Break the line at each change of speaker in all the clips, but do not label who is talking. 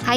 Hi,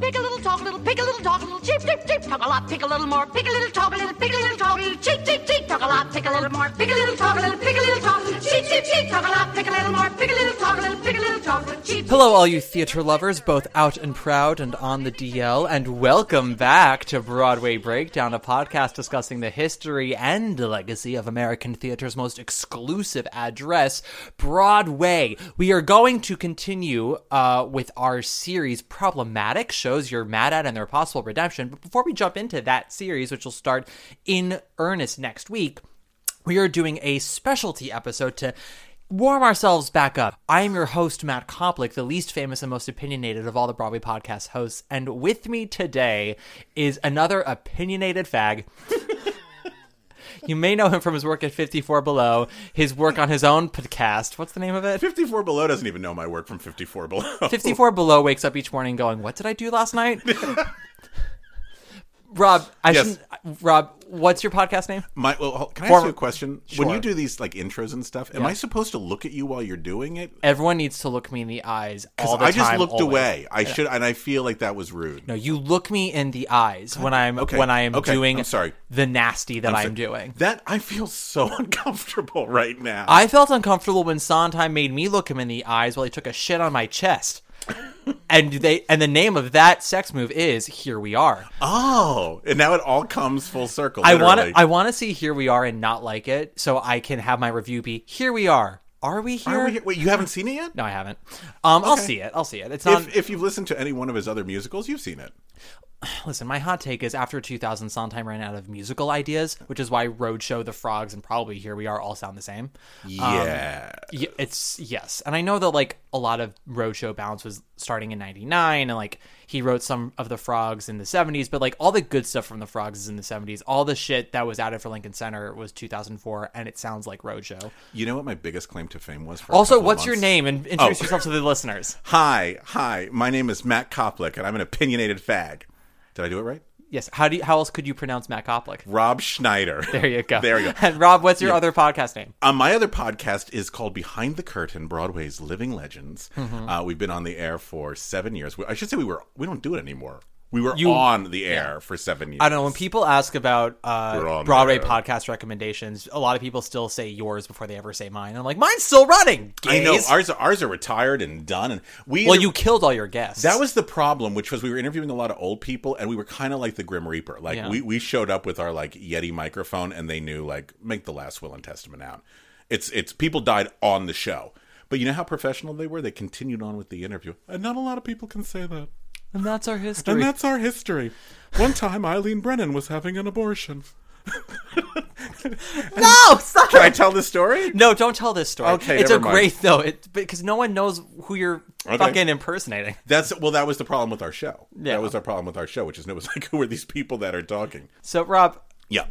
Pig a little, talk a little, pig a little, talk a little, cheep, cheep, cheep, talk a lot, pig a little more, pig a little, talk a little, pig a little, talk a little, cheep, cheep, cheep, talk a lot, pig a little more, pig a little, talk a little, pig a little, talk a little, cheep, cheep, cheep, talk a lot, pig a little more, pig a little, talk a little, pig a little, talk a little, cheep.
Hello, all you theater lovers, both out and proud and on the DL, and welcome back to Broadway Breakdown, a podcast discussing the history and the legacy of American theater's most exclusive address, Broadway. We are going to continue uh, with our series, Problematic Shows You're Mad At and Their Possible Redemption. But before we jump into that series, which will start in earnest next week, we are doing a specialty episode to warm ourselves back up. I am your host, Matt Koplik, the least famous and most opinionated of all the Broadway podcast hosts. And with me today is another opinionated fag. you may know him from his work at 54 Below, his work on his own podcast. What's the name of it?
54 Below doesn't even know my work from 54 Below.
54 Below wakes up each morning going, What did I do last night? Rob, I
Yes.
shouldn't. Rob, what's your podcast name?
My, well, hold- can I
Form-
ask you a question?
Sure.
When you do these like intros and stuff, am I supposed to look at you while you're doing it?
Everyone needs to look me in the eyes all the
I just
time,
looked
always.
away. I should, and I feel like that was rude.
No, you look me in the eyes when I'm
okay,
when I am
okay,
doing
I'm sorry.
the nasty that I'm,
So-
doing.
that. I feel so uncomfortable right now.
I felt uncomfortable when Sondheim made me look him in the eyes while he took a shit on my chest. and they and the name of that sex move is Here We Are.
oh, and now it all comes full circle.
I want
literally.
to I want to see Here We Are and not like it so I can have my review be Here We Are. Are we here?
Are we here- Wait, you haven't seen it yet?
No, I haven't. Um, I'll see it. I'll see it. It's not.
If, if you've listened to any one of his other musicals, you've seen it.
Listen, my hot take is after 2000, Sondheim ran out of musical ideas, which is why Roadshow, The Frogs, and probably Here We Are all sound the same.
Yeah.
Yeah, it's yes, and I know that like a lot of Roadshow bounce was starting in '99, and like he wrote some of the Frogs in the '70s, but like all the good stuff from the Frogs is in the '70s. All the shit that was added for Lincoln Center was 2004, and it sounds like Roadshow.
you know what my biggest claim to fame was? For a
Also,
couple of
what's your
months?
name and introduce
Oh.
yourself to the listeners?
Hi, hi. My name is Matt Koplik, and I'm an opinionated fag. Did I do it right?
Yes, how do you, how else could you pronounce Matt Koplik?
Rob Schneider.
There you go.
There you go.
And Rob, what's your other podcast name?
Uh, my other podcast is called Behind the Curtain: Broadway's Living Legends.
Mm-hmm.
Uh, we've been on the air for seven years. We- I should say we were. We don't do it anymore. We were
You-
on the air for seven years.
I don't know. When people ask about
We're
uh,
on
Broadway
there.
podcast recommendations, a lot of people still say yours before they ever say mine. I'm like, mine's still running.
I know
gays."
ours. Are, ours are retired and done. And we.
Well, you killed all your guests.
That was the problem, which was we were interviewing a lot of old people, and we were kind of like the Grim Reaper. Like
Yeah.
we, we showed up with our like Yeti microphone, and they knew like make the last will and testament out. It's it's people died on the show, but you know how professional they were. They continued on with the interview, and not a lot of people can say that.
and that's our history.
And that's our history. One time, Eileen Brennan was having an abortion.
no, stop.
Can I tell the story?
No, don't tell this story.
Okay,
it's
never
a
mind.
great though. It because no one knows who you're
Okay.
fucking impersonating.
That's well. That was the problem with our show.
Yeah.
That was our problem with our show, which is it was like, who are these people that are talking?
So, Rob,
Yeah.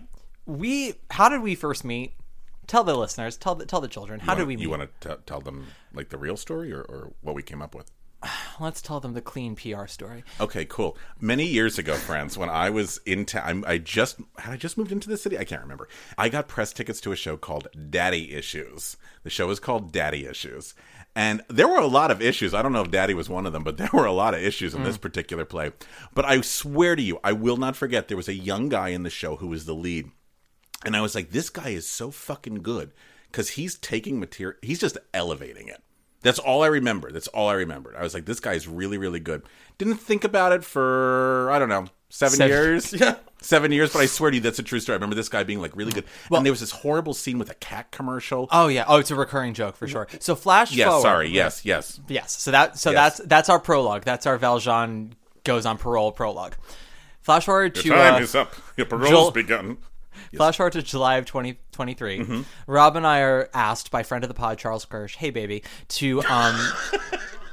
we how did we first meet? Tell the listeners. Tell the tell the children. How did we meet?
You want to tell them like the real story or, or what we came up with?
Let's tell them the clean PR story.
Okay, cool. Many years ago, friends, when I was in town, I just had I just moved into the city. I can't remember. I got press tickets to a show called Daddy Issues. The show is called Daddy Issues, and there were a lot of issues. I don't know if Daddy was one of them, but there were a lot of issues in this particular play. But I swear to you, I will not forget. There was a young guy in the show who was the lead. And I was like, this guy is so fucking good because he's taking material, he's just elevating it. That's all I remember. That's all I remembered. I was like, this guy is really, really good. Didn't think about it for, I don't know, seven,
Seven-
years? Yeah. Seven years, but I swear to you, that's a true story. I remember this guy being like really good. and there was this horrible scene with a cat commercial.
Oh yeah. Oh, it's a recurring joke for sure. So flash
yes,
forward.
sorry. Yes, yes.
Yes. So that so
Yes.
that's that's our prologue. That's our Valjean goes on parole prologue. Flash forward to uh,
up. Your parole's
Joel-
begun.
Flash forward to July of 2023.
Mm-hmm.
Rob and I are asked by friend of the pod, Charles Kirsch, hey, baby, to, um,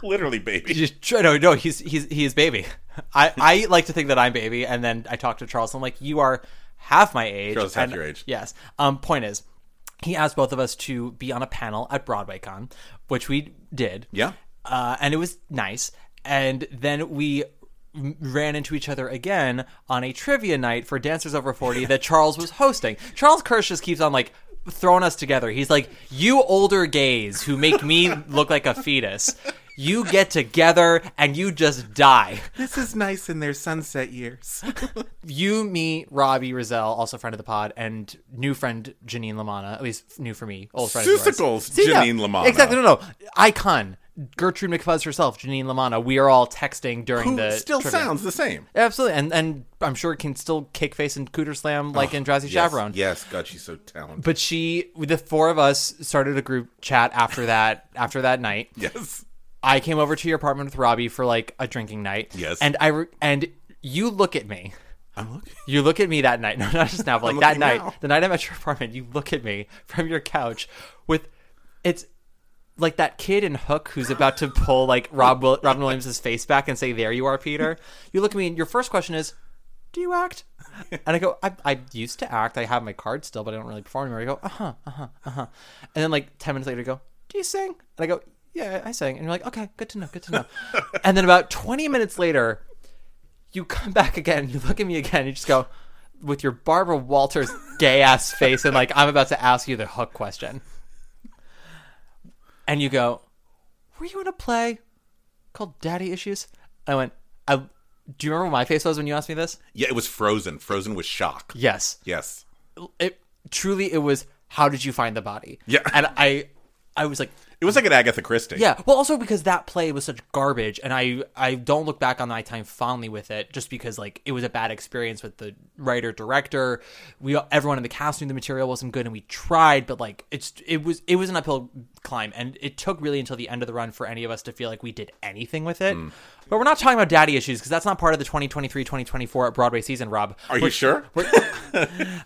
Literally, baby.
just try- no, no, he's, he's, he is baby. I, I like to think that I'm baby. And then I talk to Charles. I'm like, you are half my age.
Charles is half
and-
your age.
Yes. Um, point is, he asked both of us to be on a panel at BroadwayCon, which we did.
Yeah.
Uh, and it was nice. And then we m- ran into each other again on a trivia night for Dancers Over 40 that Charles was hosting. Charles Kirsch just keeps on like throwing us together. He's like, "You older gays who make me look like a fetus, you get together and you just die."
This is nice in their sunset years.
you, me, Robbie Rizal, also friend of the pod, and new friend Janine Lamana, at least new for me, old friend. of yours.
Seussicles, Janine Lamana.
Exactly. No, no. Icon. Gertrude McFuzz herself, Janine Lamana. We are all texting during
Who
the
still
trivia.
sounds the same.
absolutely, and and I'm sure can still kick face and cooter slam like in Drowsy Chaperone.
Oh, Yes, God, she's so talented.
But she, the four of us, started a group chat after that. after that night,
yes.
I came over to your apartment with Robbie for like a drinking night.
Yes.
and I re- and you look at me.
I'm looking.
You look at me that night. No, not just now, but
I'm
like that
looking
night,
now.
the night I'm at your apartment, you look at me from your couch with it's like that kid in Hook who's about to pull like Rob Will- Robin Williams' face back and say, "There you are, Peter." You look at me, and your first question is, "Do you act?" And I go, "I, I used to act. I have my card still, but I don't really perform anymore." You go, "Uh huh, uh huh, uh huh," and then like ten minutes later, you go, "Do you sing?" And I go, "Yeah, I sing." And you're like, "Okay, good to know, good to know." and then about twenty minutes later, you come back again, you look at me again, you just go with your Barbara Walters gay ass face, and like I'm about to ask you the hook question, and you go, "Were you in a play called Daddy Issues?" I went, "I." Do you remember what my face was when you asked me this?
Yeah, it was Frozen. Frozen was shock.
Yes.
Yes.
It truly it was. How did you find the body?
Yeah.
And I, I was like,
It was like an Agatha Christie.
Yeah, well, also because that play was such garbage, and I I don't look back on my time fondly with it, just because like it was a bad experience with the writer director. We everyone in the cast knew the material wasn't good, and we tried, but like it's it was it was an uphill climb, and it took really until the end of the run for any of us to feel like we did anything with it.
Hmm.
But we're not talking about daddy issues because that's not part of the 2023-2024 at Broadway season, Rob.
Are you sure?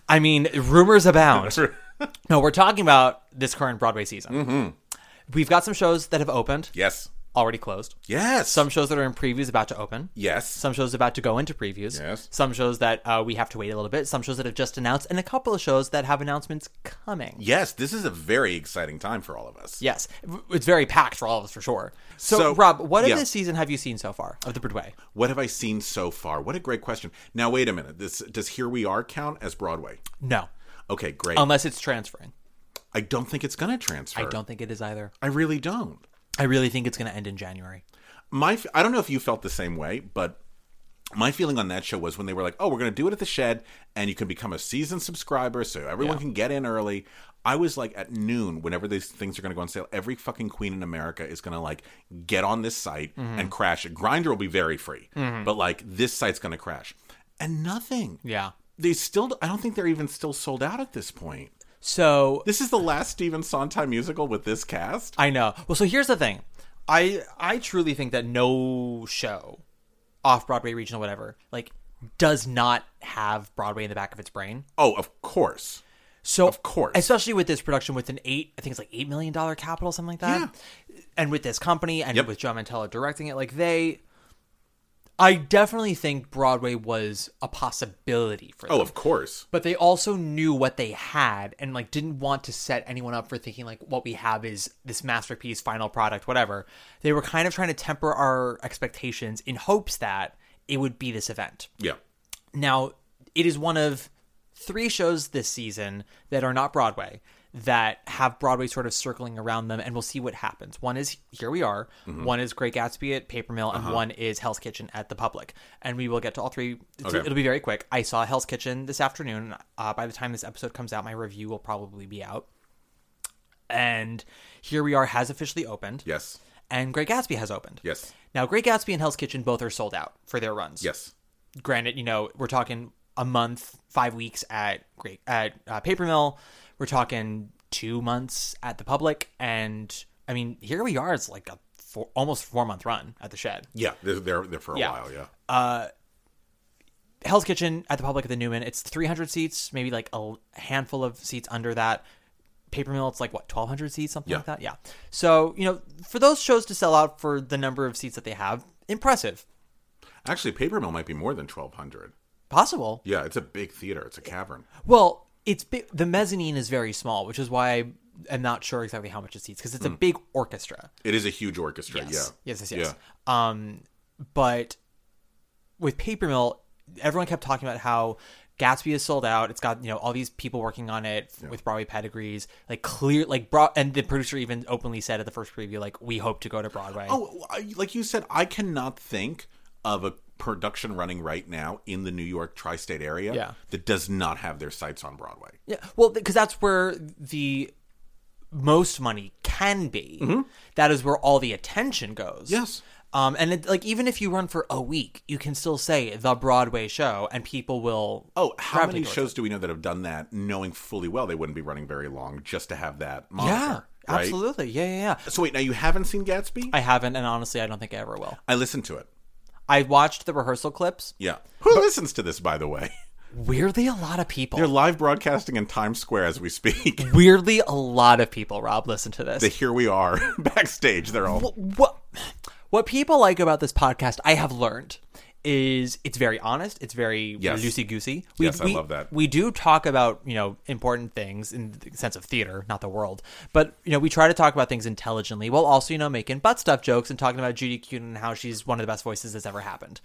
I mean, rumors abound. no, we're talking about this current Broadway season.
Mm-hmm.
We've got some shows that have opened,
Yes.
already closed.
Yes.
Some shows that are in previews about to open.
Yes.
Some shows about to go into previews.
Yes.
Some shows that uh, we have to wait a little bit. Some shows that have just announced, and a couple of shows that have announcements coming.
yes. This is a very exciting time for all of us.
Yes, it's very packed for all of us for sure. So,
So-
Rob, what
yeah.
of this season have you seen so far of the Broadway?
What have I seen so far? What a great question. Now wait a minute. This does Here We Are count as Broadway?
No,
Okay, great.
unless it's transferring.
I don't think it's gonna transfer.
Um, I don't think it is either.
I really don't.
I really think it's going to end in January.
my f- I don't know if you felt the same way, but my feeling on that show was when they were like, "Oh, we're going to do it at the shed, and you can become a season subscriber, so everyone can get in early." I was like, at noon, whenever these things are going to go on sale, every fucking queen in America is going to like get on this site and crash it. Grinder will be very free, but like this site's going to crash, and nothing.
Yeah.
they still. I don't think they're even still sold out at this point.
So
This is the last Stephen Sondheim musical with this cast.
I know. Well, so here's the thing. I I truly think that no show, off Broadway, regional, whatever, like does not have Broadway in the back of its brain.
Oh, of course.
So
Of course.
especially with this production with an eight, I think it's like eight million dollar capital, something like that, and with this company and
Yep.
with John Mantello directing it, like they. I definitely think Broadway was a possibility for them
Oh, of course.
but they also knew what they had and like didn't want to set anyone up for thinking like what we have is this masterpiece final product whatever they were kind of trying to temper our expectations in hopes that it would be this event
Yeah.
now, it is one of three shows this season that are not Broadway that have Broadway sort of circling around them, and we'll see what happens. One is Here We Are,
Mm-hmm.
one is Great Gatsby at Paper Mill,
Uh-huh.
and one is Hell's Kitchen at the Public. And we will get to all three. It's-
Okay.
It'll be very quick. I saw Hell's Kitchen this afternoon. Uh, by the time this episode comes out, my review will probably be out. And Here We Are has officially opened.
Yes.
And Great Gatsby has opened.
Yes.
Now, Great Gatsby and Hell's Kitchen both are sold out for their runs
Yes.
granted, you know, we're talking a month, five weeks at great at uh, Paper Mill. We're talking two months at the public, and I mean, here we are. It's like a four, almost four month run at the shed.
Yeah, they're they're, they're for a
Yeah.
while. Yeah,
Hell's Kitchen at the public at the Newman. It's 300 seats, maybe like a handful of seats under that. Paper Mill, it's like what 1,200 seats, something
Yeah.
like that. Yeah. So you know, for those shows to sell out for the number of seats that they have, impressive,
actually, Paper Mill might be more than twelve hundred.
possible.
Yeah, it's a big theater. It's a cavern.
Well, it's bi- the mezzanine is very small, which is why I am not sure exactly how much it seats because it's
Hmm.
a big orchestra.
It is a huge orchestra.
Yes.
Yeah.
Yes, yes, yes. Um, but with Paper Mill, everyone kept talking about how Gatsby is sold out. It's got you know all these people working on it f- with Broadway pedigrees. Like clear, like bro, and the producer even openly said at the first preview, like we hope to go to Broadway.
Oh, I- like you said, I cannot think of a production running right now in the New York tri-state area
Yeah.
that does not have their sites on Broadway.
Yeah, well, because that's where the most money can be. That is where all the attention goes.
Mm-hmm. Yes.
Um, and it, like even if you run for a week, you can still say the Broadway show, and people will.
Oh, how
gravitate
many
towards
shows do we know that have done that, knowing fully well they wouldn't be running very long just to have that
it.
moniker?
Yeah,
right?
absolutely. Yeah, yeah, yeah.
So wait, now you haven't seen Gatsby? I,
I haven't, and honestly, I don't think I ever will.
listened to it.
I watched the rehearsal clips.
Yeah. Who listens to this, by the way?
Weirdly, a lot of people.
They're live broadcasting in Times Square as we speak.
Weirdly, a lot of people. Rob, listen to this.
The here we are backstage. They're all
what what people like about this podcast I have learned is it's very honest, it's very
Yes.
loosey goosey.
Yes, I love that.
We do talk about, you know, important things in the sense of theater, not the world. But, you know, we try to talk about things intelligently while also, you know, making butt stuff jokes and talking about Judy Kuhn and how she's one of the best voices that's ever happened.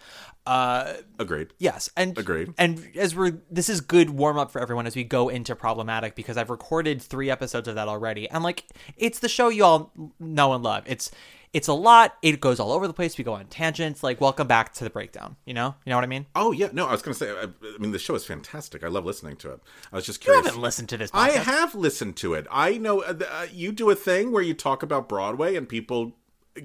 Uh
agreed.
Yes, and
Agreed.
And as we're this is good warm up for everyone as we go into problematic because I've recorded three episodes of that already. And like it's the show you all know and love. It's it's a lot. It goes all over the place. We go on tangents. Like welcome back to the breakdown. You know, you know what I mean.
Oh yeah, no, I was gonna say. I, I mean, the show is fantastic. I love listening to it. I was just
You
curious.
haven't listened to this. Podcast.
I have listened to it. I know uh, th- uh, you do a thing where you talk about Broadway and people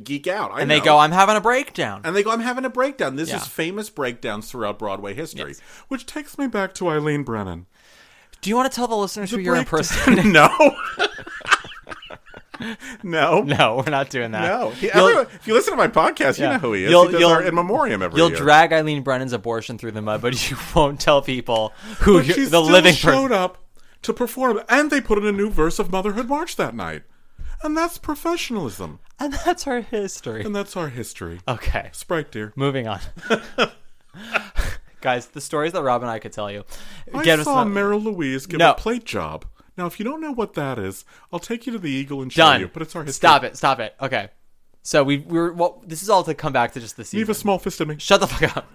geek out. I
and they
know.
go, "I'm having a breakdown."
and they go, "I'm having a breakdown." This
Yeah.
is famous breakdowns throughout Broadway history, which takes me back to Eileen Brennan.
Do you want to tell the listeners who you're
breakdown.
impersonating?
No, no, no.
no, we're not doing that.
He-
You'll-
everyone- if you listen to my podcast,
yeah.
you know who he is.
You'll-
he does
you'll-
our in memoriam every
You'll
year.
drag Eileen Brennan's abortion through the mud, but you won't tell people who
But
you're,
she
the
still
living
showed
person.
up to perform, and they put in a new verse of Motherhood March that night, and that's professionalism,
And that's our history.
and that's our history.
Okay.
Sprite, dear,
Moving on. Guys, the stories that Rob and I could tell you.
I
Get us
saw
not-
Meryl Louise give
No.
a plate job. Now, if you don't know what that is, I'll take you to the Eagle and show
Done.
you. But it's our history.
Stop it. Stop it. Okay. So we we were well, this is all to come back to just the
Leave
season.
a small fist at me.
Shut the fuck up.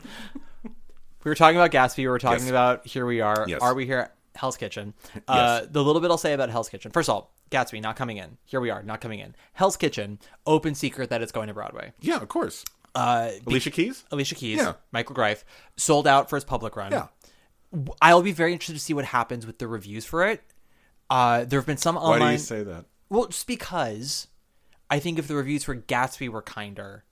we were talking about Gatsby. We were talking
Yes.
about Here We Are.
Yes.
Are we here at Hell's Kitchen? Uh, the little bit I'll say about Hell's Kitchen. First of all, Gatsby not coming in. Here we are not coming in. Hell's Kitchen, open secret that it's going to Broadway.
Yeah, of course.
Uh,
Alicia Keys.
Alicia Keys,
Yeah.
Michael Greif, sold out for his public run.
Yeah.
W- I'll be very interested to see what happens with the reviews for it. Uh, there have been some
Why
online.
do you say that?
well, just because I think if the reviews for Gatsby were kinder,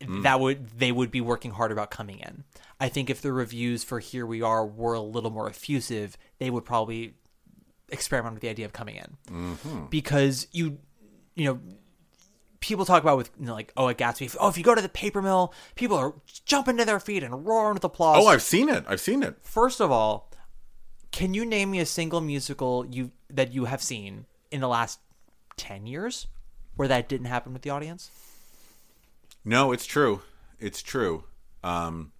that would they would be working hard about coming in. I think if the reviews for Here We Are were a little more effusive, they would probably experiment with the idea of coming in because you you know people talk about with you know, like oh at Gatsby if- oh if you go to the paper mill people are jumping to their feet and roaring with applause.
Oh, I've seen it. I've seen it.
First of all, can you name me a single musical you that you have seen in the last ten years where that didn't happen with the audience?
No, it's true. It's true. Um,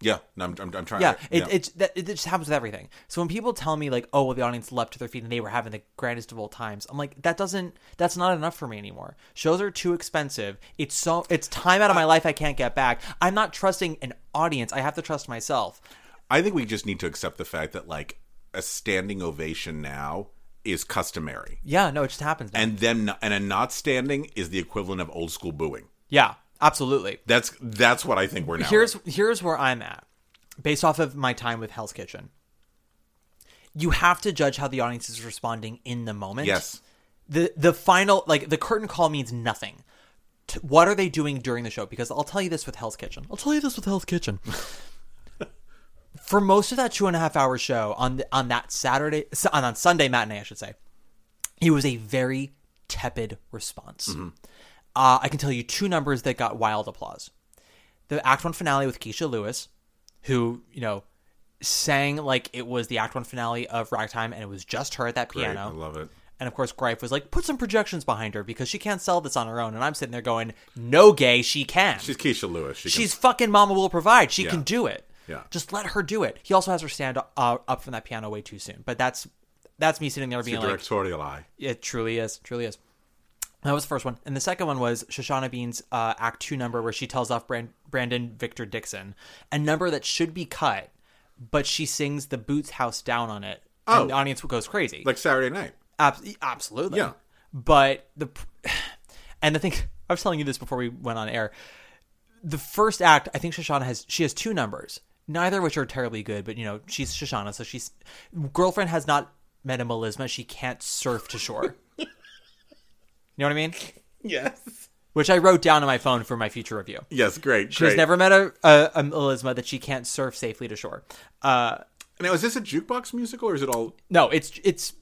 yeah, no, I'm, I'm, I'm trying.
Yeah,
to,
it, it's that it just happens with everything. So when people tell me like, "Oh, well, the audience leapt to their feet and they were having the grandest of all times," I'm like, "That doesn't. That's not enough for me anymore. Shows are too expensive. It's so. It's time out of my life I can't get back. I'm not trusting an audience. I have to trust myself.
I think we just need to accept the fact that like a standing ovation now is customary,
Yeah, no, it just happens. Now.
and them not, and a not standing is the equivalent of old school booing.
yeah, absolutely.
That's that's what I think we're now.
Here's here's where I'm at, based off of my time with Hell's Kitchen. You have to judge how the audience is responding in the moment.
yes,
the the final like the curtain call means nothing. T- what are they doing during the show? Because I'll tell you this with Hell's Kitchen. I'll tell you this with Hell's Kitchen. For most of that two and a half hour show on the, on that Saturday s- on, on Sunday matinee, I should say, it was a very tepid response.
Mm-hmm.
Uh, I can tell you two numbers that got wild applause. The Act One finale with Keisha Lewis, who you know sang like it was the Act One finale of Ragtime, and it was just her at that
Great,
piano.
I love it.
And of course, Greif was like, put some projections behind her because she can't sell this on her own. And I'm sitting there going, no gay, she can.
She's Keisha Lewis. She
She's fucking mama will provide. She can do it.
Yeah.
Just let her do it. He also has her stand uh, up from that piano way too soon. But that's that's me sitting there being
can,
like,
directorial eye.
it truly is. Truly is. That was the first one. And the second one was Shoshana Bean's uh, Act Two number where she tells off Brand- Brandon Victor Dixon, a number that should be cut, but she sings the Boots House down on it.
Oh.
And the audience goes crazy.
like Saturday night.
Ab- absolutely.
Yeah.
But the and the thing I was telling you this before we went on air. The first act, I think Shoshana has she has two numbers, neither of which are terribly good, but you know she's Shoshana, so she's girlfriend has not met a melisma. She can't surf to shore. you know what I mean?
Yes.
Which I wrote down on my phone for my future review.
Yes, great.
She's
great.
never met a, a, a melisma that she can't surf safely to shore. Uh,
Now, is this a jukebox musical or is it all?
No, it's it's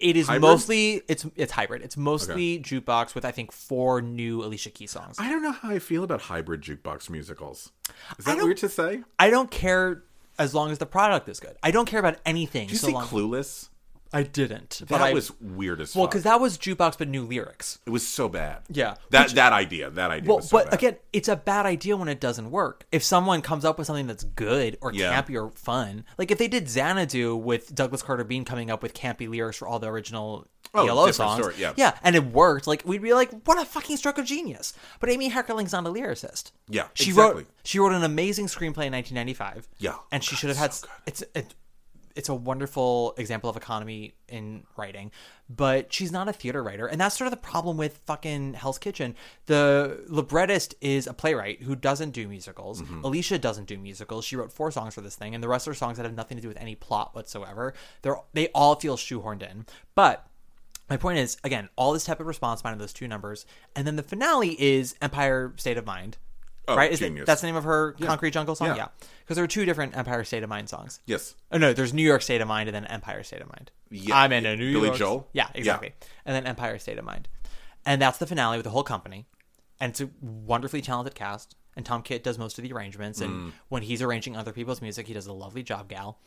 it is
Hybrid?
mostly it's it's hybrid. It's mostly jukebox with I think four new Alicia Keys songs. I,
I don't know how I feel about hybrid jukebox musicals. Is
I
that
don't-
weird to say?
don't care as long as the product is good. I don't care about anything
Did you
so
see
long.
Clueless?
I didn't.
That
but I,
was weird as
well
fuck.
because that was jukebox but new lyrics.
it was so bad.
Yeah.
That that idea. That idea.
Well,
was so
but
bad.
again, it's a bad idea when it doesn't work. If someone comes up with something that's good or
Yeah.
campy or fun, like if they did Xanadu with Douglas Carter Bean coming up with campy lyrics for all the original
Oh,
ELO
different
songs,
story, yeah.
and it worked, like we'd be like, what a fucking stroke of genius. But Amy Heckerling's not a lyricist.
Yeah,
she
exactly.
wrote she wrote an amazing screenplay in 1995.
Yeah. Oh,
and she should have had it's it, it's a wonderful example of economy in writing, but she's not a theater writer, and that's sort of the problem with fucking Hell's Kitchen. The librettist is a playwright who doesn't do musicals.
Mm-hmm.
Alicia doesn't do musicals. She wrote four songs for this thing, and the rest are songs that have nothing to do with any plot whatsoever. They're they all feel shoehorned in, but. My point is, again, all this tepid response behind those two numbers, and then the finale is Empire State of Mind,
Oh,
right? Is it-
genius.
that's the name of her Concrete Jungle song?
Yeah.
Yeah, because there are two different Empire State of Mind songs.
yes.
Oh no, there's New York State of Mind and then Empire State of Mind.
Yeah,
I'm in a New
Billy
York.
Joel?
Yeah,
Yeah.
exactly. And then Empire State of Mind, and that's the finale with the whole company, and it's a wonderfully talented cast. And Tom Kitt does most of the arrangements, and
Mm.
when he's arranging other people's music, he does a lovely job, gal.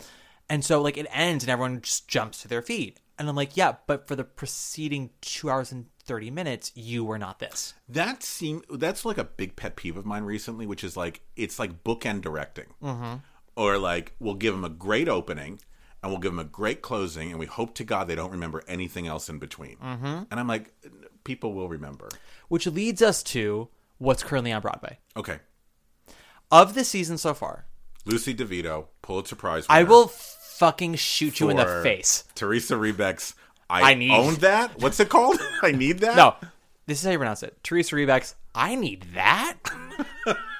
And so like it ends, and everyone just jumps to their feet, and I'm like, yeah, but for the preceding two hours and thirty minutes, you were not this.
That seem that's like a big pet peeve of mine recently, which is like it's like bookend directing, mm-hmm. or like we'll give them a great opening and we'll give them a great closing, and we hope to God they don't remember anything else in between. Mm-hmm. And I'm like, people will remember.
Which leads us to what's currently on Broadway.
Okay,
Of this season so far,
Lucy DeVito, Pulitzer Prize.
I
winner
will fucking shoot you in the
for
face.
Teresa Rebeck's. I,
I need-
own that. What's it called? I need that.
No, this is how you pronounce it. Teresa Rebeck's I Need That?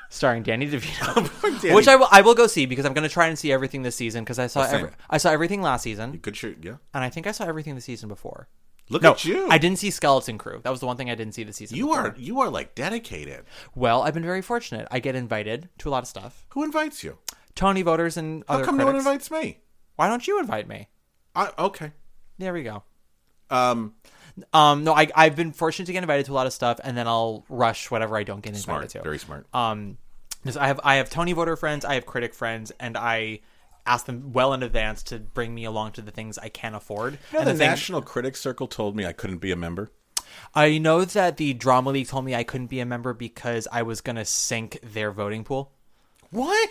Starring Danny DeVito.
Danny.
Which I will, I will go see because I'm going to try and see everything this season because I saw
same.
every, I saw everything last season
Good shoot. Yeah.
and I think I saw everything the season before.
Look
No,
at you.
I didn't see Skeleton Crew. That was the one thing I didn't see this season.
You
before.
are you are like dedicated.
well. I've been very fortunate. I get invited to a lot of stuff.
Who invites you?
Tony voters and
How
other
come
critics.
no one invites me?
Why don't you invite me?
I, okay.
There we go.
Um,
Um, no, I, I've been fortunate to get invited to a lot of stuff, and then I'll rush whatever I don't get invited to.
smart. Very smart.
um because i have i have tony voter friends i have critic friends and i ask them well in advance to bring me along to the things i can afford
You know,
and
the,
the thing-
National Critics Circle told me I couldn't be a member.
i know that the drama league told me i couldn't be a member because i was gonna sink their voting pool
What?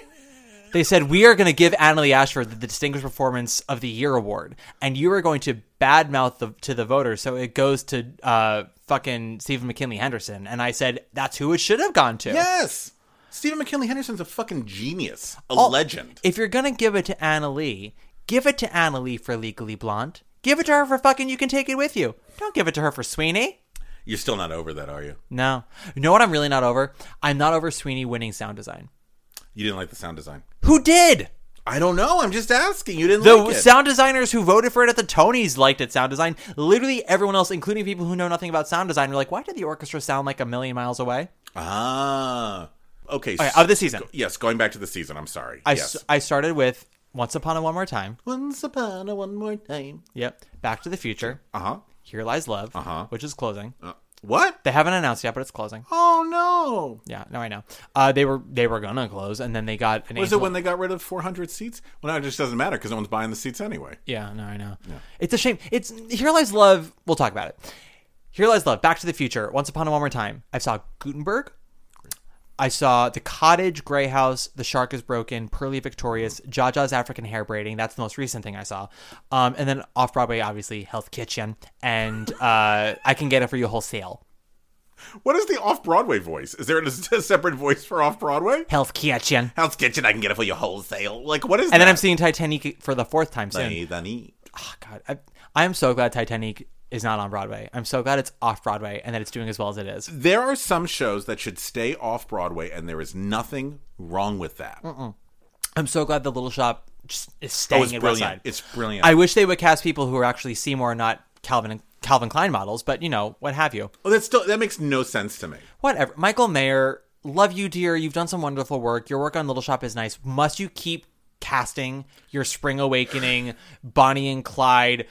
they said we are going to give Annalie Ashford the Distinguished Performance of the Year award, and you are going to badmouth the, to the voters, so it goes to uh, fucking Stephen McKinley Henderson. And I said that's who it should have gone to.
Yes. Stephen McKinley Henderson's a fucking genius, a
Oh,
legend.
If you're gonna give it to Anna Lee, give it to Anna Lee for Legally Blonde. Give it to her for fucking You Can Take It With You. Don't give it to her for Sweeney.
You're still not over that, are you?
No. You know what I'm really not over? I'm not over Sweeney winning sound design.
You didn't like the sound design.
Who did?
I don't know. I'm just asking. You didn't
The
like it.
sound designers who voted for it at the Tonys liked it sound design. Literally everyone else, including people who know nothing about sound design, were like, why did the orchestra sound like a million miles away?
ah. Okay.
Okay,
so-
of the season.
yes, going back to the season. I'm sorry.
I,
yes.
s- I started with Once Upon a One More Time.
Once upon a one more time.
Yep. Back to the Future.
Uh huh.
Here Lies Love,
Uh-huh.
which is closing.
What?
They haven't announced yet, but it's closing.
Oh no.
Yeah, no, I know. Uh, they were they were gonna close, and then they got an.
Was
Angel-
it when they got rid of 400 seats? Well, no, it just doesn't matter because no one's buying the seats anyway.
Yeah, no, I know. It's a shame. It's Here Lies Love. We'll talk about it. Here Lies Love. Back to the Future. Once upon a one more time. I saw Gutenberg. I saw The Cottage, Grey House, The Shark is Broken, Pearly Victorious, Jaja's African Hair Braiding. That's the most recent thing I saw. Um, and then off Broadway, obviously, Health Kitchen. And uh, I Can Get It For You Wholesale.
What is the off Broadway voice? Is there a, a separate voice for off Broadway?
Health kitchen.
Hell's Kitchen, I can get it for you wholesale. Like, what is
And
that?
then I'm seeing Titanic for the fourth time soon.
Hey, Danny.
Ah, God, I, I am so glad Titanic is not on Broadway. I'm so glad it's off Broadway and that it's doing as well as it is.
There are some shows that should stay off Broadway, and there is nothing wrong with that.
I'm so glad the Little Shop just is staying
Oh, it's
at Westside.
brilliant. It's brilliant.
I wish they would cast people who are actually Seymour, not Calvin and Calvin Klein models, but you know what have you.
well, that's still that makes no sense to me.
Whatever. Michael Mayer, love you, dear. You've done some wonderful work. Your work on Little Shop is nice. Must you keep casting your Spring Awakening, Bonnie and Clyde,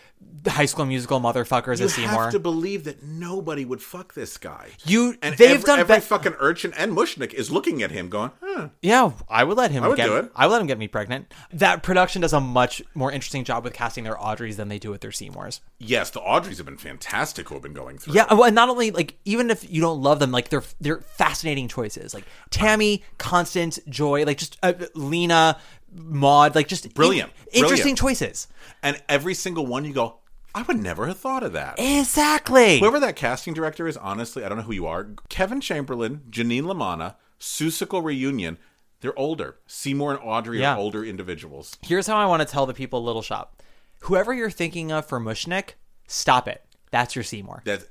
High School Musical motherfuckers
You
as Seymour?
have to believe that nobody would fuck this guy.
You-
and
they've
every,
done
every
be-
fucking urchin and mushnik is looking at him, going, "Huh."
Yeah, I would let him.
would
get,
do it.
I would let him get me pregnant. That production does a much more interesting job with casting their Audreys than they do with their Seymours.
Yes, the Audreys have been fantastic. Who have been going through?
Yeah, well, and not only like even if you don't love them, like they're they're fascinating choices. Like Tammy, Constance, Joy, like just uh, Lena, Maud, like just in-
Brilliant.
interesting
Brilliant.
choices.
and every single one, you go, "I would never have thought of that."
Exactly.
Whoever that casting director is, honestly, I don't know who you are. Kevin Chamberlain, Janine Lamana, Susical Reunion, they're older. Seymour and Audrey
Yeah.
are older individuals.
Here's how I want to tell the people, Little Shop, whoever you're thinking of for Mushnik, stop it. That's your Seymour.
That's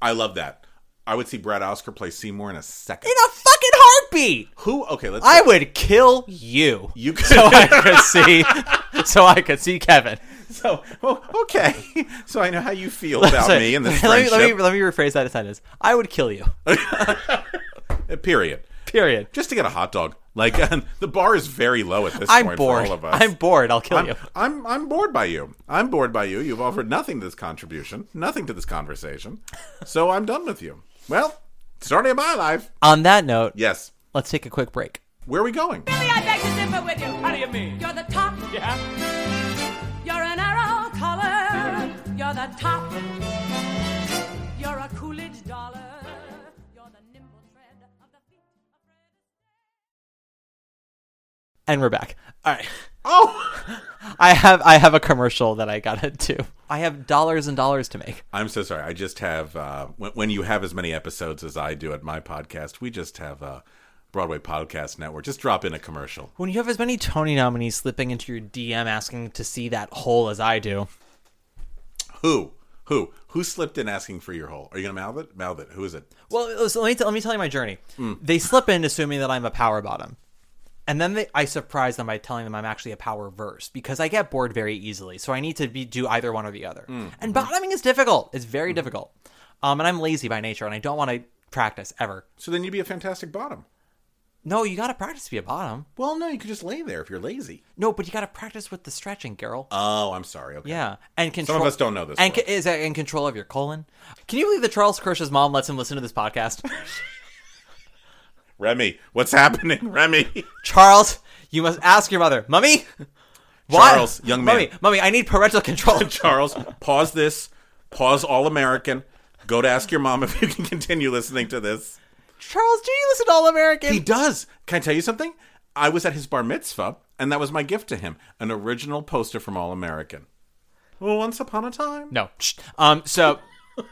I love that. I would see Brad Oscar play Seymour in a second.
In a fucking heartbeat.
who? Okay, let's.
I would kill you.
You could.
so I could see. So I could see Kevin.
So oh, okay. So I know how you feel about
So-
me and this
let, me,
friendship.
let me let me rephrase that a sentence. I would kill you.
Uh, Period.
Period.
Just to get a hot dog. Like um, the bar is very low at this
I'm
point
bored.
for all of us.
I'm bored. I'll kill you.
I'm, I'm I'm bored by you. I'm bored by you. You've offered nothing to this contribution, nothing to this conversation. So I'm done with you. Well, starting my life.
On that note,
Yes.
let's take a quick break.
Where are we going?
I beg to differ with you. How do you mean? You're the top. Yeah. You're an arrow collar. You're the top. You're a Coolidge dollar. You're the nimble tread of the feet. of Fred.
And we're back. All right.
Oh,
I have I have a commercial that I gotta do. I have dollars and dollars to make.
I'm so sorry. I just have uh, when, when you have as many episodes as I do at my podcast, we just have a Broadway Podcast Network. Just drop in a commercial.
When you have as many Tony nominees slipping into your DM asking to see that hole as I do,
Who? Who? Who slipped in asking for your hole? Are you gonna mouth it? Mouth it. Who is it?
Well, so let me let me tell you my journey.
Hmm.
They slip in assuming that I'm a power bottom, and then they, I surprise them by telling them I'm actually a power verse because I get bored very easily. So I need to be do either one or the other.
Hmm.
And bottoming is difficult. It's very difficult. Um, and I'm lazy by nature, and I don't want to practice ever.
So then you'd be a fantastic bottom.
No, you got to practice to be a bottom.
Well, no, you could just lay there if you're lazy.
No, but you got to practice with the stretching, girl.
Oh, I'm sorry. Okay.
yeah, and control.
us don't know this
And
one.
ca- is that in control of your colon? Can you believe that Charles Kersh's mom lets him listen to this podcast?
Remy, what's happening, Remy?
Charles, you must ask your mother, Mummy. Why-
Charles, young man.
Mummy, Mummy, I need parental control.
Charles, pause this. Pause All American. Go to ask your mom if you can continue listening to this.
Charles, do you listen to All American?
He does. Can I tell you something? I was at his bar mitzvah, and that was my gift to him an original poster from All American. Well, once upon a time.
no. Shh. Um. So
All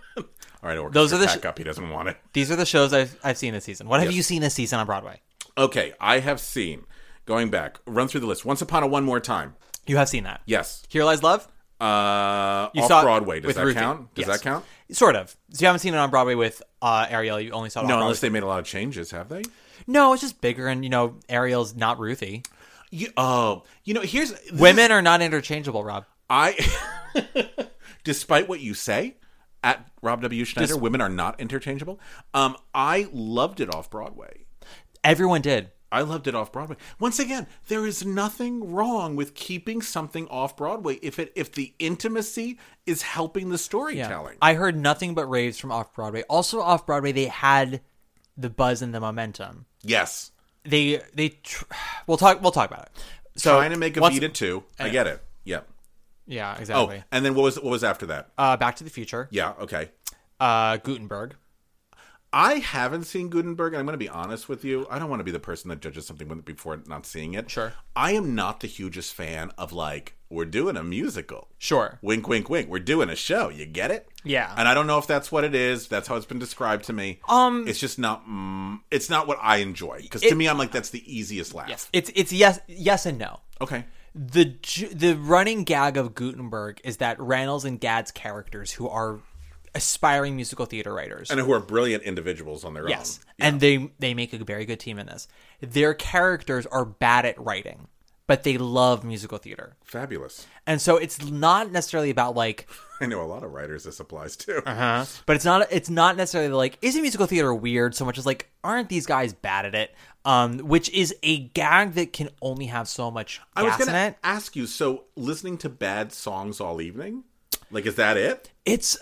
right, orchestra,
Those are the
pack
sh-
up. He doesn't want it.
these are the shows I've I've seen this season. What have you seen this season on Broadway?
Okay, I have seen. Going back, run through the list. Once upon a one more time.
You have seen that.
Yes.
Here Lies Love.
Uh,
You
off
saw it
Broadway. Does
with
that
Ruthie.
count? Does
Yes.
that count?
Sort of. So you haven't seen it on Broadway with uh, Ariel. You only saw it.
No,
on
unless they
Broadway.
made a lot of changes, have they?
No, it's just bigger, and you know, Ariel's not Ruthie.
You, oh, you know, here's this is-
Women are not interchangeable, Rob.
I, despite what you say, at Rob W. Schneider,
Dis-
women are not interchangeable. Um, I loved it off Broadway.
Everyone did.
I loved it off Broadway. Once again, there is nothing wrong with keeping something off Broadway if it if the intimacy is helping the storytelling.
I heard nothing but raves from Off Broadway. Also, Off Broadway, they had the buzz and the momentum.
yes,
They they tr- we'll talk we'll talk about it. So
trying to make a
once-
beat at two. I get it. Yeah.
Yeah,
Oh,
exactly.
and then what was what was after that?
Uh, Back to the Future.
yeah. Okay.
Uh, Gutenberg.
I haven't seen Gutenberg, and I'm going to be honest with you. I don't want to be the person that judges something when- before not seeing it.
Sure.
I am not the hugest fan of like we're doing a musical.
Sure.
Wink, wink, wink. We're doing a show. You get it?
Yeah.
And I don't know if that's what it is. That's how it's been described to me. Um, it's just not. Mm, it's not what I enjoy because to
It-
me, I'm like that's the easiest laugh.
It's it's yes yes and no.
Okay.
the ju- the running gag of Gutenberg is that Reynolds and Gad's characters, who are aspiring musical theater writers,
And who are brilliant individuals on their
yes,
own.
and they they make a very good team in this. Their characters are bad at writing, but they love musical theater,
Fabulous.
and so it's not necessarily about like,
I know a lot of writers this applies to.
but it's not it's not necessarily like isn't musical theater weird so much as like aren't these guys bad at it? Um, which is a gag that can only have so much gas
I was going
in it.
to ask you. So, listening to bad songs all evening, like, is that it?
It's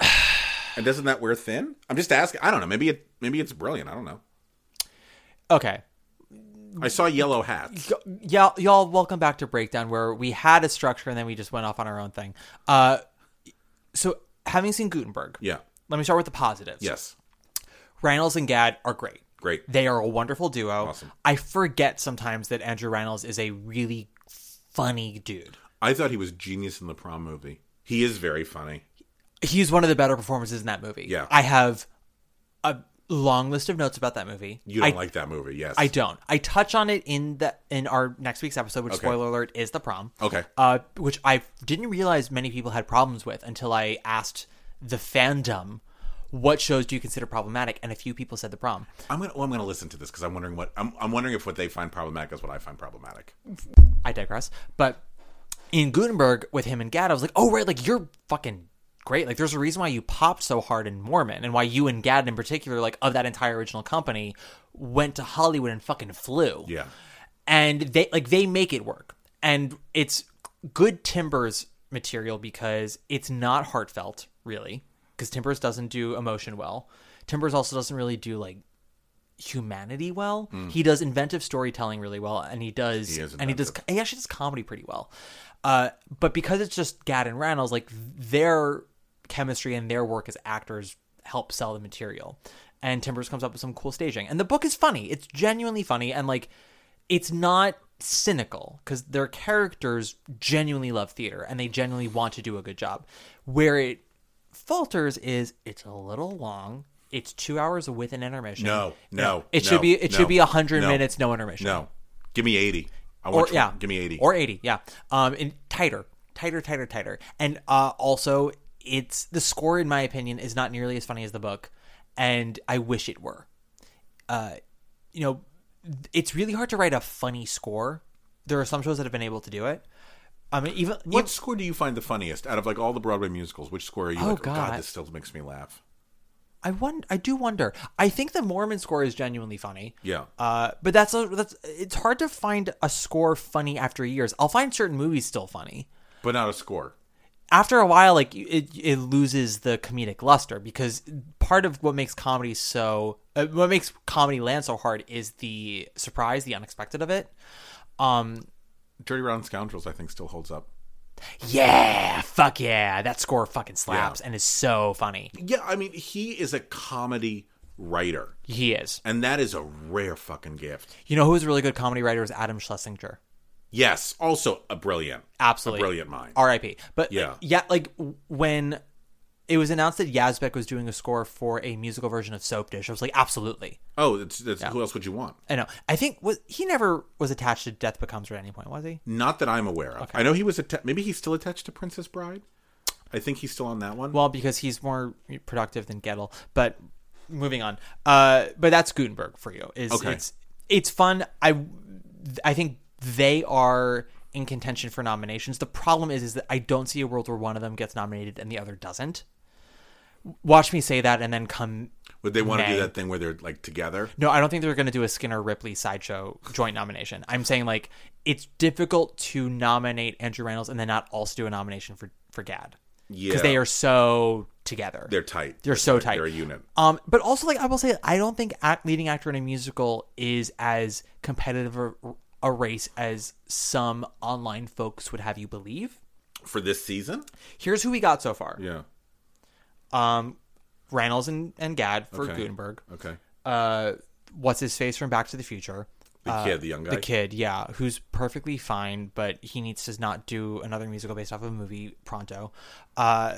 And doesn't that wear thin? I'm just asking. I don't know. Maybe it. Maybe it's brilliant. I don't know.
okay.
I saw yellow hats.
y'all, y'all welcome back to breakdown where we had a structure and then we just went off on our own thing uh so having seen gutenberg
Yeah.
let me start with the positives
Yes.
reynolds and gad are great
Great.
they are a wonderful duo i forget sometimes that andrew reynolds is a really funny dude
I thought he was genius in the prom movie. He is very funny.
he's one of the better performances in that movie
Yeah.
i have a long list of notes about that movie
You don't
I,
like that movie, yes?
I don't. I touch on it in the in our next week's episode, which spoiler alert is the prom.
Okay.
Uh, which I didn't realize many people had problems with until I asked the fandom, "What shows do you consider problematic?" And a few people said the prom.
I'm gonna. Well, I'm gonna listen to this because I'm wondering what. I'm, I'm wondering if what they find problematic is what I find problematic.
I digress. But in Gutenberg with him and Gad, I was like, "Oh right, like you're fucking." Great, like there's a reason why you popped so hard in Mormon, and why you and Gad in particular, like of that entire original company, went to Hollywood and fucking flew.
Yeah.
and they like they make it work and it's good timbers material because it's not heartfelt really because timbers doesn't do emotion well timbers also doesn't really do like humanity well he does inventive storytelling really well and he does
is
and he does he actually does comedy pretty well uh but because it's just gad and reynolds like their chemistry and their work as actors help sell the material and timbers comes up with some cool staging and the book is funny it's genuinely funny and like it's not cynical because their characters genuinely love theater and they genuinely want to do a good job. Where it falters is it's a little long. It's two hours with an intermission.
No. No.
It
no,
should be it
no,
should be hundred
no,
minutes, no intermission.
No. Give me eighty. I
Or
want.
yeah.
Give me eighty.
Or eighty, yeah. Um and tighter. Tighter, tighter, tighter. And uh also it's the score in my opinion is not nearly as funny as the book, and I wish it were. Uh, you know, it's really hard to write a funny score. There are some shows that have been able to do it. I mean, even
What score do you find the funniest out of like all the Broadway musicals? Which score are you?
Oh,
like,
God.
this still makes me laugh.
I wonder. I do wonder. I think the Mormon score is genuinely funny.
Yeah.
Uh, but that's a, that's it's hard to find a score funny after years. I'll find certain movies still funny.
but not a score.
After a while, like it, it loses the comedic luster because part of what makes comedy so uh, what makes comedy land so hard is the surprise, the unexpected of it. Um,
Dirty Round Scoundrels, I think, still holds up.
yeah, fuck yeah, that score fucking slaps and is so funny.
Yeah, I mean, he is a comedy writer,
He is.
and that is a rare fucking gift.
You know who's a really good comedy writer is Adam Schlesinger.
Yes, also a brilliant,
Absolutely.
a brilliant mind.
R.I.P. But
Yeah.
yeah, like w- when it was announced that Yazbek was doing a score for a musical version of Soap Dish, I was like, absolutely.
Oh, it's, it's, who else would you want?
I know. I think was he never was attached to Death Becomes Her at any point, was he?
Not that I'm aware of. I know he was atta- maybe he's still attached to Princess Bride. I think he's still on that one.
Well, because he's more productive than Gettle. But moving on. Uh, but that's Gutenberg for you. Is
Okay.
it's it's fun. I I think they are in contention for nominations. The problem is is that I don't see a world where one of them gets nominated and the other doesn't. Watch me say that and then come.
would they want to
May.
do that thing where they're like together?
No, I don't think they're going to do a Skinner Ripley sideshow joint nomination. I'm saying like it's difficult to nominate Andrew Reynolds and then not also do a nomination for for Gad
Yeah,
because they are so together.
they're tight.
They're so tight.
They're a unit.
Um, but also, like I will say, I don't think act, leading actor in a musical is as competitive a, a race as some online folks would have you believe.
For this season,
Here's who we got so far:
yeah,
Reynolds and, and Gad for
Okay.
Gutenberg.
Okay.
Uh, what's his face from Back to the Future?
The kid, Uh, the young guy.
The kid, yeah, who's perfectly fine, but he needs to not do another musical based off of a movie pronto. Uh,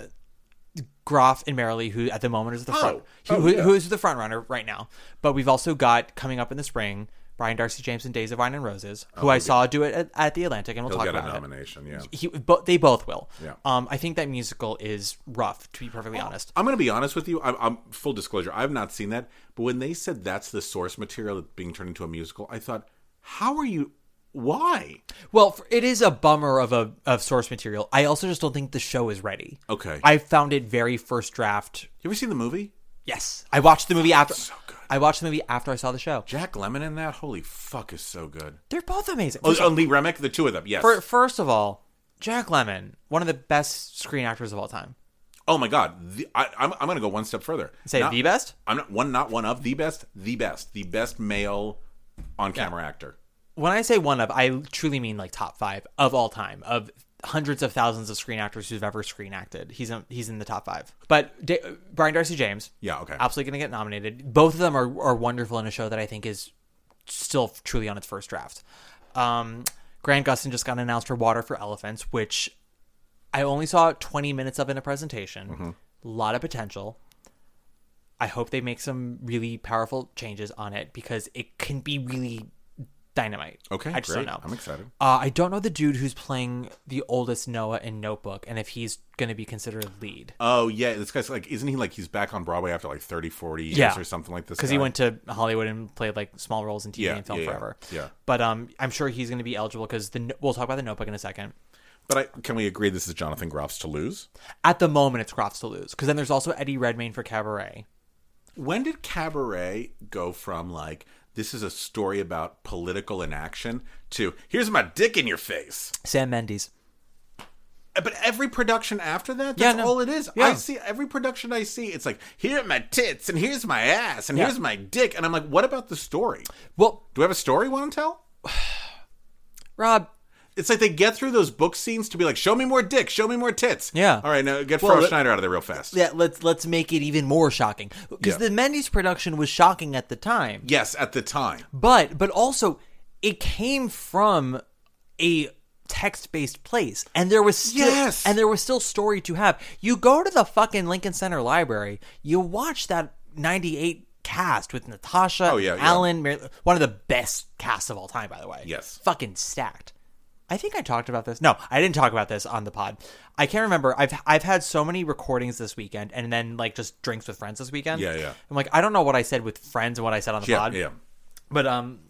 Groff and Merrily, who at the moment is the front, who,
oh,
who-
yeah.
who is the front runner right now. But we've also got coming up in the spring Brian Darcy James and Days of Wine and Roses, who I saw do it at, at the Atlantic, and we'll
Oh, He'll
talk
get a
about it.
nomination. Yeah.
He, but they both will.
Yeah. Oh.
Um, I think that musical is rough, to be perfectly honest.
I'm going to be honest with you. I'm, I'm full disclosure. I've not seen that, but when they said that's the source material that's being turned into a musical, I thought, how are you? Why?
Well, for- it is a bummer of a of source material. I also just don't think the show is ready.
Okay.
I found it very first draft.
You ever seen the movie?
Yes, I watched the movie after.
so good.
I watched the movie after I saw the show.
Jack Lemon in that? Holy fuck, is so good.
They're both amazing.
Oh, oh, Lee Remick, the two of them. Yes.
For, first of all, Jack Lemon, one of the best screen actors of all time.
oh my god, the, I, I'm, I'm going to go one step further.
Say
Not-
the best.
I'm not one, not one of the best, the best, the best male on camera actor.
When I say one of, I truly mean like top five of all time of hundreds of thousands of screen actors who've ever screen acted. He's in, he's in the top five. But da- Brian Darcy James,
Yeah. Okay.
absolutely going to get nominated. Both of them are, are wonderful in a show that I think is still truly on its first draft. Um, Grant Gustin just got announced for Water for Elephants, which I only saw 20 minutes of in a presentation.
Mm-hmm.
A lot of potential. I hope they make some really powerful changes on it because it can be really dynamite.
Okay.
I just don't
great.
know.
I'm excited.
Uh, I don't know the dude who's playing the oldest Noah in Notebook and if he's going to be considered a lead.
Oh yeah, this guy's like, isn't he like he's back on Broadway after like 30, 40 years
Yeah.
or something like this?
because he
guy?
went to Hollywood and played like small roles in TV
Yeah,
and film
yeah, yeah,
forever.
yeah.
But um, I'm sure he's going to be eligible because the we'll talk about the Notebook in a second.
But I, can we agree this is Jonathan Groff's to lose?
At the moment, it's Crofts to lose because then there's also Eddie Redmayne for Cabaret.
When did Cabaret go from like this is a story about political inaction to here's my dick in your face?
Sam Mendes.
Uh, But every production after that,
Yeah,
that's
no.
all it is. I
Yeah.
see every production I see, it's like here are my tits and here's my ass and
Yeah.
here's my dick, and I'm like, what about the story?
Well,
Do we have a story you want to tell?
Rob,
It's like they get through those book scenes to be like, show me more dick, show me more tits.
Yeah.
All right, now get
Well,
Fro
let-
Schneider out of there real fast.
yeah, let's let's make it even more shocking because
Yeah.
the Mendes production was shocking at the time.
Yes, at the time.
but but also it came from a text-based place and there was still
Yes.
and there was still story to have you go to the fucking lincoln center library you watch that 98 cast with natasha
Oh, yeah, yeah.
alan Mar- one of the best casts of all time by the way
Yes.
fucking stacked i think i talked about this no i didn't talk about this on the pod i can't remember i've i've had so many recordings this weekend and then like just drinks with friends this weekend
Yeah, yeah.
i'm like i don't know what i said with friends and what i said on the
Yeah,
pod
yeah.
but um,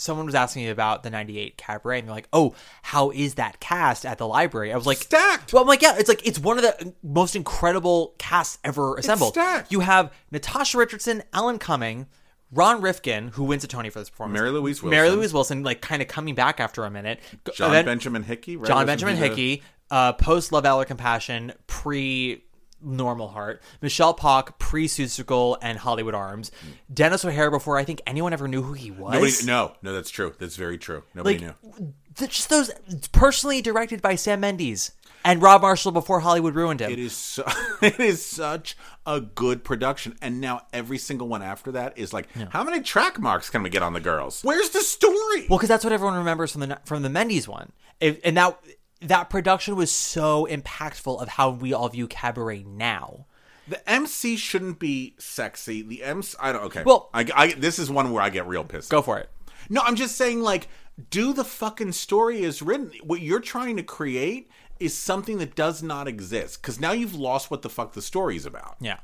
someone was asking me about the '98 cabaret, and they're like, "Oh, how is that cast at the library?" I was like,
Stacked.
Well, I'm like, yeah, it's like it's one of the most incredible casts ever assembled.
stacked.
You have Natasha Richardson, Alan Cumming. Ron Rifkin, who wins a Tony for this performance,
Mary Louise
Mary
Wilson.
Louise Wilson, like kind of coming back after a minute. Go-
John
then-
Benjamin Hickey. Right?
John
Wasn't
Benjamin
he the-
Hickey, uh, post Love Valor Compassion, pre Normal Heart, Michelle Pock, pre Susical and Hollywood Arms, Dennis O'Hare before I think anyone ever knew who he was.
Nobody, no, no, that's true. That's very true. Nobody
like
knew.
th- just those personally directed by Sam Mendes and Rob Marshall before Hollywood ruined him.
It is so, it is such a good production, and now every single one after that is like, how many track marks can we get on the girls? Where's the story?
Well, because that's what everyone remembers from the from the Mendes one, If and that that production was so impactful of how we all view cabaret now.
the MC shouldn't be sexy. The MC, I don't. Okay.
Well-
I, I- this is one where I get real pissed.
Go for it.
No, I'm just saying, like, do the fucking story is written. What you're trying to create is something that does not exist because now you've lost what the fuck the story is about.
Yeah.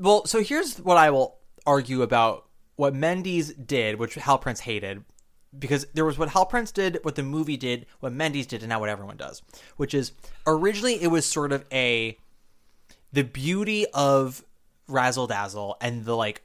Well, so here's what I will argue about what Mendes did, which Hal Prince hated, because there was what Hal Prince did, what the movie did, what Mendes did, and now what everyone does, which is originally it was sort of a the beauty of razzle dazzle and the like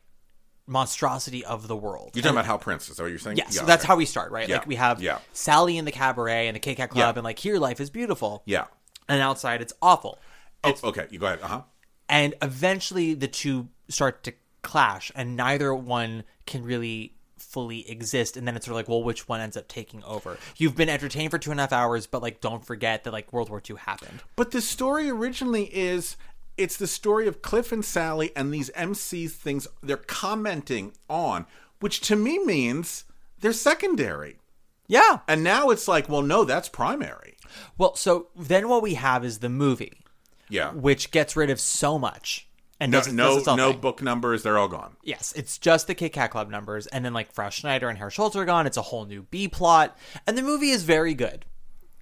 monstrosity of the world.
You're talking about how Prince is that what you're saying?
Yes,
Yeah,
so that's
okay.
how we start, right?
Yeah.
Like we have
Yeah.
Sally in the cabaret and the Kit Kat Club,
Yeah.
and like here life is beautiful.
Yeah.
and outside it's awful.
Oh, okay. You go ahead. Uh huh.
and eventually the two start to clash and neither one can really fully exist and then it's sort of like well which one ends up taking over you've been entertained for two and a half hours but like don't forget that like world war ii happened
But the story originally is It's the story of Cliff and Sally and these MCs things they're commenting on, which to me means they're secondary.
Yeah.
And now it's like, well, no, that's primary.
Well, so then what we have is the movie,
Yeah.
which gets rid of so much and
No,
does, does
no,
its own
no
thing.
book numbers. They're all gone.
Yes, it's just the Kit Kat Club numbers, and then like Frau Schneider and Herr Schultz are gone. It's a whole new B plot, and the movie is very good.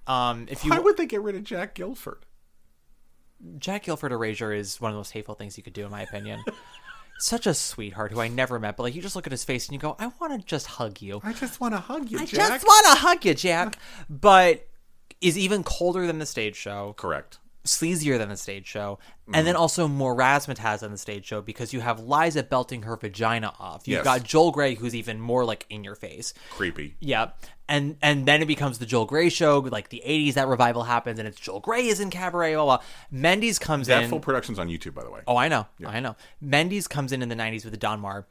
Um, if you
Why would they get rid of Jack Guilford?
Jack Guilford erasure is one of the most hateful things you could do, in my opinion. Such a sweetheart who I never met, but like you just look at his face and you go, I want to just hug you.
I just want to hug you,
I
Jack.
just want to hug you, Jack. But is even colder than the stage show,
Correct.
sleazier than the stage show, and
Mm-hmm.
then also more razzmatazz than the stage show because you have Liza belting her vagina off. You've
Yes.
got Joel Gray who's even more like in your face.
Creepy.
Yep. And and then it becomes the Joel Gray show, like the '80s that revival happens, and it's Joel Gray is in cabaret. Blah blah. Mendes comes
That
in.
full production's on YouTube, by the way.
Oh, I know. I know. Mendes comes in in the 90s with the Donmar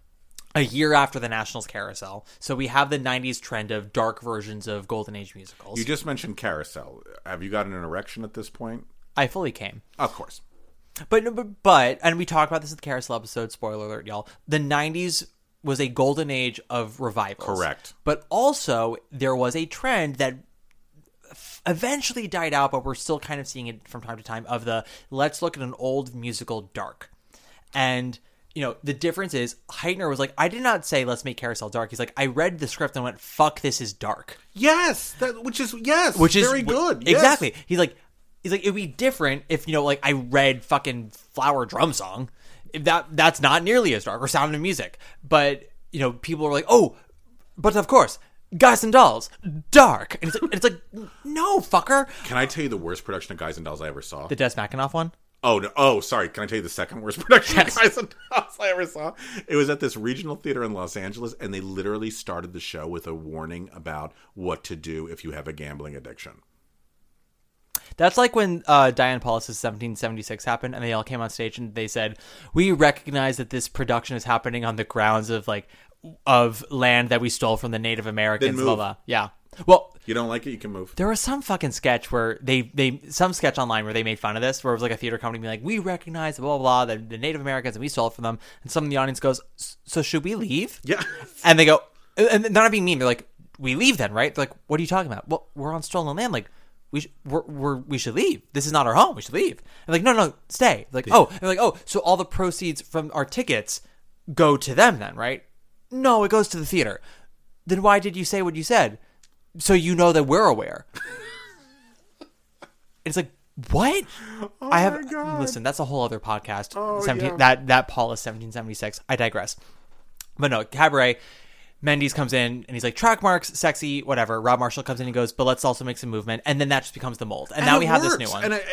a year after the Nationals carousel. So we have the 90s trend of dark versions of Golden Age musicals.
You just mentioned Carousel. Have you gotten an erection at this point?
I fully came.
Of course.
But, but but and we talked about this in the carousel episode, spoiler alert y'all. The 90s was a golden age of revivals.
Correct.
But also there was a trend that f- eventually died out but we're still kind of seeing it from time to time of the let's look at an old musical dark. And you know, the difference is Heitner was like, I did not say let's make carousel dark. He's like, I read the script and went, fuck this is dark
Yes, that, which is yes,
which is
very
wh-
good. yes.
Exactly. He's like, he's like, it'd be different if you know, like, I read fucking Flower Drum Song. If That that's not nearly as dark or Sound of Music, but you know, people are like, oh, but of course, Guys and Dolls, dark, and it's like, it's like no, fucker,
Can I tell you the worst production of Guys and Dolls I ever saw?
the Des Mackinoff one.
Oh no! Oh, sorry. Can I tell you the second worst production of Guys and Dolls I ever saw? It was at this regional theater in Los Angeles, and they literally started the show with a warning about what to do if you have a gambling addiction.
That's like when uh, Diane Paulus's 1776 happened, and they all came on stage and they said, "We recognize that this production is happening on the grounds of like of land that we stole from the Native Americans." Blah
move.
blah. Yeah. Well,
You don't like it? You can move.
there was some fucking sketch where they they some sketch online where they made fun of this, where it was like a theater company being like, "We recognize blah blah, blah the, the Native Americans and we stole it from them," and some of the audience goes, "S- "So should we leave?"
Yeah.
and they go, and they're not being mean. They're like, "We leave then, right?" They're like, "What are you talking about?" Well, we're on stolen land, like. We sh- we're, we're, we should leave. This is not our home. We should leave. And like, no, no, stay. Like, oh, and they're like, oh, so all the proceeds from our tickets go to them then, right? No, it goes to the theater. Then why did you say what you said? So you know that we're aware. It's like what? I have listen. That's a whole other podcast. 17 That that Paul is seventeen seventy six. I digress. But no, cabaret. Mendes comes in and he's like track marks, sexy, whatever. Rob Marshall comes in and goes, but let's also make some movement, and then that just becomes the mold. And, now
And
we
it
have this
works,
new one.
And, I, and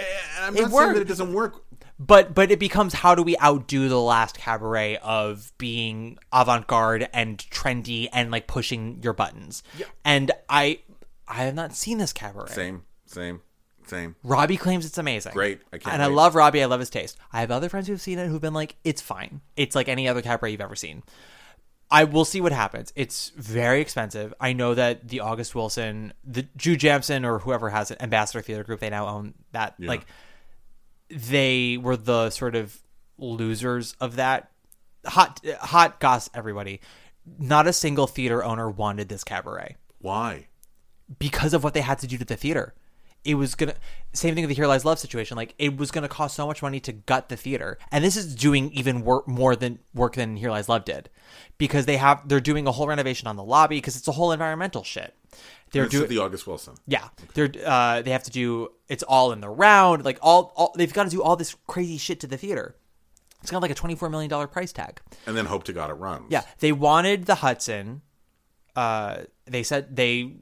I'm
It
not saying
worked.
that it doesn't work.
but but it becomes how do we outdo the last cabaret of being avant garde and trendy and like pushing your buttons. And I I have not seen this cabaret.
Same, same, same.
Robbie claims it's amazing.
Great. I can't
and I
wait.
love Robbie. I love his taste. I have other friends who've seen it who've been like, it's fine. It's like any other cabaret you've ever seen. I will see what happens. It's very expensive. I know that the August Wilson, the Jew Jamson, or whoever has it, Ambassador Theater Group, they now own that. Like, they were the sort of losers of that. Hot, hot goss, everybody. Not a single theater owner wanted this cabaret
Why?
because of what they had to do to the theater. It was gonna same thing with the Here Lies Love situation. Like it was gonna cost so much money to gut the theater, and this is doing even work more than work than Here Lies Love did, because they have they're doing a whole renovation on the lobby because it's a whole environmental shit. They're
This is
doing
the August Wilson.
yeah, they're uh, they have to do it's all in the round, like all, all they've got to do all this crazy shit to the theater. It's kind of like a twenty four million dollar price tag.
And then hope to God it runs.
Yeah, they wanted the Hudson. Uh, they said they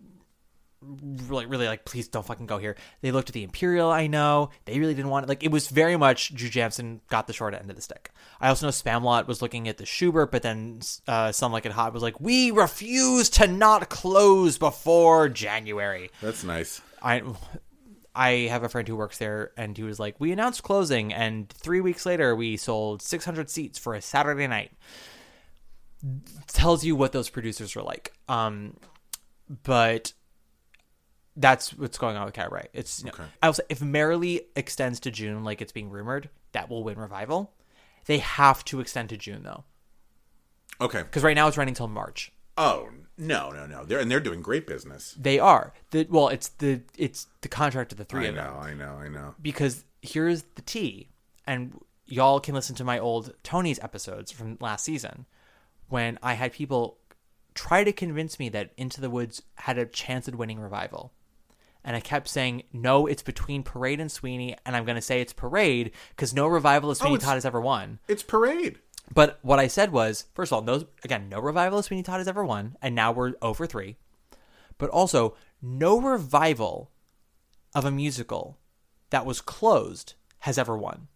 like really like please don't fucking go here. They looked at the Imperial. I know they really didn't want it. Like it was very much Drew Jamson got the short end of the stick. I also know Spamlot was looking at the Schubert, but then uh, Some Like It Hot was like, we refuse to not close before January.
That's nice.
I I have a friend who works there, and he was like, "We announced closing, and three weeks later, we sold 600 seats for a Saturday night." Tells you what those producers are like. Um, but that's what's going on with Cabaret. It's. You know, I will say, if Merrily extends to June, like it's being rumored, that will win revival. They have to extend to June though,
Okay.
because right now it's running till March.
Oh no, no, no. They're and they're doing great business.
They are the well, it's the it's the contract of the three
I
of them.
know, I know, I know.
because here's the tea, and y'all can listen to my old Tony's episodes from last season when I had people try to convince me that Into the Woods had a chance at winning revival. And I kept saying, no, it's between Parade and Sweeney, and I'm going to say it's Parade because no revival of Sweeney
it's-
Todd has ever won.
It's parade.
But what I said was, first of all, no, again, no revival of Sweeney Todd has ever won, and now we're over three. But also, no revival of a musical that was closed has ever won.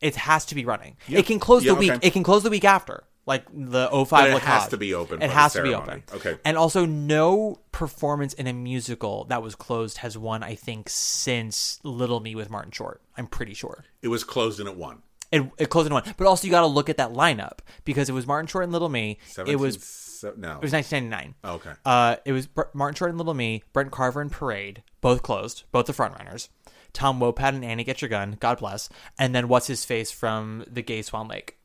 It has to be running. It can close
Yeah,
the week.
okay.
It can close the week after, like the 05
But it
Le
has
Code.
to be open for
It
the
has to be open.
ceremony. Okay.
And also, no performance in a musical that was closed has won. I think since Little Me with Martin Short. I'm pretty sure.
It was closed and it won.
It, it closed in one. But also, you got to look at that lineup because it was Martin Short and Little Me. It
17,
was it
so, no.
was 1999.
Okay.
Uh, it was Br- Martin Short and Little Me, Brent Carver and Parade, both closed, both the frontrunners. Tom Wopat and Annie Get Your Gun, God bless. And then what's his face from the Gay Swan Lake?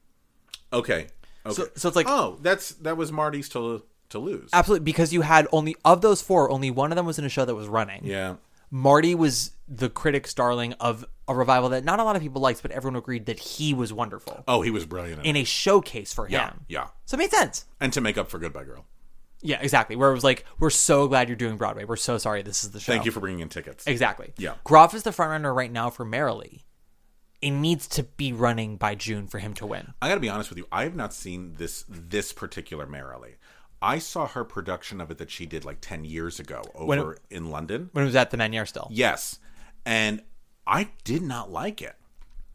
okay. Okay.
So- so it's like-
oh, that's that was Marty's to to lose.
Absolutely, because you had only of those four, only one of them was in a show that was running.
yeah.
Marty was the critic's darling of a revival that not a lot of people liked, but everyone agreed that he was wonderful
Oh, he was brilliant.
in a showcase for
yeah,
him.
yeah.
So it made sense.
And to make up for Goodbye Girl.
Yeah, exactly. Where it was like, we're so glad you're doing Broadway. We're so sorry this is the show.
Thank you for bringing in tickets.
Oh. Exactly.
Yeah.
Groff is the frontrunner right now for Merrily. It needs to be running by June for him to win.
I got to be honest with you. I have not seen this this particular Merrily. I saw her production of it that she did like ten years ago over
When-
in London.
When it was at the Manier still.
Yes, and I did not like it.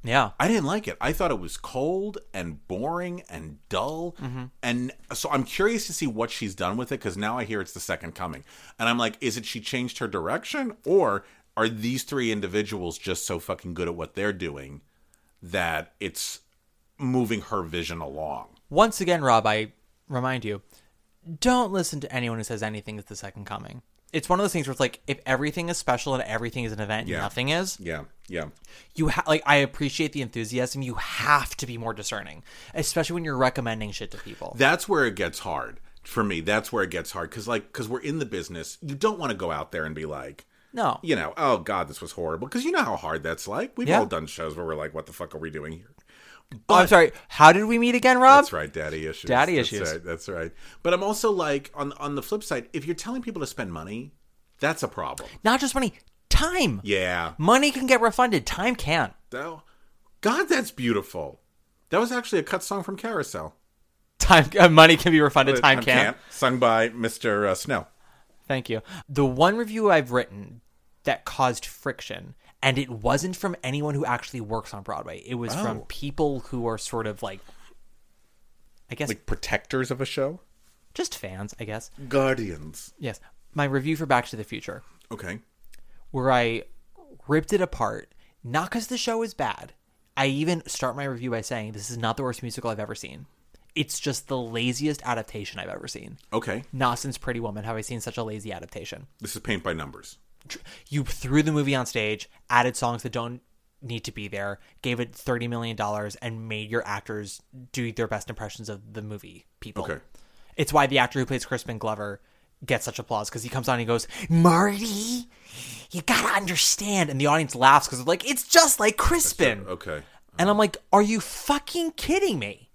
Yeah.
I didn't like it. I thought it was cold and boring and dull. And so I'm curious to see what she's done with it because now I hear it's the second coming. And I'm like, is it she changed her direction or are these three individuals just so fucking good at what they're doing that it's moving her vision along?
Once again, Rob, I remind you, don't listen to anyone who says anything is the second coming. It's one of those things where it's like if everything is special and everything is an event, and
Yeah.
nothing is.
Yeah, yeah.
You ha- like I appreciate the enthusiasm. You have to be more discerning, especially when you're recommending shit to people.
That's where it gets hard for me. That's where it gets hard because, like, because we're in the business, you don't want to go out there and be like,
no.
you know, oh god, this was horrible. Because you know how hard that's like. We've
Yeah.
all done shows where we're like, what the fuck are we doing here?
Oh, I'm sorry. How did we meet again, Rob?
That's right, Um, daddy issues.
Daddy
that's
issues.
Right, that's right. But I'm also like on on the flip side, if you're telling people to spend money, that's a problem.
Not just money, time.
Yeah.
Money can get refunded. Time can't.
Though, God, that's beautiful. That was actually a cut song from Carousel.
Time uh, money can be refunded. Time, can't.
sung by Mr. Uh, Snow.
Thank you. The one review I've written that caused friction, and it wasn't from anyone who actually works on Broadway. It was from people who are sort of like, I guess,
Like protectors of a show,
just fans. I guess.
guardians.
Yes. My review for Back to the Future,
Okay.
where I ripped it apart, not because the show is bad. I even start my review by saying this is not the worst musical I've ever seen. It's just the laziest adaptation I've ever seen.
Okay.
Not since Pretty Woman have I seen such a lazy adaptation.
This is paint by numbers.
You threw the movie on stage, added songs that don't need to be there, gave it $30 million, and made your actors do their best impressions of the movie people.
Okay.
It's why the actor who plays Crispin Glover gets such applause because he comes on and he goes, Marty, you gotta understand. And the audience laughs because they're like, it's just like Crispin.
Okay.
And I'm like, are you fucking kidding me?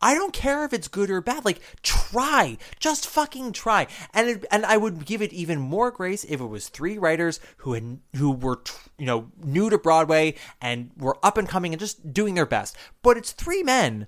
I don't care if it's good or bad. Like, try, just fucking try. And it, and I would give it even more grace if it was three writers who had, who were tr- you know new to Broadway and were up and coming and just doing their best. But it's three men.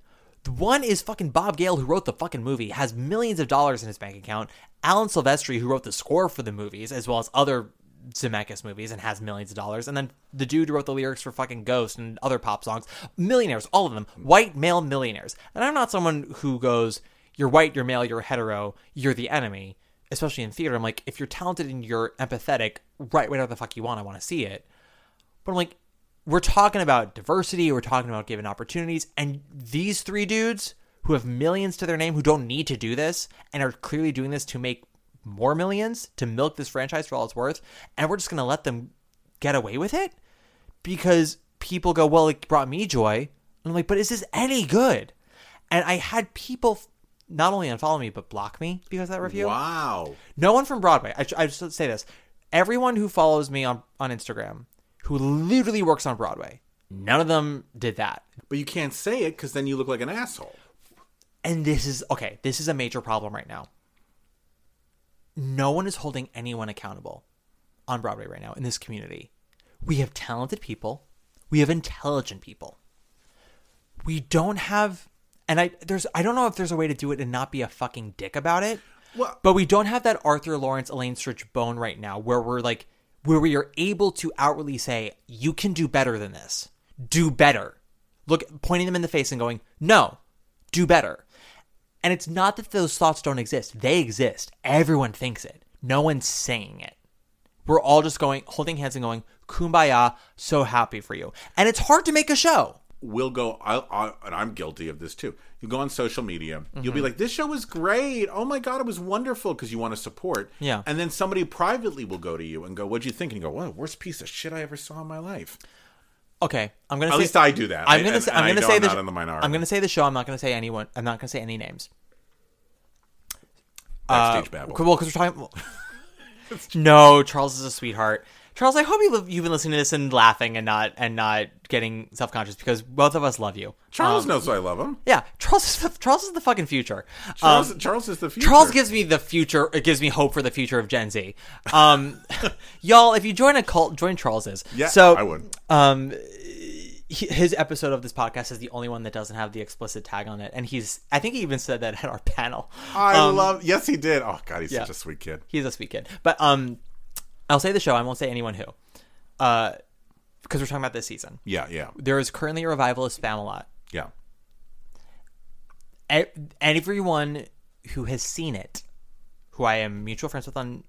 One is fucking Bob Gale who wrote the fucking movie, has millions of dollars in his bank account. Alan Silvestri who wrote the score for the movies as well as other Zemeckis movies and has millions of dollars, and then the dude who wrote the lyrics for fucking Ghost and other pop songs, millionaires, all of them, white male millionaires. And I'm not someone who goes, "You're white, you're male, you're hetero, you're the enemy." Especially in theater, I'm like, if you're talented and you're empathetic, write whatever the fuck you want. I want to see it. But I'm like, we're talking about diversity, we're talking about given opportunities, and these three dudes who have millions to their name who don't need to do this and are clearly doing this to make more millions to milk this franchise for all it's worth, and we're just gonna let them get away with it because people go, well, it brought me joy. And I'm like, but is this any good? And I had people f- not only unfollow me, but block me because of that review.
Wow.
No one from Broadway. I, I just say this. Everyone who follows me on, on Instagram who literally works on Broadway, none of them did that.
But you can't say it because then you look like an asshole.
And this is okay, this is a major problem right now. No one is holding anyone accountable on Broadway right now in this community. We have talented people, we have intelligent people. We don't have and I there's I don't know if there's a way to do it and not be a fucking dick about it.
Well-
but we don't have that Arthur Lawrence Elaine Stritch bone right now where we're like where we are able to outwardly say you can do better than this. Do better. Look pointing them in the face and going, "No. Do better." And it's not that those thoughts don't exist. They exist. Everyone thinks it. No one's saying it. We're all just going, holding hands and going, kumbaya, so happy for you. And it's hard to make a show.
We'll go, I, I, and I'm guilty of this too. You go on social media, you'll
Mm-hmm.
be like, this show was great. Oh my God, it was wonderful because you want to support.
Yeah.
And then somebody privately will go to you and go, what'd you think? And you go, what, worst piece of shit I ever saw in my life.
Okay, I'm gonna.
At
say,
least I do that.
I'm
I-
gonna.
and-
say,
and
I'm
I
gonna
know
say
I'm
the.
not in the minority.
I'm gonna say the show. I'm not gonna say anyone. I'm not gonna say any names.
Backstage babble.
uh, Well, because we're talking. no, Charles is a sweetheart. Charles, I hope you you've been listening to this and laughing and not and not getting self conscious because both of us love you.
Charles knows I love him.
Yeah, Charles is the, Charles is the fucking future. Um,
Charles, Charles is the future.
Charles gives me the future. It gives me hope for the future of Gen Z. Um, y'all, if you join a cult, join Charles's.
Yeah,
so
I would.
Um, he- his episode of this podcast is the only one that doesn't have the explicit tag on it, and he's. I think he even said that at our panel.
I
um,
love. Yes, he did. Oh God, he's such a sweet kid.
He's a sweet kid, but um, I'll say the show. I won't say anyone who, uh, because we're talking about this season.
Yeah, yeah,
There is currently a revival of Spamalot.
yeah.
e- everyone who has seen it, who I am mutual friends with on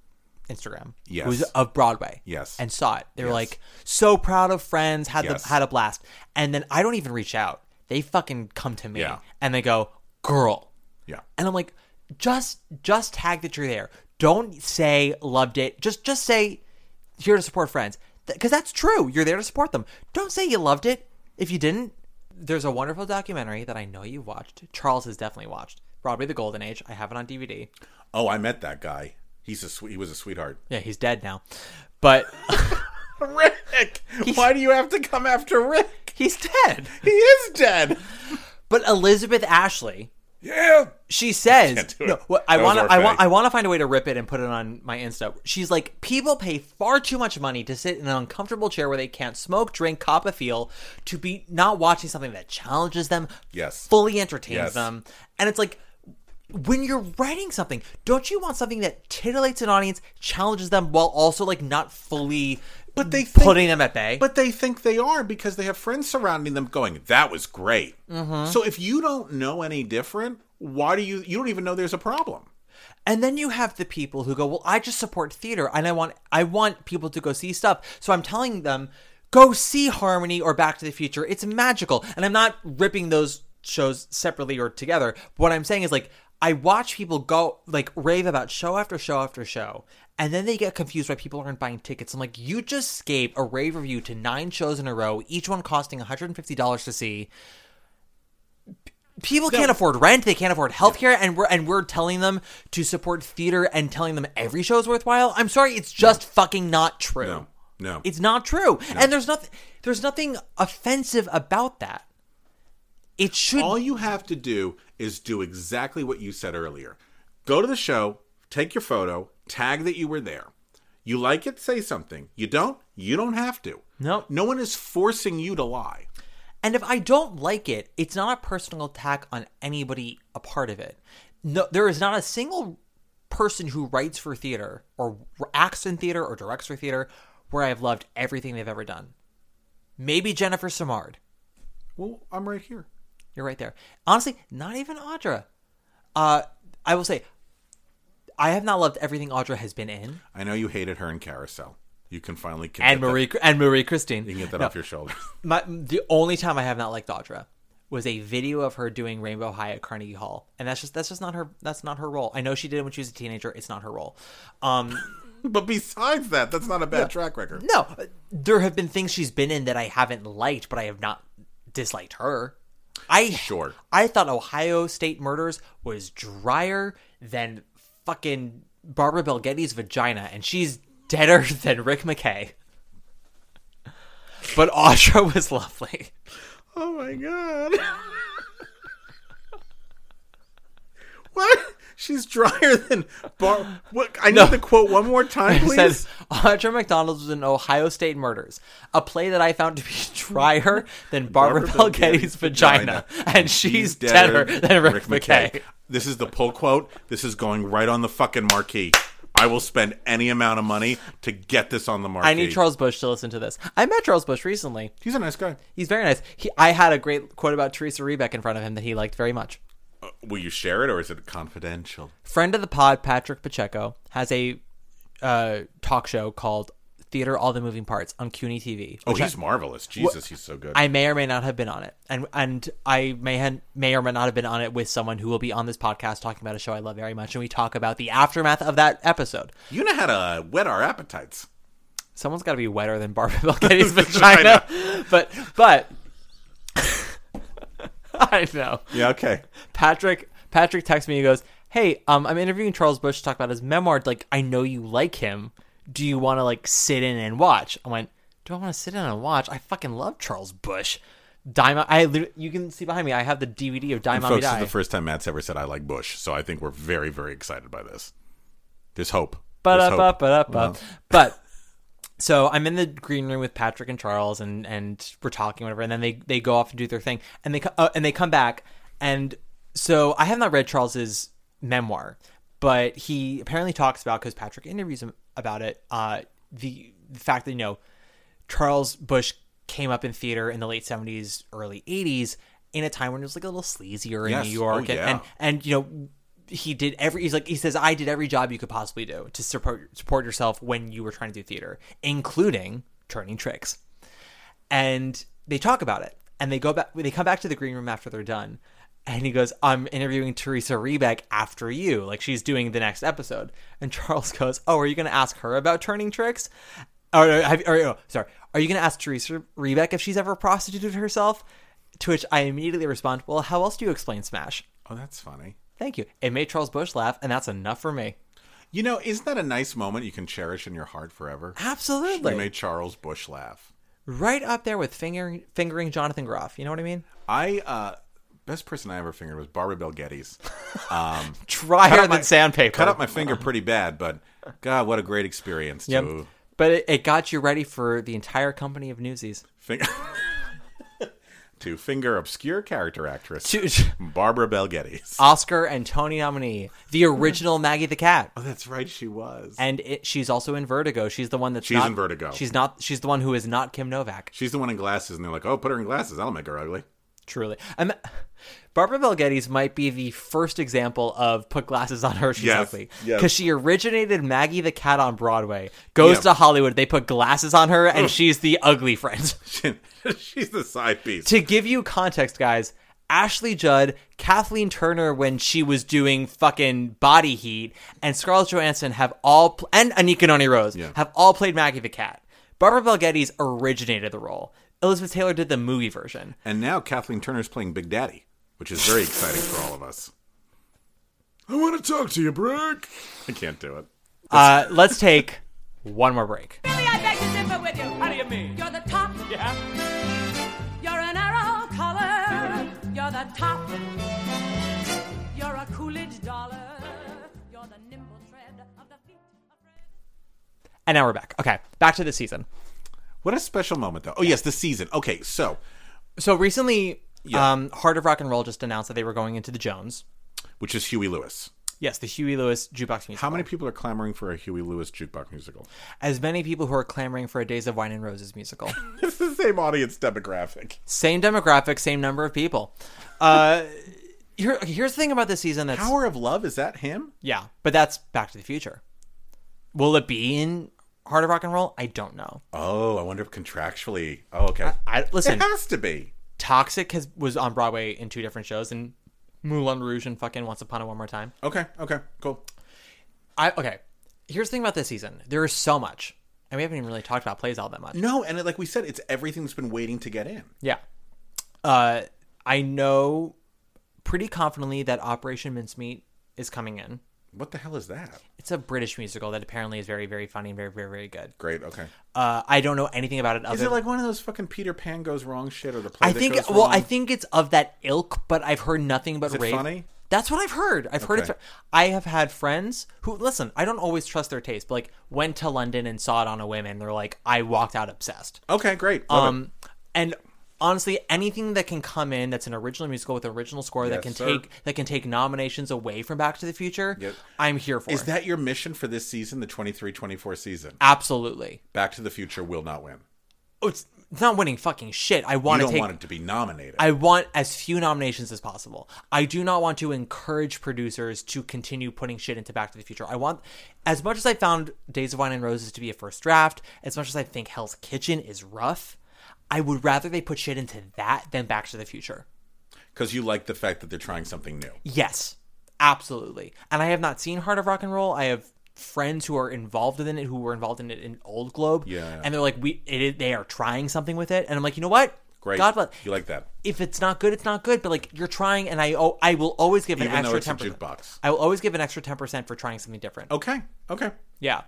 Instagram,
Yes.
who's of Broadway,
Yes.
and saw it, they were
Yes.
like so proud of Friends, had
Yes.
the had a blast, and then I don't even reach out; they fucking come to me
Yeah.
and they go, "Girl,"
Yeah.
and I'm like, just just tag that you're there. Don't say loved it. Just just say here to support friends because that's true. You're there to support them. Don't say you loved it if you didn't. There's a wonderful documentary that I know you watched. Charles has definitely watched Broadway: The Golden Age. I have it on DVD.
Oh, I met that guy. He's a sweet. He was a sweetheart.
Yeah, he's dead now, but
Rick, why do you have to come after Rick?
he's dead.
He is dead.
But Elizabeth Ashley,
Yeah.
she says,
Can't do it.
"No, what, I
Those
want to,
are
I want,
fake.
I want to find a way to rip it and put it on my Insta." She's like, "People pay far too much money to sit in an uncomfortable chair where they can't smoke, drink, cop a feel, to be not watching something that challenges them,
Yes.
fully entertains
Yes.
them." And it's like, when you're writing something, don't you want something that titillates an audience, challenges them, while also like not fully,
But they think-
putting them at bay?
But they think they are because they have friends surrounding them going, "That was great."
Mm-hmm.
So if you don't know any different, why do you? You don't even know there's a problem.
And then you have the people who go, "Well, I just support theater and I want I want people to go see stuff." So I'm telling them, "Go see Harmony or Back to the Future. It's magical." And I'm not ripping those shows separately or together. What I'm saying is like I watch people go like rave about show after show after show, and then they get confused why people aren't buying tickets. I'm like, "You just gave a rave review to 9 shows in a row, each one costing $150 to see." people can't afford rent they can't afford healthcare and we're and we're telling them to support theater and telling them every show is worthwhile i'm sorry it's just fucking not true
No, no.
it's not true and there's nothing there's nothing offensive about that it should
all you have to do is do exactly what you said earlier go to the show take your photo tag that you were there you like it say something you don't you don't have to
Nope.
no one is forcing you to lie
And if I don't like it, it's not a personal attack on anybody a part of it. No, there is not a single person who writes for theater or acts in theater or directs for theater where I have loved everything they've ever done. Maybe Jennifer Samard.
well i'm right here
You're right there. Honestly, not even Audra. Uh, I will say, I have not loved everything Audra has been in,
i know you hated her in carousel you can finally can
and
get
Marie and Marie Christine.
that, you can get that off your shoulders
My, the only time I have not liked Audra was a video of her doing Rainbow High at Carnegie Hall, and that's just that's just not her that's not her role. I know she did it when she was a teenager. It's not her role. Um,
but besides that, that's not a bad track record.
No, there have been things she's been in that I haven't liked, but I have not disliked her. I
Sure.
I thought Ohio State Murders was drier than fucking Barbara Bel Geddes' vagina, and she's deader than Rick McKay. But Audra was lovely.
Oh my god. what? She's drier than Bar. What? I need the quote one more time,
It
please.
says Audra McDonald was in Ohio State Murders, a play that I found to be drier than Barbara,
Barbara
Bel Geddes' vagina, and she's deader, than Rick, McKay.
This is the pull quote. This is going right on the fucking marquee. I will spend any amount of money to get this on the marquee.
I need Charles Bush to listen to this. I met Charles Bush recently.
He's a nice guy.
He's very nice. He, I had a great quote about Teresa Rebeck in front of him that he liked very much.
Will you share it or is it confidential?
Friend of the pod, Patrick Pacheco, has a uh, talk show called Theater All the Moving Parts on CUNY TV.
Oh,
which I-
he's marvelous. Jesus, he's so good.
I may or may not have been on it, and and I may ha- may or may not have been on it with someone who will be on this podcast talking about a show I love very much, and we talk about the aftermath of that episode.
you know how to whet our appetites.
Someone's got to be wetter than Barbara Bel Geddes' vagina, but but I know
Yeah, okay.
Patrick. Patrick texts me. He goes, "Hey, um, I'm interviewing Charles Bush to talk about his memoir. Like, I know you like him. Do you want to like sit in and watch?" I went, "Do I want to sit in and watch? I fucking love Charles Bush." Dime. I lit- you can see behind me. I have the DVD of Dime.
Folks, this is
Die.
the first time Matt's ever said I like Bush, so I think we're very, very excited by this. There's hope.
but
There's
up, up,
hope.
but up, up. But so I'm in the green room with Patrick and Charles, and and we're talking whatever, and then they they go off and do their thing, and they co- uh, and they come back, and so I have not read Charles's memoir, but he apparently talks about because Patrick interviews him about it. Uh, the, the fact that you know Charles Bush came up in theater in the late 70s, early 80s, in a time when it was like a little sleazier in
Yes.
New York.
Oh,
and,
yeah.
and, and, you know, he did every, he's like, he says, I did every job you could possibly do to support, support yourself when you were trying to do theater, including turning tricks. And they talk about it. And they go back, they come back to the green room after they're done. And he goes, I'm interviewing Teresa Rebeck after you. Like, she's doing the next episode. And Charles goes, Oh, are you going to ask her about turning tricks? Or, or, have, or oh, sorry, are you going to ask Teresa Rebeck if she's ever prostituted herself? To which I immediately respond, Well, how else do you explain Smash?
Oh, that's funny.
Thank you. It made Charles Bush laugh, and that's enough for me.
You know, isn't that a nice moment you can cherish in your heart forever?
Absolutely.
You made Charles Bush laugh.
right up there with fingering, fingering Jonathan Groff. You know what I mean?
I uh best person I ever fingered was Barbara Bel Geddes. Um,
Drier than sandpaper.
cut up my finger pretty bad, but God, what a great experience
Yep.
to
But it, it got you ready for the entire company of newsies.
finger to finger obscure character actress
To-
Barbara Bel Geddes.
Oscar and Tony nominee, the original Maggie the Cat.
Oh, that's right, she was.
And it, she's also in Vertigo. She's the one that's
She's
not-
in Vertigo.
She's not. She's the one who is not Kim Novak.
She's the one in glasses, and they're like, "Oh, put her in glasses. That'll make her ugly."
Truly, I'm, Barbara Bel Geddes might be the first example of put glasses on her. She's
Yes,
ugly
yes.
because she originated Maggie the Cat on Broadway. Goes
Yeah.
to Hollywood. They put glasses on her, and she's the ugly friend.
She's the side piece.
to give you context, guys, Ashley Judd, Kathleen Turner when she was doing fucking Body Heat, and Scarlett Johansson have all pl- and Anika Noni Rose have all played Maggie the Cat. Barbara Bel Geddes originated the role. Elizabeth Taylor did the movie version.
And now Kathleen Turner's playing Big Daddy, which is very exciting for all of us. I want to talk to you, Brick. I can't do it.
Uh, let's take one more break.
Billy, I beg to differ with you. How do you mean? You're the top. Yeah. You're an arrow collar. You're the top. You're a Coolidge dollar. You're the nimble tread of the feet of red.
And now we're back. Okay, back to the season.
What a special moment, though. Oh, yes, the season. Okay, so
So recently, um, Heart of Rock and Roll just announced that they were going into the Jones.
which is Huey Lewis.
Yes, the Huey Lewis jukebox musical.
How many people are clamoring for a Huey Lewis jukebox musical?
As many people who are clamoring for a Days of Wine and Roses musical.
It's the same audience demographic.
same demographic, same number of people. Uh, here, okay, here's the thing about this season. That's
Hour of Love is that him?
yeah, but that's Back to the Future. Will it be in Heart of Rock and Roll? I don't know.
Oh, I wonder if contractually. Oh, okay.
I listen.
it has to be.
Toxic has was on Broadway in two different shows, and Moulin Rouge and fucking Once Upon a One More Time.
Okay, okay, cool.
I okay. Here's the thing about this season: there is so much, and we haven't even really talked about plays all that much.
No, and it, like we said, it's everything that's been waiting to get in.
Yeah. Uh, I know pretty confidently that Operation Mincemeat is coming in.
What the hell is that?
It's a British musical that apparently is very, very funny and very, very, very good.
Great. Okay.
Uh, I don't know anything about it. Other
Is it like one of those fucking Peter Pan goes wrong shit or the play?
I
that
think?
goes
Well, I
wrong?
think it's of that ilk, but I've heard nothing but
Is it
rave.
funny?
That's what I've heard. I've heard it's.
Okay.
I have had friends who listen. I don't always trust their taste, but like went to London and saw it on a whim, and they're like, I walked out obsessed.
Okay, great. Love it.
Um, and honestly, anything that can come in that's an original musical with an original score that
Yes,
can
sir.
take that can take nominations away from Back to the Future,
Yep.
I'm here for.
Is that your mission for this season, the 23-24 season?
absolutely?
Back to the Future will not win.
Oh, it's, it's not winning fucking shit. I
You
want to
don't
take.
want it to be nominated.
I want as few nominations as possible. I do not want to encourage producers to continue putting shit into Back to the Future. I want, as much as I found Days of Wine and Roses to be a first draft, as much as I think Hell's Kitchen is rough, I would rather they put shit into that than Back to the Future.
Because you like the fact that they're trying something new.
Yes, absolutely. And I have not seen Heart of Rock and Roll. I have friends who are involved in it who were involved in it in Old Globe.
Yeah.
and they're like, we it, is- they are trying something with it, and I'm like, you know what?
Great.
God bless.
You like that.
If it's not good, it's not good. But like you're trying, and I oh, I will always give an
Even though
extra
it's a
ten percent.
jukebox. Oh.
I will always give an extra ten percent for trying something different.
Okay. Okay.
Yeah.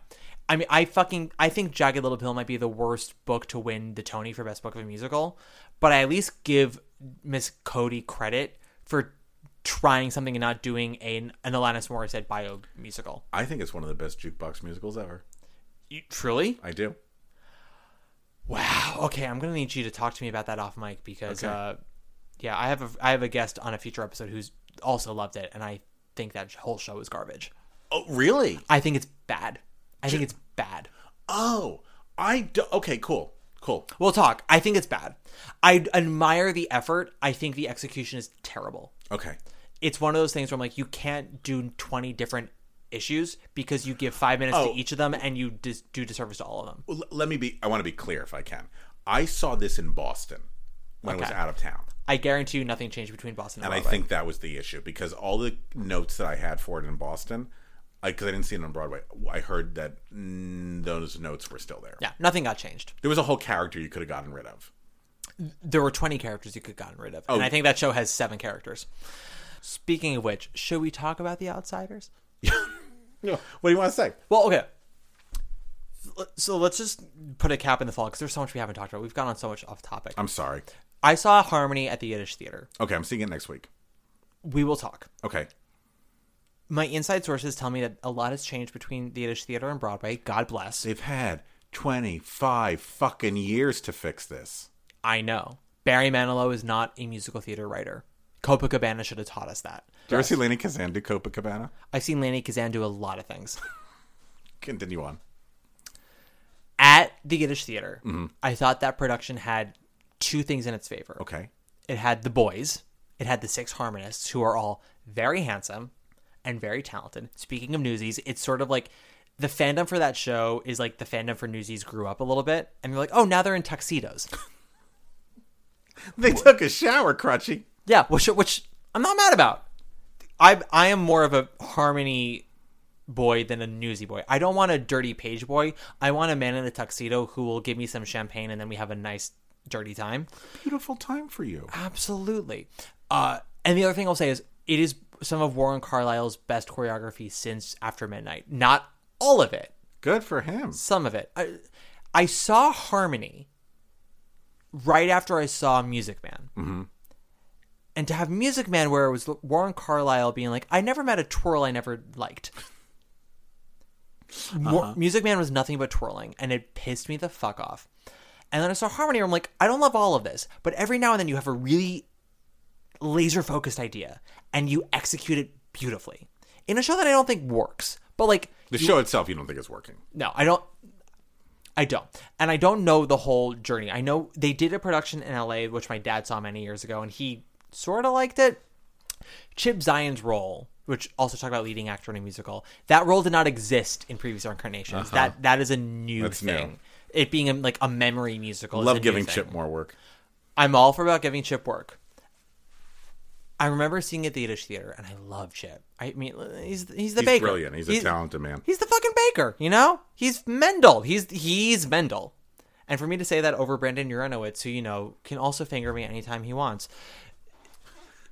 I mean, I fucking I think Jagged Little Pill might be the worst book to win the Tony for Best Book of a Musical, but I at least give Miss Cody credit for trying something and not doing an an Alanis Morissette bio musical.
I think it's one of the best jukebox musicals ever.
You, truly?
I do.
Wow. Okay, I'm gonna need you to talk to me about that off mic because,
Okay.
uh, yeah, I have a I have a guest on a future episode who's also loved it, and I think that whole show is garbage.
Oh, really?
I think it's bad. I think it's bad.
Oh, I do. Okay, cool. Cool.
We'll talk. I think it's bad. I admire the effort. I think the execution is terrible.
Okay.
It's one of those things where I'm like, you can't do 20 different issues because you give five minutes to
Oh.
each of them and you dis- do disservice to all of them.
Well, l- let me be. I want to be clear if I can. I saw this in Boston when I was
Okay.
out of town.
I guarantee you nothing changed between Boston and,
And I
Broadway.
think that was the issue because all the notes that I had for it in Boston, because I, didn't see it on Broadway, I heard that mm, those notes were still there.
Yeah, nothing got changed.
There was a whole character you could have gotten rid of.
There were 20 characters you could have gotten rid of. And I think that show has seven characters. Speaking of which, should we talk about The Outsiders?
What do you want to say?
Well, okay. L- So let's just put a cap in the fall because there's so much we haven't talked about. We've gone on so much off topic.
I'm sorry.
I saw Harmony at the Yiddish Theater.
Okay, I'm seeing it next week.
We will talk.
Okay.
My inside sources tell me that a lot has changed between the Yiddish Theater and Broadway. God bless.
They've had 25 fucking years to fix this.
I know. Barry Manilow is not a musical theater writer. Copacabana should have taught us that.
Do you ever see Lena Kazan do Copacabana?
I've seen Lanny Kazan do a lot of things.
Continue on.
At the Yiddish Theater, I thought that production had two things in its favor.
Okay.
It had the boys, it had the six harmonists who are all very handsome and very talented. Speaking of Newsies, it's sort of like the fandom for that show is like the fandom for Newsies grew up a little bit and they're like, "Oh, now they're in tuxedos."
They took a shower, Crutchy.
yeah, which which I'm not mad about. I I am more of a harmony boy than a newsy boy. I don't want a dirty page boy. I want a man in a tuxedo who will give me some champagne and then we have a nice dirty time.
Beautiful time for you.
Absolutely. Uh, and the other thing I'll say is it is some of Warren Carlyle's best choreography since After Midnight. Not all of it,
Good for him.
some of it. I, I saw Harmony right after I saw Music Man. Mm-hmm. And to have Music Man where it was Warren Carlyle being like, I never met a twirl I never liked. Wa- Music Man was nothing but twirling, and it pissed me the fuck off. And then I saw Harmony, where I'm like, I don't love all of this, but every now and then you have a really laser focused idea, and you execute it beautifully in a show that I don't think works. But like,
The show itself, you don't think is working.
no, I don't. I don't. And I don't know the whole journey. I know they did a production in LA, which my dad saw many years ago, and he sort of liked it. Chip Zion's role, which also talk about leading actor in a musical, that role did not exist in previous incarnations. That that is a new
Uh-huh. That's new.
thing. It being a, like a memory musical. is a
Love
new
giving
thing.
Chip more work.
I'm all for about giving Chip work. I remember seeing it at the Yiddish theater, and I love Chip. I mean, he's he's the
He's
baker.
brilliant. He's a talented man.
He's the fucking baker. You know, he's Mendel. He's he's Mendel. And for me to say that over Brandon Urinowitz, who you know can also finger me anytime he wants.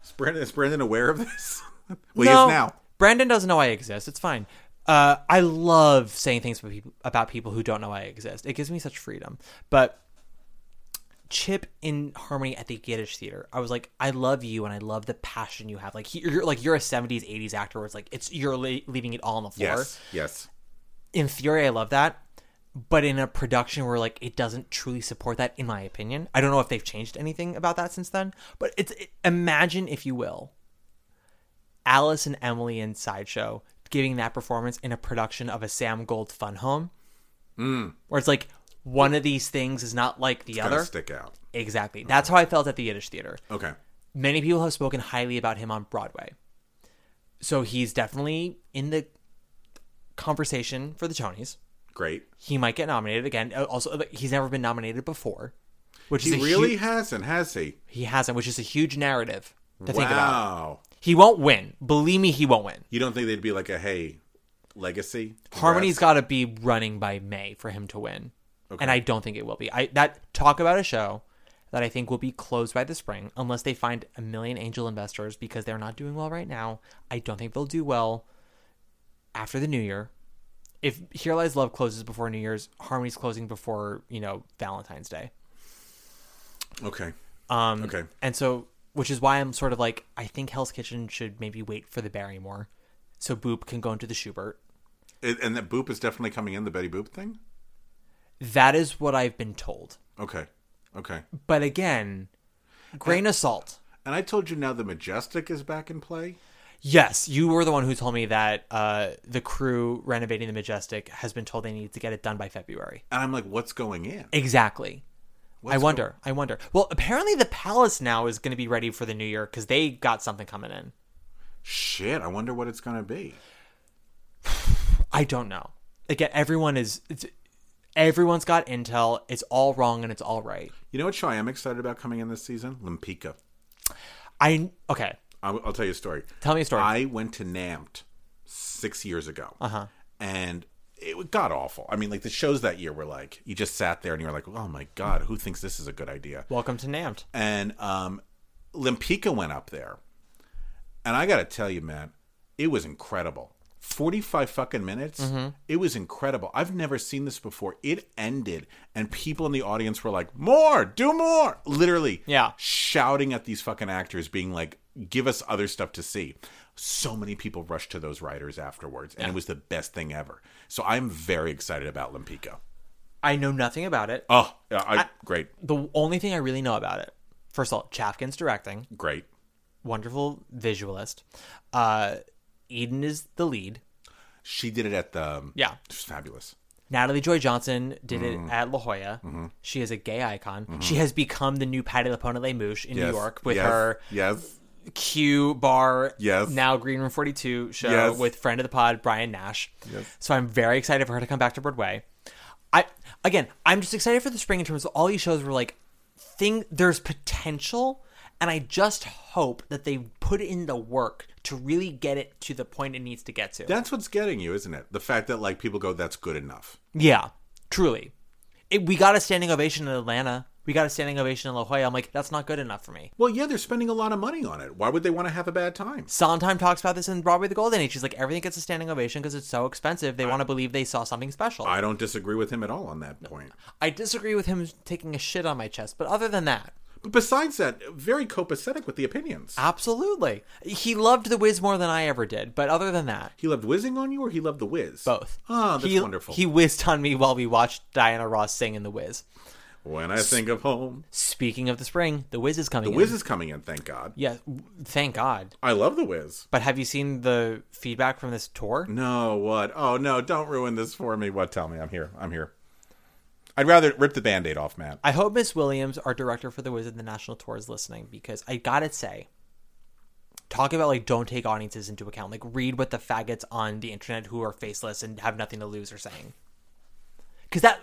Is Brandon, is Brandon aware of this? well, he is now.
Brandon doesn't know I exist. It's fine. Uh, I love saying things about people, about people who don't know I exist. It gives me such freedom. But Chip in harmony at the Yiddish theater, I was like, I love you, and I love the passion you have. Like he, you're like you're a '70s, '80s actor. Where it's like it's you're le- leaving it all on the floor.
Yes. Yes.
In theory, I love that. But in a production where like it doesn't truly support that, in my opinion, I don't know if they've changed anything about that since then. But it's it, imagine, if you will, Alice and Emily in Sideshow giving that performance in a production of a Sam Gold Fun Home, where it's like one of these things is not like the
Gotta
other.
stick out.
Exactly. That's how I felt at the Yiddish Theater.
Okay.
Many people have spoken highly about him on Broadway. So he's definitely in the conversation for the Tonys.
Great.
He might get nominated again. Uh, Also, uh, he's never been nominated before, which
He
is a
really
hu-
hasn't, has he?
he hasn't, which is a huge narrative to think about.
Wow.
He won't win. Believe me, he won't win.
You don't think they'd be like a hey, legacy?
Harmony's
Congrats.
got to be running by May for him to win, and I don't think it will be. I that talk about a show that I think will be closed by the spring unless they find a million angel investors because they're not doing well right now. I don't think they'll do well after the new year. If Here Lies Love closes before New Year's, Harmony's closing before you know Valentine's Day.
Okay. Um, okay.
And so, which is why I'm sort of like, I think Hell's Kitchen should maybe wait for the Barrymore so Boop can go into the Schubert.
It, and that boop is definitely coming in the Betty Boop thing.
That is what I've been told.
Okay. Okay.
But again, grain of salt.
And I told you now the Majestic is back in play.
Yes, you were the one who told me that uh, the crew renovating the Majestic has been told they need to get it done by February.
And I'm like, what's going in?
Exactly. I
go-
wonder. I wonder. Well, apparently the Palace now is going to be ready for the new year because they got something coming in.
Shit, I wonder what it's going to be.
I don't know. Again, everyone is. It's, everyone's got intel. It's all wrong and it's all right.
You know what show I am excited about coming in this season? Limpika.
I okay.
I'll, I'll tell you a story.
Tell me a story.
I went to NAMT six years ago. And it got awful. I mean, like the shows that year were like, you just sat there and you were like, oh my God, who thinks this is a good idea?
Welcome to Namt.
and um, Limpika went up there, and I gotta tell you, man, it was incredible. Forty-five fucking minutes.
Mm-hmm.
It was incredible. I've never seen this before. It ended, and people in the audience were like, "More, do more!" Literally,
Yeah.
shouting at these fucking actors, being like, "Give us other stuff to see." So many people rushed to those writers afterwards, and it was the best thing ever. So I'm very excited about Limpika.
I know nothing about it.
Oh, I, great,
the only thing I really know about it, first of all, Chafkin's directing,
great.
wonderful visualist. Uh, Eden is the lead.
She did it at the
Yeah.
She's fabulous.
Natalie Joy Johnson did
Mm-hmm.
it at La Jolla. She is a gay icon. She has become the new Patty LaPone Le Mouche in
Yes,
New York with
yes,
her
Yes.
Q Bar,
Yes.
now Green Room 42 show
Yes.
with friend of the pod Brian Nash. Yes. So I'm very excited for her to come back to Broadway. I again, I'm just excited for the spring in terms of all these shows were like thing there's potential and I just hope that they put in the work to really get it to the point it needs to get to.
That's what's getting you, isn't it? The fact that like people go, that's good enough.
yeah, truly. It, we got a standing ovation in Atlanta. We got a standing ovation in La Jolla. I'm like, that's not good enough for me.
Well, yeah, they're spending a lot of money on it. Why would they want to have a bad time?
Sondheim talks about this in Broadway The Golden Age. She's like, everything gets a standing ovation because it's so expensive. They want to believe they saw something special. I,
I don't disagree with him at all on that point.
disagree with him taking a shit on my chest, but other than that,
But besides that, very copacetic with the opinions.
absolutely. He loved The Wiz more than I ever did, but other than that,
he loved whizzing on you or he loved the whiz?
both.
Ah, that's
he,
wonderful.
He whizzed on me while we watched Diana Ross sing in The Wiz.
when I think of home.
Speaking of the spring, The Wiz is coming
The
in.
whiz is coming in, thank God.
Yeah, w- thank God.
I love the whiz.
But have you seen the feedback from this tour?
No, what? Oh no, don't ruin this for me. What tell me? I'm here. I'm here. I'd rather rip the band-aid off, Matt.
I hope Miss Williams, our director for the Wizard of the National Tour, is listening because I gotta say, talk about like don't take audiences into account. Like read what the faggots on the internet who are faceless and have nothing to lose are saying. Because that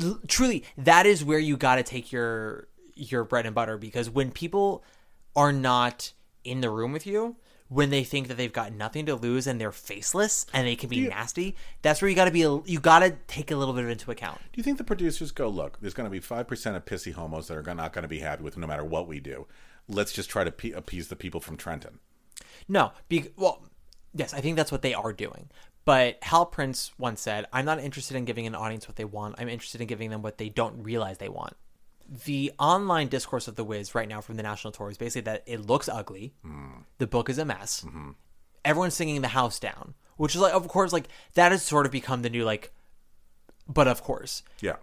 l- truly, that is where you gotta take your your bread and butter. Because when people are not in the room with you when they think that they've got nothing to lose and they're faceless and they can be nasty. That's where you got to be. a- You got to take a little bit of into account.
Do you think the producers go, look, there's going to be 5% of pissy homos that are not going to be happy with no matter what we do. Let's just try to pe- appease the people from Trenton.
No, be, well, yes, I think that's what they are doing. But Hal Prince once said, "I'm not interested in giving an audience what they want. I'm interested in giving them what they don't realize they want." The online discourse of the Wiz right now from the national tour is basically that it looks ugly, the book is a mess, everyone's singing the house down, which is like, of course, like that has sort of become the new like. But of course,
Yeah.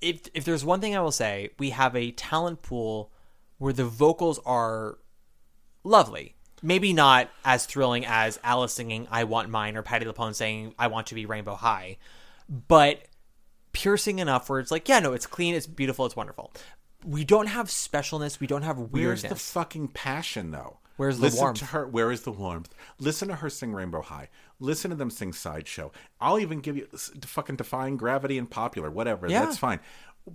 if if there's one thing I will say, we have a talent pool where the vocals are lovely. Maybe not as thrilling as Alice singing "I Want Mine" or Patti LuPone saying "I Want to Be Rainbow High," but piercing enough where it's like, yeah, no, it's clean, it's beautiful, it's wonderful. We don't have specialness. We don't have weirdness.
Where's the fucking passion, though?
Where's the
Listen
warmth?
To her, where is the warmth? Listen to her sing Rainbow High. Listen to them sing Sideshow. I'll even give you s- fucking Defying Gravity and Popular, whatever.
Yeah.
That's fine.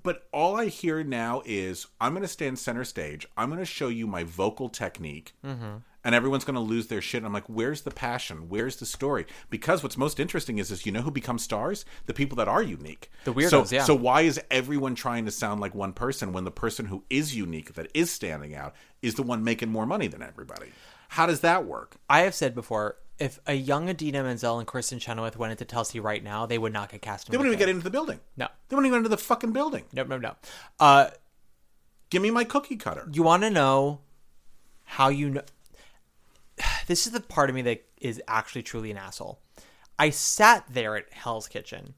But all I hear now is I'm going to stand center stage. I'm going to show you my vocal technique.
Mm-hmm.
And everyone's going to lose their shit. I'm like, where's the passion? Where's the story? Because what's most interesting is, is you know who become stars? The people that are unique. The
weirdos, yeah.
So why is everyone trying to sound like one person when the person who is unique that is standing out is the one making more money than everybody how does that work
I have said before, if a young Adina Menzel and Kristen Chenoweth went into Telsey right now, they would not get cast.
they wouldn't even get into the building
No.
they wouldn't even into the fucking building
No, no, no. Uh,
give me my cookie cutter
you want to know how you know this is the part of me that is actually truly an asshole i sat there at hell's kitchen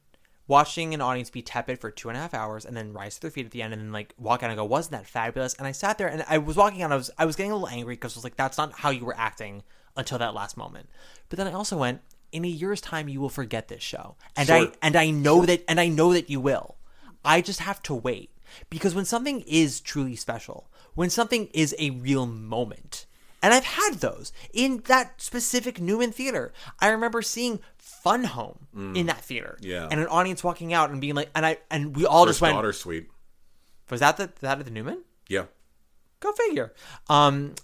watching an audience be tepid for two and a half hours and then rise to their feet at the end and then like walk out and go wasn't that fabulous and i sat there and i was walking out i was i was getting a little angry because i was like that's not how you were acting until that last moment but then i also went in a year's time you will forget this show and i
Sure.
and i know that and i know that you will i just have to wait because when something is truly special when something is a real moment and I've had those in that specific Newman theater. I remember seeing Fun Home in that theater.
Mm. Yeah.
And an audience walking out and being like and I and we all just went
daughter suite
Was that the that at the Newman?
yeah
Go figure. Um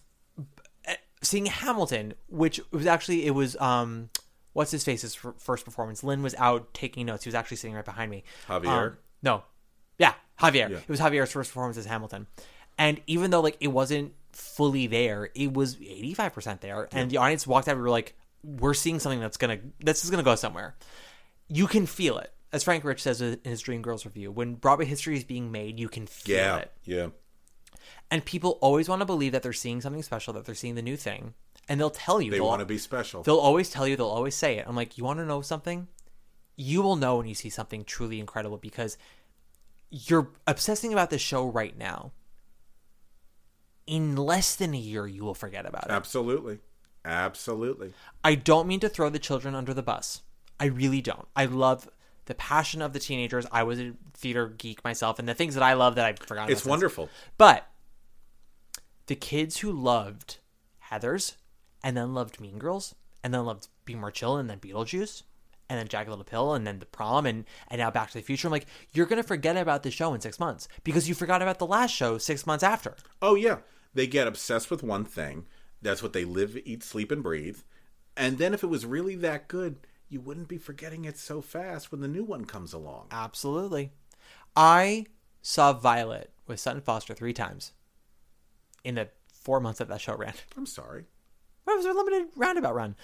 eh, seeing Hamilton, which was actually it was um what's his face's f- first performance. Lynn was out taking notes. He was actually sitting right behind me.
Javier?
Um, no. Yeah, Javier. It was Javier's first performance as Hamilton. And even though like it wasn't fully there, it was 85% there and the audience walked out we were like we're seeing something that's going to this is going to go somewhere. You can feel it. As Frank Rich says in his Dream Girls review, when Broadway history is being made, you can feel
yeah
it.
yeah
And people always want to believe that they're seeing something special, that they're seeing the new thing. And they'll tell you.
they
They'll-
want to be special
They'll always tell you, they'll always say it. I'm like, you want to know something? You will know when you see something truly incredible because you're obsessing about the show right now. In less than a year, you will forget about it.
absolutely absolutely
I don't mean to throw the children under the bus. I really don't. I love the passion of the teenagers. I was a theater geek myself, and the things that I love that I've forgotten.
it's
about since-
wonderful
But the kids who loved Heather's and then loved Mean Girls and then loved Be More Chill and then Beetlejuice and then Jagged Little Pill and then The Prom and, and now Back to the Future. I'm like, you're going to forget about the show in six months because you forgot about the last show six months after.
oh yeah they get obsessed with one thing that's what they live eat sleep and breathe and then if it was really that good you wouldn't be forgetting it so fast when the new one comes along
Absolutely. I saw Violet with Sutton Foster three times in the four months that that show ran.
i'm sorry
It was a limited roundabout run,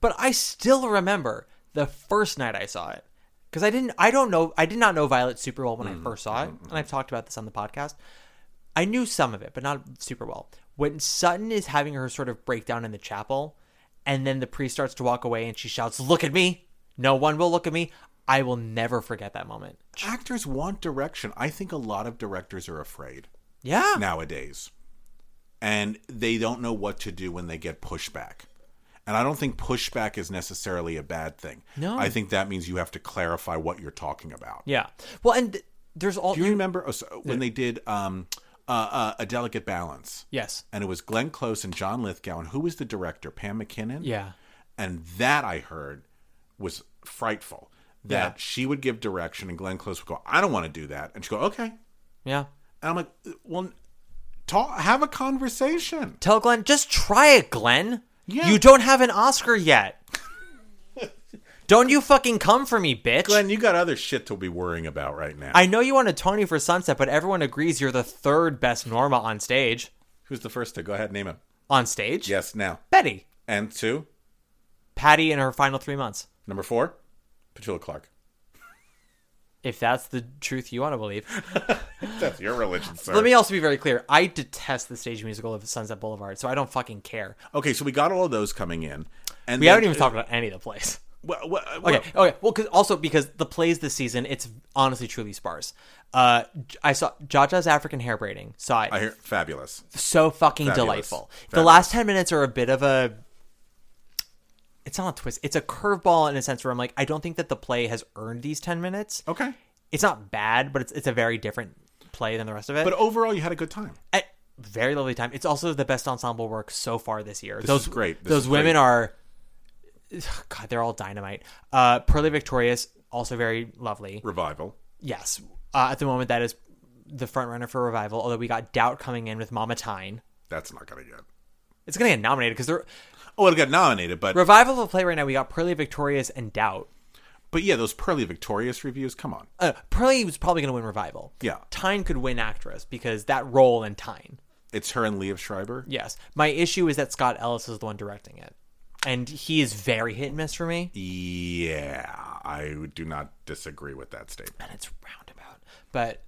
but I still remember the first night I saw it because I didn't. I don't know. I did not know Violet super well
Mm-hmm,
when I first saw it, and I've talked about this on the podcast. I knew some of it, but not super well. When Sutton is having her sort of breakdown in the chapel, and then the priest starts to walk away, and she shouts, "Look at me! No one will look at me." I will never forget that moment.
actors want direction. I think a lot of directors are afraid
Yeah.
nowadays, and they don't know what to do when they get pushback. And I don't think pushback is necessarily a bad thing.
No.
I think that means you have to clarify what you're talking about.
Yeah. Well, and th- there's all.
Do you remember oh, so- when they did um, uh, uh, a delicate balance?
Yes.
And it was Glenn Close and John Lithgow, and who was the director? Pam McKinnon.
Yeah.
And that I heard was frightful. That
Yeah.
she would give direction, and Glenn Close would go, "I don't want to do that," and she would go, "Okay."
Yeah.
And I'm like, well, Talk, have a conversation.
Tell Glenn, just try it, Glenn.
Yeah.
You don't have an Oscar yet. don't you fucking come for me, bitch.
Glenn, you got other shit to be worrying about right now.
I know you won a Tony for Sunset, but everyone agrees you're the third best Norma on stage.
Who's the first to go ahead? Name him.
On stage?
Yes, now.
Betty.
And two,
Patty in her final three months.
number four, Petula Clark.
If that's the truth you want to believe.
That's your religion, sir.
Let me also be very clear. I detest the stage musical of Sunset Boulevard, so I don't fucking care.
okay, so we got all of those coming in, and
We
then- uh,
haven't even talked about any of the plays.
Well, well, well,
Okay, okay. Well, cause also because the plays this season, it's honestly truly sparse. Uh, J- I saw Jaja's African hair braiding. Saw it.
I hear fabulous.
so fucking
Fabulous.
delightful. The
Fabulous.
last 10 minutes are a bit of a it's not a twist. It's a curveball in a sense where I'm like, I don't think that the play has earned these 10 minutes.
Okay,
It's not bad, but it's it's a very different play than the rest of it.
but overall, you had a good time.
At very lovely time. It's also the best ensemble work so far this year. those
is great. This
those
is
women
great.
are God, they're all dynamite. Uh Pearly Victorious also very lovely.
Revival.
Yes. Uh, at the moment that is the front runner for revival, although we got Doubt coming in with Mama Tyne.
That's not gonna get.
It's going to get nominated because they're
Oh, it got nominated, but
revival of a play right now. We got Pearly Victorious and Doubt.
but yeah, those Pearly Victorious reviews. Come on,
Uh, Pearly was probably going to win revival.
Yeah.
Tyne could win actress because that role in Tyne.
it's her and Liev Schreiber.
Yes, my issue is that Scott Ellis is the one directing it, and he is very hit and miss for me.
Yeah, I do not disagree with that statement.
And it's roundabout, but.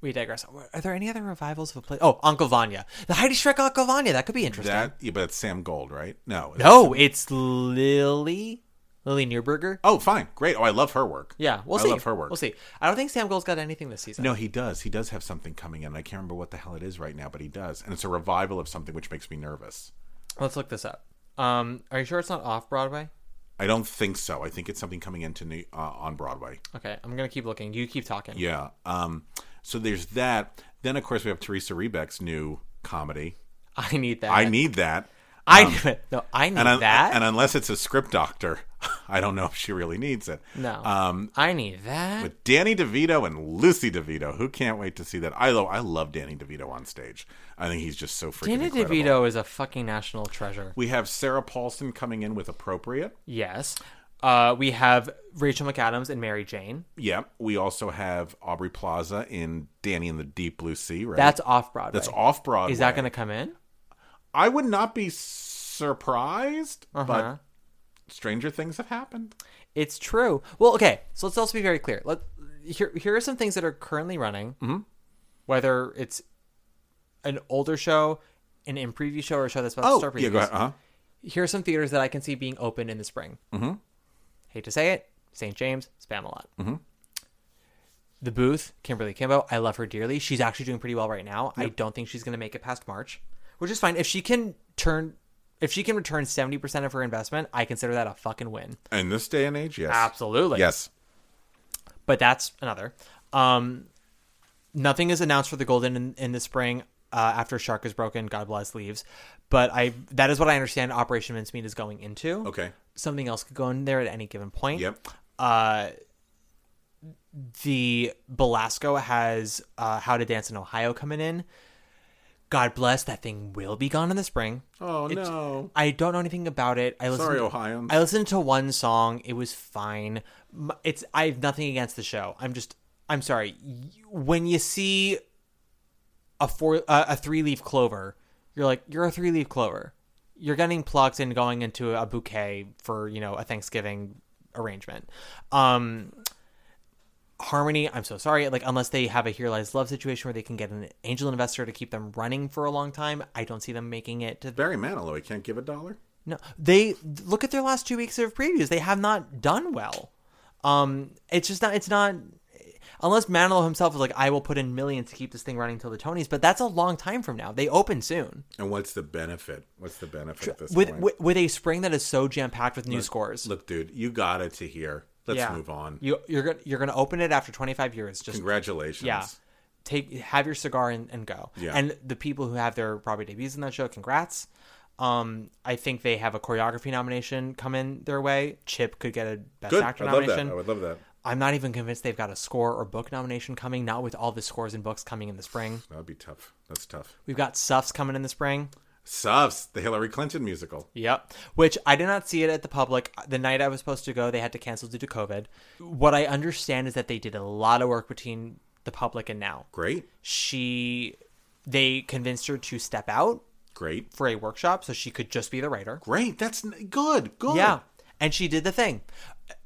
We digress. Are there any other revivals of a play? Oh, Uncle Vanya, the Heidi Shrek Uncle Vanya. That could be interesting.
That, yeah, but that's Sam Gold, right? No,
no, it's Lily, Lily Neuberger.
Oh, fine, great. Oh, I love her work.
yeah, we'll
I
see.
love her work.
We'll see. I don't think Sam Gold's got anything this season.
No, he does. He does have something coming in. I can't remember what the hell it is right now, but he does, and it's a revival of something which makes me nervous.
Let's look this up. Um, are you sure it's not off Broadway?
I don't think so. I think it's something coming into new uh, on Broadway.
Okay, I'm gonna keep looking. You keep talking.
Yeah. Um. So there's that. Then of course we have Teresa Rebeck's new comedy.
I need that.
I need that.
I no. I need
And un-
that.
And unless it's a script doctor, I don't know if she really needs it.
no.
Um.
I need that.
With Danny DeVito and Lucy DeVito, who can't wait to see that? I love, I love Danny DeVito on stage. I think he's just so freaking.
Danny
incredible.
DeVito is a fucking national treasure.
We have Sarah Paulson coming in with appropriate.
yes. Uh, we have Rachel McAdams and Mary Jane.
Yeah. We also have Aubrey Plaza in Danny in the Deep Blue Sea. Right.
That's off Broadway.
that's off Broadway.
Is that gonna come in?
I would not be surprised,
Uh-huh.
but stranger things have happened.
It's true. Well, okay. So let's also be very clear. Let here here are some things that are currently running. Mm-hmm. Whether it's an older show, an in preview show, or a show that's about to
Oh,
start previews.
yeah, go ahead. Uh-huh.
here are some theaters that I can see being open in the spring. Mm-hmm. Hate to say it, St. James, Spamalot. Mm-hmm. The Booth, Kimberly Kimbo. I love her dearly. She's actually doing pretty well right now. I don't think she's going to make it past March, which is fine. If she can turn, if she can return seventy percent of her investment, I consider that a fucking win.
In this day and age, yes.
Absolutely.
Yes.
But that's another. Um, nothing is announced for the Golden in, in the spring. Uh, after Shark is broken, God bless leaves. But I that is what I understand Operation Mincemeat is going into
Okay.
something else could go in there at any given point.
Yep.
Uh, the Belasco has uh, How to Dance in Ohio coming in. God bless that thing will be gone in the spring.
Oh, no.
I don't know anything about it. I listened,
Sorry, Ohioans.
I listened to one song. It was fine. M- It's I have nothing against the show. I'm just I'm sorry. Y- When you see a four uh, a three leaf clover, you're like you're a three leaf clover. You're getting plucked and going into a bouquet for you know a Thanksgiving arrangement. Um, Harmony, I'm so sorry. Like, unless they have a Here Lies Love situation where they can get an angel investor to keep them running for a long time, I don't see them making it to
Barry Manilow, he can't give a dollar.
no, they look at their last two weeks of previews. They have not done well. Um, it's just not. It's not unless Manilow himself is like, I will put in millions to keep this thing running till the Tonys. But that's a long time from now. They open soon
And what's the benefit? What's the benefit at this
with
point?
with, with a spring that is so jam packed with new scores.
Look, dude, you got it to here. Let's move on.
You you're gonna you're gonna open it after 25 years. Just
Congratulations.
yeah. Take have your cigar and, and go.
Yeah.
And the people who have their probably debuts in that show, congrats. Um, I think they have a choreography nomination come in their way. Chip could get a best
Good.
actor
I love
nomination.
that. I would love that.
I'm not even convinced they've got a score or book nomination coming, not with all the scores and books coming in the spring.
That would be tough. That's tough.
We've got Suffs coming in the spring.
Suffs, the Hillary Clinton musical.
Yep. Which I did not see it at the public. The night I was supposed to go, they had to cancel due to COVID. What I understand is that they did a lot of work between the public and now.
Great.
She, they convinced her to step out
Great.
for a workshop so she could just be the writer.
Great. That's n- good. Good.
Yeah. And she did the thing.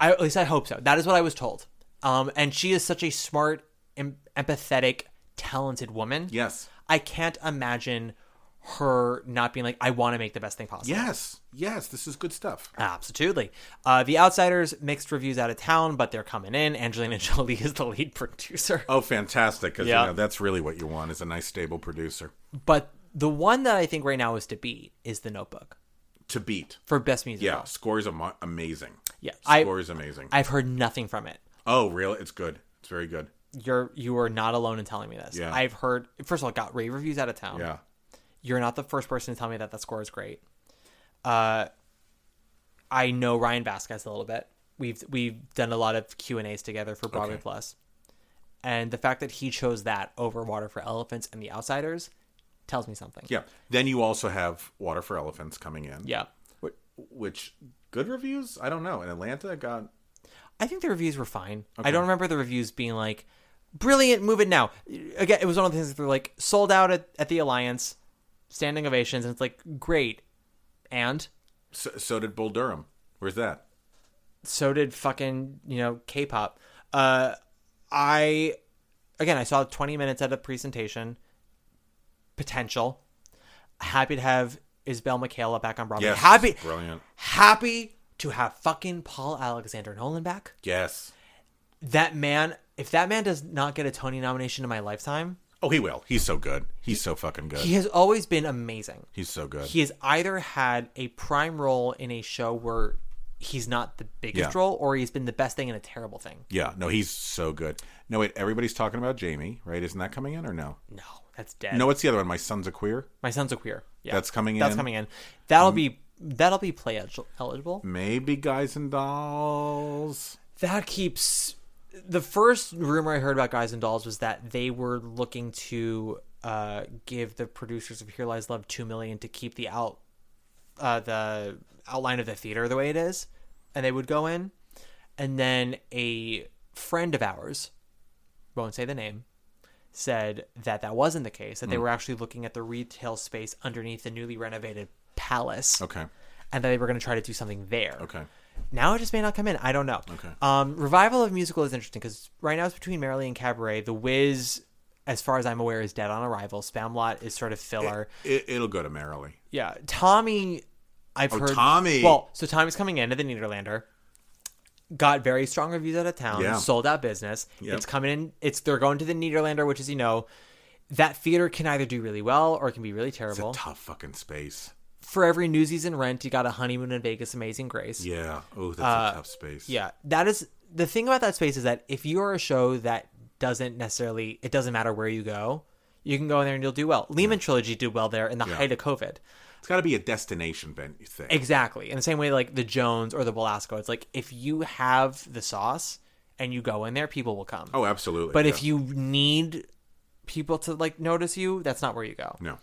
I, at least I hope so. That is what I was told. Um, and she is such a smart, em- empathetic, talented woman.
Yes.
I can't imagine her not being like, I want to make the best thing possible.
Yes. Yes. This is good stuff.
Absolutely. Uh, the Outsiders, mixed reviews out of town, but they're coming in. Angelina Jolie is the lead producer.
Oh, fantastic. Because,
Yeah.
you know, that's really what you want is a nice, stable producer
But the one that I think right now is to beat is The Notebook
to beat.
for best music.
Yeah. Score's am- amazing.
Yeah. I,
Score is amazing.
I've heard nothing from it.
oh, really? It's good. It's very good.
You're you are not alone in telling me this.
Yeah.
I've heard first of all it got rave reviews out of town.
Yeah.
You're not the first person to tell me that that score is great. Uh, I know Ryan Vasquez a little bit. We've we've done a lot of Q and A's together for Broadway
Okay.
Plus. and the fact that he chose that over Water for Elephants and The Outsiders tells me something.
Yeah. Then you also have Water for Elephants coming in.
yeah.
Which, good reviews? I don't know. In Atlanta, it got.
I think the reviews were fine. I don't remember the reviews being like, "Brilliant, move it now." Again, it was one of the things that they're like sold out at, at the Alliance, standing ovations, and it's like great. And
So, so did Bull Durham. Where's that?
so did fucking you know K-pop. Uh, I again I saw 20 minutes at a presentation. Potential. Happy to have Isabel Michaela back on Broadway.
Yes.
happy,
Brilliant.
happy to have fucking Paul Alexander Nolan back.
Yes.
That man, if that man does not get a Tony nomination in my lifetime,
Oh, he will. He's so good. He's so fucking good.
he has always been amazing.
He's so good.
He has either had a prime role in a show where he's not the biggest
Yeah.
role or he's been the best thing and a terrible thing.
yeah, no, he's so good. No, wait, everybody's talking about Jamie, right? Isn't that coming in or no?
No, that's dead.
No, what's the other one? My son's a queer.
My son's a queer. Yeah.
That's coming
That's
in. Mm.
coming in. That'll be that'll be play el- eligible.
Maybe Guys and Dolls.
That keeps the first rumor I heard about Guys and Dolls was that they were looking to uh, give the producers of Here Lies Love two million to keep the out uh, the outline of the theater the way it is, and they would go in, and then a friend of ours, won't say the name, said that that wasn't the case. That they were actually looking at the retail space underneath the newly renovated palace,
Okay.
and that they were going to try to do something there.
Okay.
Now it just may not come in. I don't know.
Okay.
Um, revival of musical is interesting because right now it's between Merrily and Cabaret. The Wiz, as far as I'm aware, is dead on arrival. Spamlot is sort of filler.
It, it'll go to Merrily.
yeah, Tommy. I've heard
Oh, Tommy.
Well, so Tommy's coming into the Nederlander. Got very strong reviews out of town.
Yeah.
Sold out business.
Yep.
It's coming in. It's they're going to the Nederlander, which is you know. That theater can either do really well or it can be really terrible.
Tough fucking space.
For every Newsies and Rent, you got a honeymoon in Vegas, Amazing Grace.
Yeah. Oh, that's a tough space.
Uh, Yeah, that is the thing about that space is that if you're a show that doesn't necessarily, it doesn't matter where you go, you can go in there and you'll do well. Lehman Trilogy did well there in the height of COVID.
It's got to be a destination ben- thing.
Exactly. In the same way, like the Jones or the Belasco, it's like if you have the sauce and you go in there, people will come.
oh, absolutely.
but
yeah.
if you need people to like notice you, that's not where you go.
No.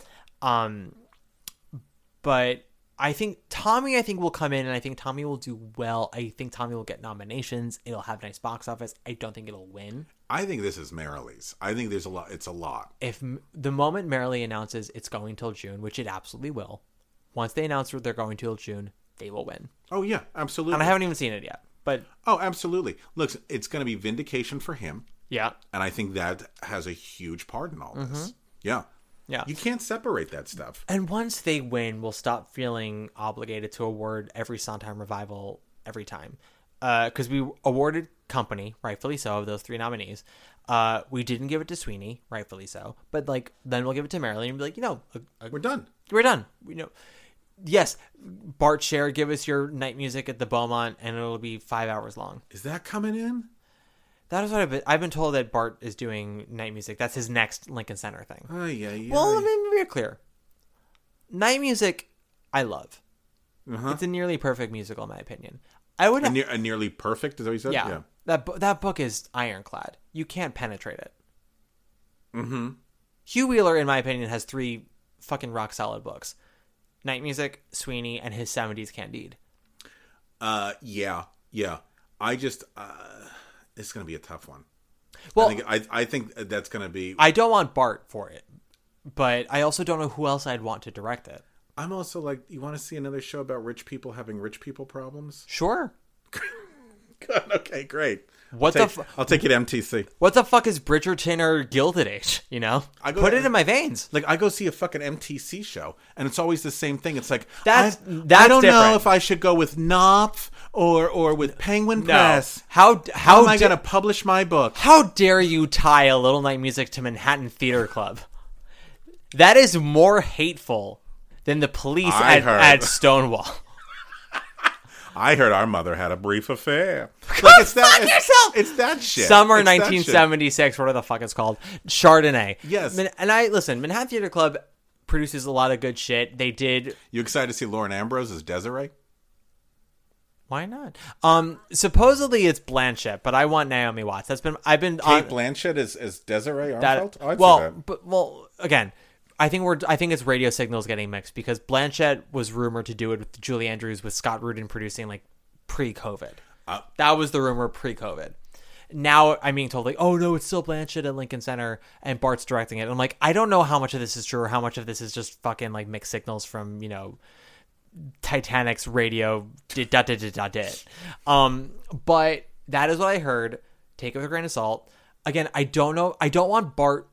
But I think Tommy, I think will come in and I think Tommy will do well. I think Tommy will get nominations. It'll have nice box office. I don't think it'll win.
I think this is Merrily's. I think there's a lot. It's a lot.
if m- the moment Merrily announces it's going till June, which it absolutely will, once they announce that they're going till June, they will win.
Oh, yeah. Absolutely.
And I haven't even seen it yet, but
oh, absolutely. Look, it's going to be vindication for him.
yeah,
And I think that has a huge part in all this. Yeah.
Mm-hmm. Yeah.
You can't separate that stuff.
And once they win, we'll stop feeling obligated to award every Sondheim revival every time. Because we awarded Company, rightfully so, of those three nominees. Uh, we didn't give it to Sweeney, rightfully so. But like, then we'll give it to Marilyn and be like, you know, a, a,
We're done.
we're done. You know, yes, Bart Sher, give us your night music at the Beaumont, and it'll be five hours long.
Is that coming in?
That is what I've been, I've been told that Bart is doing night music. That's his next Lincoln Center thing.
Oh, yeah. yeah.
Well, let me be clear. Night music, I love.
Uh-huh.
It's a nearly perfect musical, in my opinion. I would
a, near, a nearly perfect, is that what you said?
yeah. That bu- that book is ironclad. You can't penetrate it. Mm-hmm. Hugh Wheeler, in my opinion, has three fucking rock solid books: Night Music, Sweeney, and his '70s Candide.
Uh, yeah, yeah. I just uh, it's gonna be a tough one.
Well,
I think, I, I think that's gonna be.
I don't want Bart for it, but I also don't know who else I'd want to direct it.
I'm also like, you want to see another show about rich people having rich people problems?
Sure.
Good. Okay, great.
What the
Take-
fu-
I'll take it MTC.
what the fuck is Bridgerton or Gilded Age? You know,
I go
put
to-
it in my veins.
Like I go see a fucking MTC show, and it's always the same thing. It's like
That's-
I,
that's
I don't know
different.
if I should go with Knopf or or with Penguin
No. Oh,
Press.
How
How
how
am I
da-
going to publish my book?
How dare you tie a Little Night Music to Manhattan Theater Club? That is more hateful than the police
I
at,
heard.
at Stonewall.
I heard our mother had a brief affair. Like it's that. it's,
yourself!
it's that shit.
Summer
It's that shit.
1976, whatever the fuck it's called, Chardonnay.
Yes.
Man- and I listen. Manhattan Theater Club produces a lot of good shit. They did.
You excited to see Lauren Ambrose as Desiree?
Why not? Um, supposedly it's Blanchett, but I want Naomi Watts. That's been I've been on
Kate Blanchett as, as Desiree
that-
Armfeld? Oh, I'd say
well,
that.
but well, again, I think we're I think it's radio signals getting mixed because Blanchett was rumored to do it with Julie Andrews with Scott Rudin producing like pre-COVID.
Uh,
that was the rumor pre-COVID. Now I'm being told like, oh no, it's still Blanchett at Lincoln Center and Bart's directing it. And I'm like, I don't know how much of this is true or how much of this is just fucking like mixed signals from you know Titanic's radio did da da da da did. Um, but that is what I heard. Take it with a grain of salt. Again, I don't know. I don't want Bart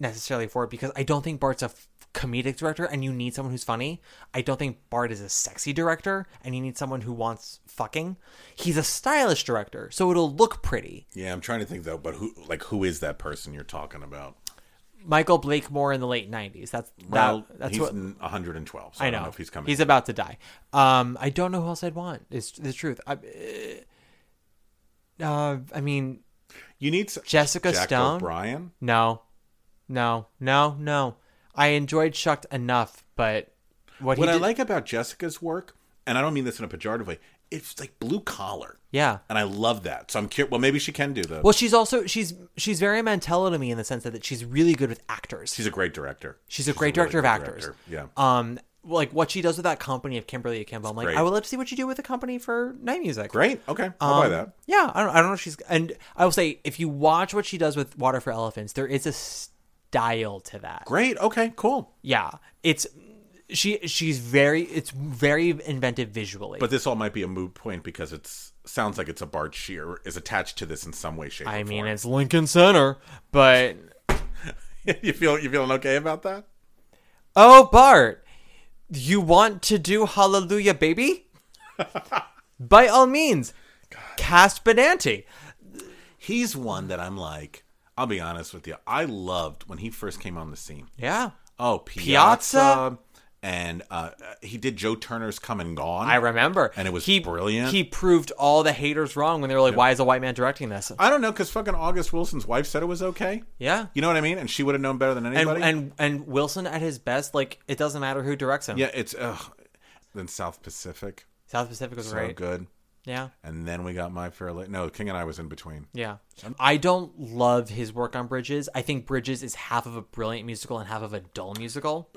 necessarily for it because I don't think Bart's a f- comedic director, and you need someone who's funny. I don't think Bart is a sexy director, and you need someone who wants fucking. He's a stylish director, so it'll look pretty.
yeah, I'm trying to think though, but who like who is that person you're talking about?
Michael Blakemore in the late '90s. That's
Well,
that, that's
he's
what
n- 112. So I,
I know.
don't know if he's coming.
He's about to die. Um, I don't know who else I'd want. Is the truth. I, uh, uh, I mean,
you need s-
Jessica
Jack
Stone?
O'Brien.
no, no, no, no. I enjoyed Shucked enough, but what,
What
he
I
did,
like about Jessica's work, and I don't mean this in a pejorative way, it's like blue collar.
yeah.
And I love that. So I'm curious. Well, maybe she can do that.
Well, she's also she's she's very Mantello to me in the sense that, that she's really good with actors.
she's a great director.
She's a great director
really
of
good
actors.
director. Yeah.
Um, like what she does with that company of Kimberly Akimbo. I'm like,
great.
I would love to see what you do with the company for Night Music.
great. Okay. I'll
um,
buy that.
Yeah, I don't, I don't know if she's. And I will say, if you watch what she does with Water for Elephants, there is a style to that.
Great. Okay. Cool.
Yeah, it's she. She's very. It's very inventive visually.
But this all might be a moot point because it's sounds like it's a Bart Shear is attached to this in some way, shape.
I
or
mean,
form.
it's Lincoln Center, but
you feel you feeling okay about that?
oh Bart, you want to do Hallelujah, baby? By all means, cast Benanti.
He's one that I'm like. I'll be honest with you. I loved when he first came on the scene.
Yeah,
Oh, Piazza,
Piazza?
and uh, he did Joe Turner's "Come and Gone."
I remember,
And it was
he,
brilliant.
He proved all the haters wrong when they were like, "Why is a white man directing this?"
I don't know because fucking August Wilson's wife said it was okay.
Yeah.
you know what I mean, and she would have known better than
and
anybody.
and and Wilson at his best, like it doesn't matter who directs him.
yeah, it's ugh. then South Pacific,
South Pacific was
so
right.
good,
Yeah,
and then we got My Fair Lady. No, King and I was in between.
yeah. I don't love his work on Bridges. I think Bridges is half of a brilliant musical and half of a dull musical.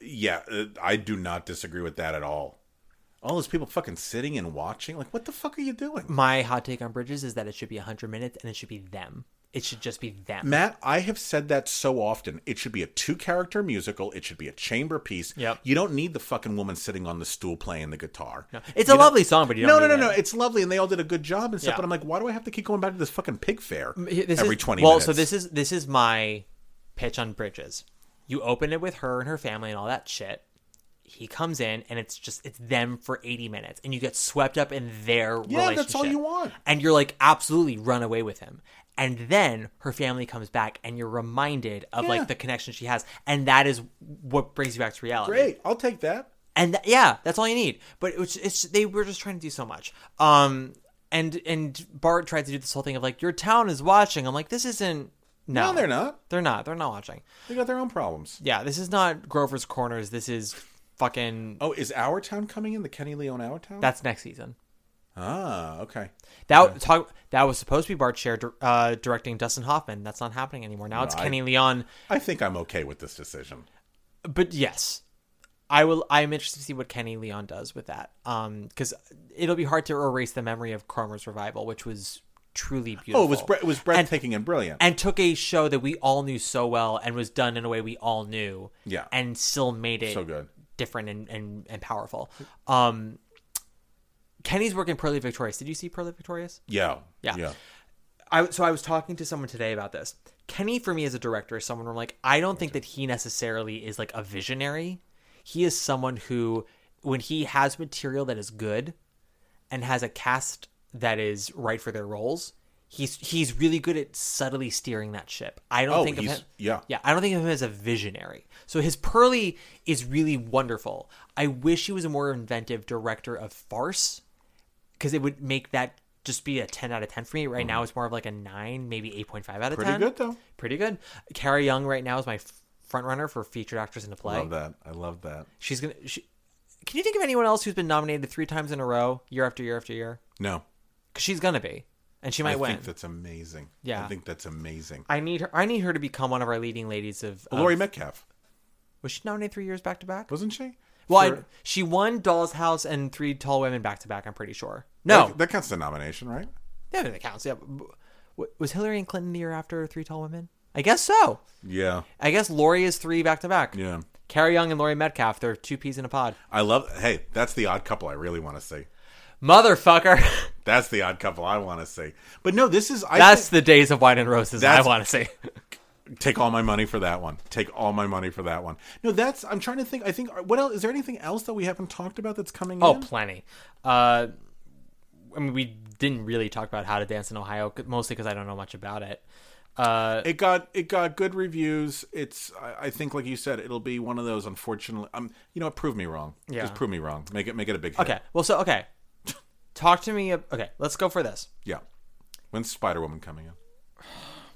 Yeah, uh, I do not disagree with that at all. All those people fucking sitting and watching, like, what the fuck are you doing?
My hot take on Bridges is that it should be 100 minutes and it should be them. It should just be them.
Matt, I have said that so often. It should be a two character musical. It should be a chamber piece.
Yep.
You don't need the fucking woman sitting on the stool playing the guitar.
it's a lovely song, but you
No,
don't
no, no,
need
no.
it.
It's lovely, and they all did a good job and stuff.
Yeah. Mm,
But I'm like, why do I have to keep going back to this fucking pig fair
This
every
is,
20
well,
minutes?
so this is this is my pitch on Bridges. You open it with her and her family and all that shit. He comes in and it's just it's them for 80 minutes and you get swept up in their
Yeah,
relationship.
that's all you want.
And you're like absolutely run away with him. And then her family comes back and you're reminded of
Yeah.
like the connection she has and that is what brings you back to reality.
great. I'll take that.
And th- yeah, that's all you need. But it was, it's they were just trying to do so much. Um and and Bart tried to do this whole thing of like your town is watching. I'm like this isn't no,
No, they're not.
They're not. They're not watching.
They got their own problems.
Yeah, this is not Grover's Corners. This is fucking
Oh, is Our Town coming in? The Kenny Leon Our Town?
that's next season.
Ah, okay.
That talk, that was supposed to be Bart Scher uh, directing Dustin Hoffman. That's not happening anymore. Now it's
I-
Kenny Leon.
I think I'm okay with this decision.
But yes, I will. I'm interested to see what Kenny Leon does with that. Um, because it'll be hard to erase the memory of Cromer's revival, which was truly beautiful.
Oh, it was bre- it was breathtaking and, brilliant.
and took a show that we all knew so well and was done in a way we all knew.
Yeah.
And still made it
So good.
different and, and, and powerful. Um Kenny's work in Pearly Victorious. Did you see Pearly Victorious?
yeah,
Yeah. I so I was talking to someone today about this. Kenny for me as a director is someone where I'm like I don't think that he necessarily is like a visionary. He is someone who when he has material that is good and has a cast that is right for their roles, he's he's really good at subtly steering that ship. I don't
Oh,
think of
he's-
him
yeah.
yeah, I don't think of him as a visionary. So his Pearly is really wonderful. I wish he was a more inventive director of farce because it would make that just be a 10 out of 10 for me. Right now, it's more of like a 9, maybe 8.5 out of
Mm-hmm. Pretty
10.
good, though.
Pretty good. Carrie Young right now is my f- front runner for featured actress in a play.
Love that. I love that.
She's going to. She, can you think of anyone else who's been nominated three times in a row, year after year after year?
No,
Because she's going to be. And she might
I
win.
think that's amazing.
Yeah.
I think that's amazing.
I need her. I need her to become one of our leading ladies of.
Well, Laurie
of-
Metcalf
was she nominated three years back to back?
wasn't she?
Well, I,
For-
she won Doll's House and Three Tall Women back to back. I'm pretty sure. No,
that, that counts as a nomination, right?
yeah, that counts. Yeah, B- w- was Hillary and Clinton the year after Three Tall Women? I guess so.
Yeah,
I guess Lori is three back to back.
yeah.
Carrie Young and Lori Metcalf. They're two peas in a pod.
I love. Hey, that's the odd couple I really want to see.
Motherfucker.
That's the odd couple I want to see. But no, this is. I
That's
think-
the days of wine and roses. I
That's-
want to say.
take all my money for that one. Take all my money for that one. No, that's. I'm trying to think. I think. What else? Is there anything else that we haven't talked about that's coming?
Oh,
in?
plenty. Uh, I mean, we didn't really talk about how to dance in Ohio, c- mostly because I don't know much about it. Uh,
it got it got good reviews. It's. I, I think, like you said, it'll be one of those. Unfortunately, um, you know, what? prove me wrong.
Yeah.
Just prove me wrong. Make it make it a big. Hit.
okay. Well, so okay. Talk to me. ab- Okay, let's go for this.
Yeah. When's Spider Woman coming in?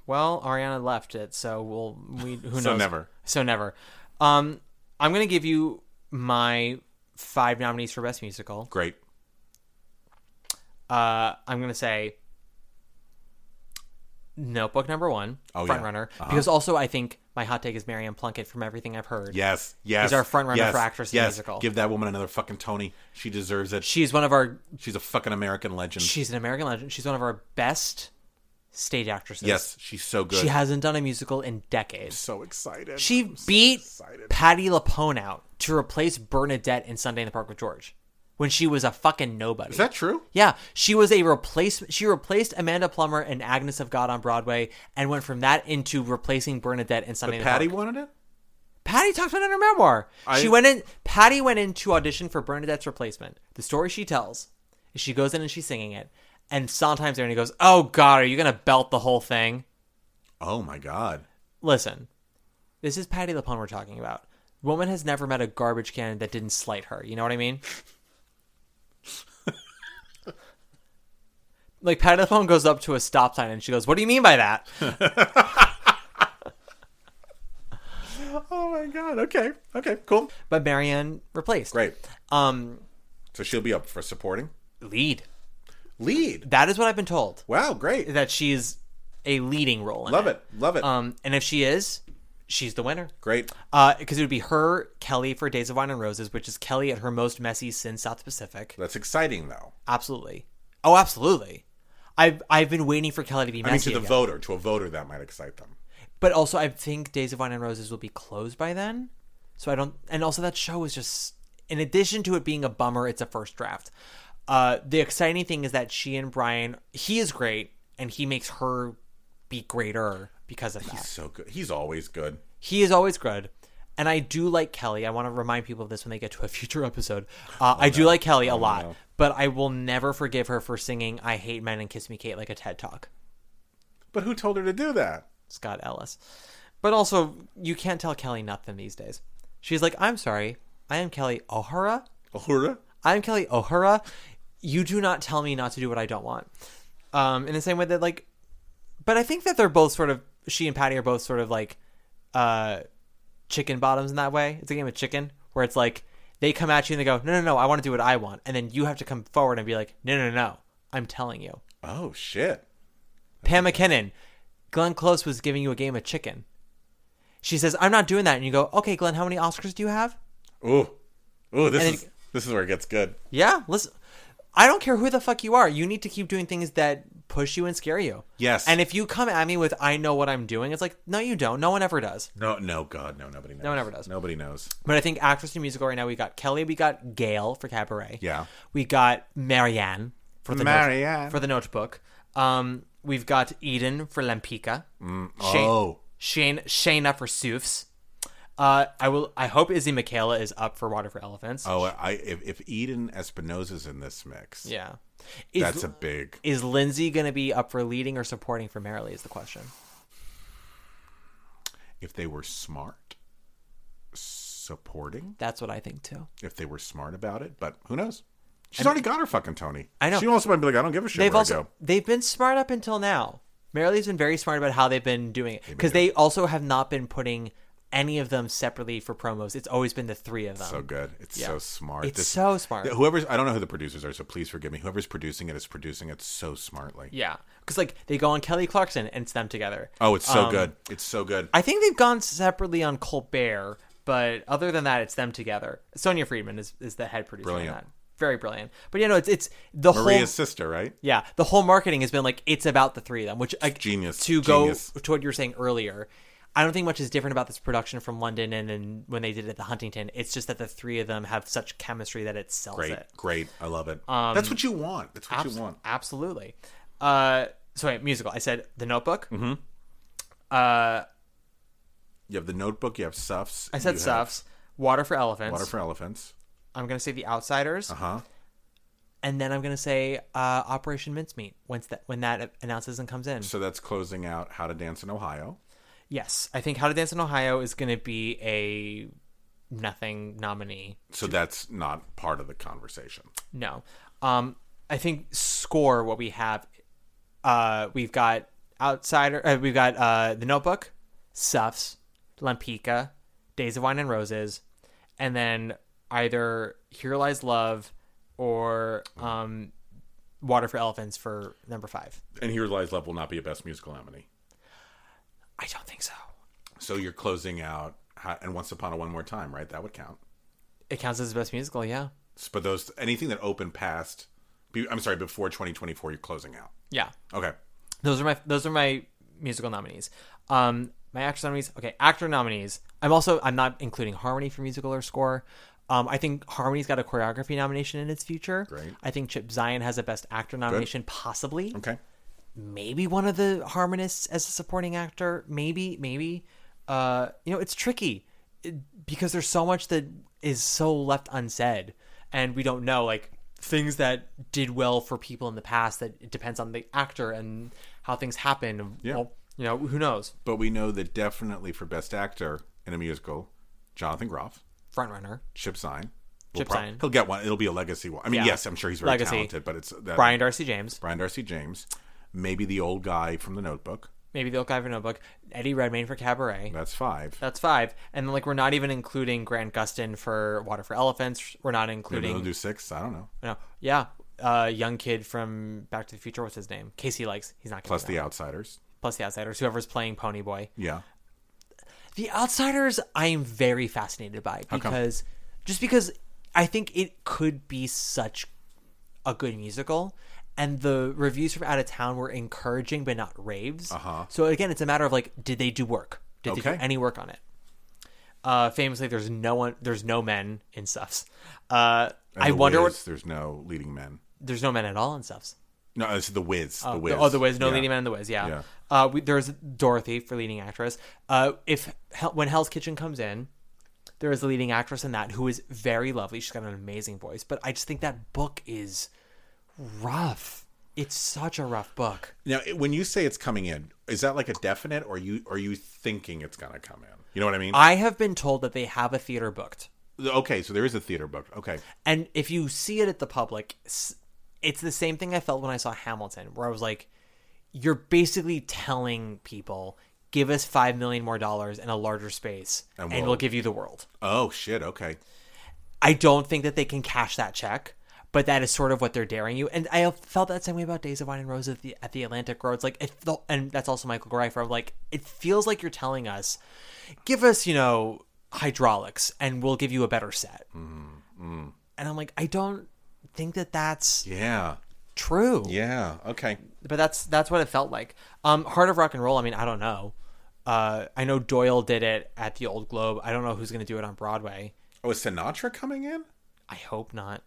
Well, Ariana left it, so we'll we who knows.
So never.
So never. Um, I'm gonna give you my five nominees for best musical.
Great.
Uh, I'm gonna say Notebook number one,
Oh,
front
yeah.
runner, because also I think my hot take is Marianne Plunkett from everything I've heard.
Yes, yes.
He's our front runner
yes,
for actress in
yes.
the musical.
Give that woman another fucking Tony. She deserves it.
She's one of our.
She's a fucking American legend.
She's an American legend. She's one of our best stage actresses.
yes, she's so good.
she hasn't done a musical in decades.
so excited.
She beat Patty LaPone out to replace Bernadette in Sunday in the Park with George when she was a fucking nobody.
Is that true?
Yeah, she was a replacement. She replaced Amanda Plummer and Agnes of God on Broadway, and went from that into replacing Bernadette in Sunday. in the
Patty
Park.
wanted it.
Patty talked about it in her memoir.
I-
she went in. Patty went in to audition for Bernadette's replacement. The story she tells is she goes in and she's singing it, and Sondheim's there and he goes, "Oh God, are you gonna belt the whole thing?"
Oh my god.
listen, this is Patty LaPone we're talking about. Woman has never met a garbage can that didn't slight her. You know what I mean? like Patty LaPone goes up to a stop sign and she goes, "What do you mean by that?"
Oh my god. Okay. Okay. Cool.
But Marianne replaced.
Great.
Um,
So she'll be up for supporting
lead.
lead.
That is what I've been told.
Wow. Great.
That she's a leading role. In
Love it. Love it.
Um, and if she is, she's the winner.
great.
Because it would be her, Kelly for Days of Wine and Roses, which is Kelly at her most messy since South Pacific.
That's exciting though.
Absolutely. Oh, absolutely. I've I've been waiting for Kelly to be
I mean,
messy
to the
again.
voter, to a voter, that might excite them.
but also I think Days of Wine and Roses will be closed by then, so I don't. And also that show is just, in addition to it being a bummer, it's a first draft. Uh, the exciting thing is that she and Brian, he is great, and he makes her be greater because of that.
So good. He's always good.
He is always good. And I do like Kelly. I want to remind people of this when they get to a future episode.
Oh,
Uh, I do like Kelly a lot, but I will never forgive her for singing I Hate Men and Kiss Me Kate like a TED Talk.
But who told her to do that?
Scott Ellis. But also, you can't tell Kelly nothing these days. She's like, I'm sorry. I am Kelly O'Hara.
Uhura.
I'm Kelly O'Hara. You do not tell me not to do what I don't want. Um, in the same way that like, but I think that they're both sort of she and Patty are both sort of like, uh, chicken bottoms in that way. It's a game of chicken where it's like They come at you and they go, no, no, no, I want to do what I want. And then you have to come forward and be like, no, no, no, I'm telling you.
Oh shit.
Pam McKinnon, Glenn Close was giving you a game of chicken. She says, I'm not doing that. And you go, okay, Glenn, how many Oscars do you have?
Ooh. Ooh, this
And
is
it-
this is where it gets good.
Yeah, listen. I don't care who the fuck you are. You need to keep doing things that push you and scare you.
Yes.
And if you come at me with "I know what I'm doing," it's like, no, you don't. No one ever does.
No, no, God, no, nobody knows. No
one ever does.
Nobody knows.
But I think actress in musical right now we got Kelly, we got Gail for Cabaret.
Yeah.
We got Marianne for the Note-
Marianne.
for the Notebook. Um, we've got Eden for Lampica. Shane,
oh.
Shane Shayna for Soofs. Uh, I will. I hope Izzy Michaela is up for Water for Elephants.
Oh, I if, if Eden Espinosa's in this mix,
yeah. Is,
that's a big.
is Lindsay going to be up for leading or supporting for Merrily? Is the question.
If they were smart, supporting.
That's what I think too.
If they were smart about it, but who knows? She's already got her fucking Tony.
I know.
She also might be like, I don't give a shit.
they've
where I
also
go.
they've been smart up until now. Marilee's been very smart about how they've been doing it because they also have not been putting any of them separately for promos. It's always been the three of them.
so good. It's so smart.
It's so smart.
Whoever's I don't know who the producers are, so please forgive me. Whoever's producing it is producing it so smartly.
yeah, because like they go on Kelly Clarkson and it's them together.
Oh, it's so good. It's so good.
Um, I think they've gone separately on Colbert, but other than that, it's them together. Sonia Friedman is, is the head producer. on
Brilliant.
that. very brilliant. But you know, it's it's the whole
Maria's sister, right?
Yeah, the whole marketing has been like it's about the three of them, which I,
Genius,
To
genius.
go to what you were saying earlier, I don't think much is different about this production from London and, and when they did it at the Huntington. It's just that the three of them have such chemistry that it sells
Great,
it. Um,
great. I love it. That's what you want. That's what
Abs-
you want.
Absolutely. Uh, so wait, musical. I said The Notebook.
Mm-hmm. You have the Notebook. You have Suffs.
I said Stuffs. Water for Elephants.
Water for Elephants.
I'm gonna say The Outsiders,
Huh?
and then I'm gonna say uh, Operation Mincemeat. Once that when that announces and comes in.
So that's closing out How to Dance in Ohio.
Yes, I think How to Dance in Ohio is gonna be a nothing nominee.
So that's not part of the conversation.
No. Um, I think score what we have. Uh, we've got outsider. Uh, we've got uh, the Notebook, Suffs, Lampica, Days of Wine and Roses, and then either Here Lies Love or um, Water for Elephants for number five.
And Here Lies Love will not be a Best Musical nominee.
I don't think so.
So you're closing out How- and Once Upon a One More Time, right? That would count.
It counts as the best musical. Yeah.
But those anything that opened past, be- I'm sorry, before 2024, you're closing out.
Yeah.
Okay.
Those are my those are my musical nominees. Um, my actor nominees. Okay, actor nominees. I'm also I'm not including harmony for musical or score. Um, I think harmony's got a choreography nomination in its future.
Great.
I think Chip Zion has a best actor nomination, possibly.
Okay.
Maybe one of the harmonists as a supporting actor. Maybe maybe. Uh, you know it's tricky it- because there's so much that is so left unsaid, and we don't know like things that did well for people in the past. That it depends on the actor and how things happen.
Yeah.
Well, you know who knows.
But we know that definitely for Best Actor in a Musical, Jonathan Groff,
Front runner.
Chip Sign. will
Chip Zine.
He'll get one. It'll be a legacy one. I mean,
Yeah.
yes, I'm sure he's very
Legacy.
talented, but it's that,
Brian Darcy James,
Brian Darcy James, maybe the old guy from The Notebook.
maybe the Old Guy for Notebook, Eddie Redmayne for Cabaret.
That's five.
That's five, and then like we're not even including Grant Gustin for Water for Elephants. We're not
Maybe
including
they'll do six. I don't know.
no, yeah, uh, young kid from Back to the Future. What's his name? Casey likes. He's not
Plus
getting
the
that.
Outsiders.
plus the Outsiders. Whoever's playing Pony Boy.
Yeah.
The Outsiders, I am very fascinated by
come?
because just because I think it could be such a good musical, and the reviews from Out of Town were encouraging but not raves. Uh-huh. So again, it's a matter of like, did they do work? Did they
Okay.
do any work on it? Uh, famously, there's no one, there's no men in stuffs. Uh,
And
I
The
wonder
Wiz,
what
There's no leading men.
there's no men at all in stuffs.
No, this is the Wiz. the Wiz.
The, oh, the Wiz, no
Yeah.
leading man in the Wiz, yeah.
Yeah.
Uh, we, there's Dorothy for leading actress. Uh, if Hel- when Hell's Kitchen comes in, there is a leading actress in that who is very lovely. She's got an amazing voice, but I just think that book is rough. It's such a rough book.
Now, it- when you say it's coming in, is that like a definite, or you are you thinking it's gonna come in? You know what I mean?
I have been told that they have a theater booked,
okay, so there is a theater book. Okay,
and if you see it at the public, s- it's the same thing I felt when I saw Hamilton, where I was like, "You're basically telling people." Give us five million more dollars and a larger space, and,
we'll-
we'll give you the world.
Oh shit! Okay,
I don't think that they can cash that check, but that is sort of what they're daring you. And I felt that same way about Days of Wine and Rose at the, at the Atlantic Roads. Like, it felt, and that's also Michael Greifer. Like, it feels like you're telling us, give us, you know, hydraulics and we'll give you a better set. And I'm like, I don't think that that's
Yeah.
true.
Yeah. Okay.
But that's that's what it felt like. Um, Heart of Rock and Roll. I mean, I don't know. Uh, I know Doyle did it at the Old Globe. I don't know who's going to do it on Broadway.
Oh, is Sinatra coming in?
I hope not.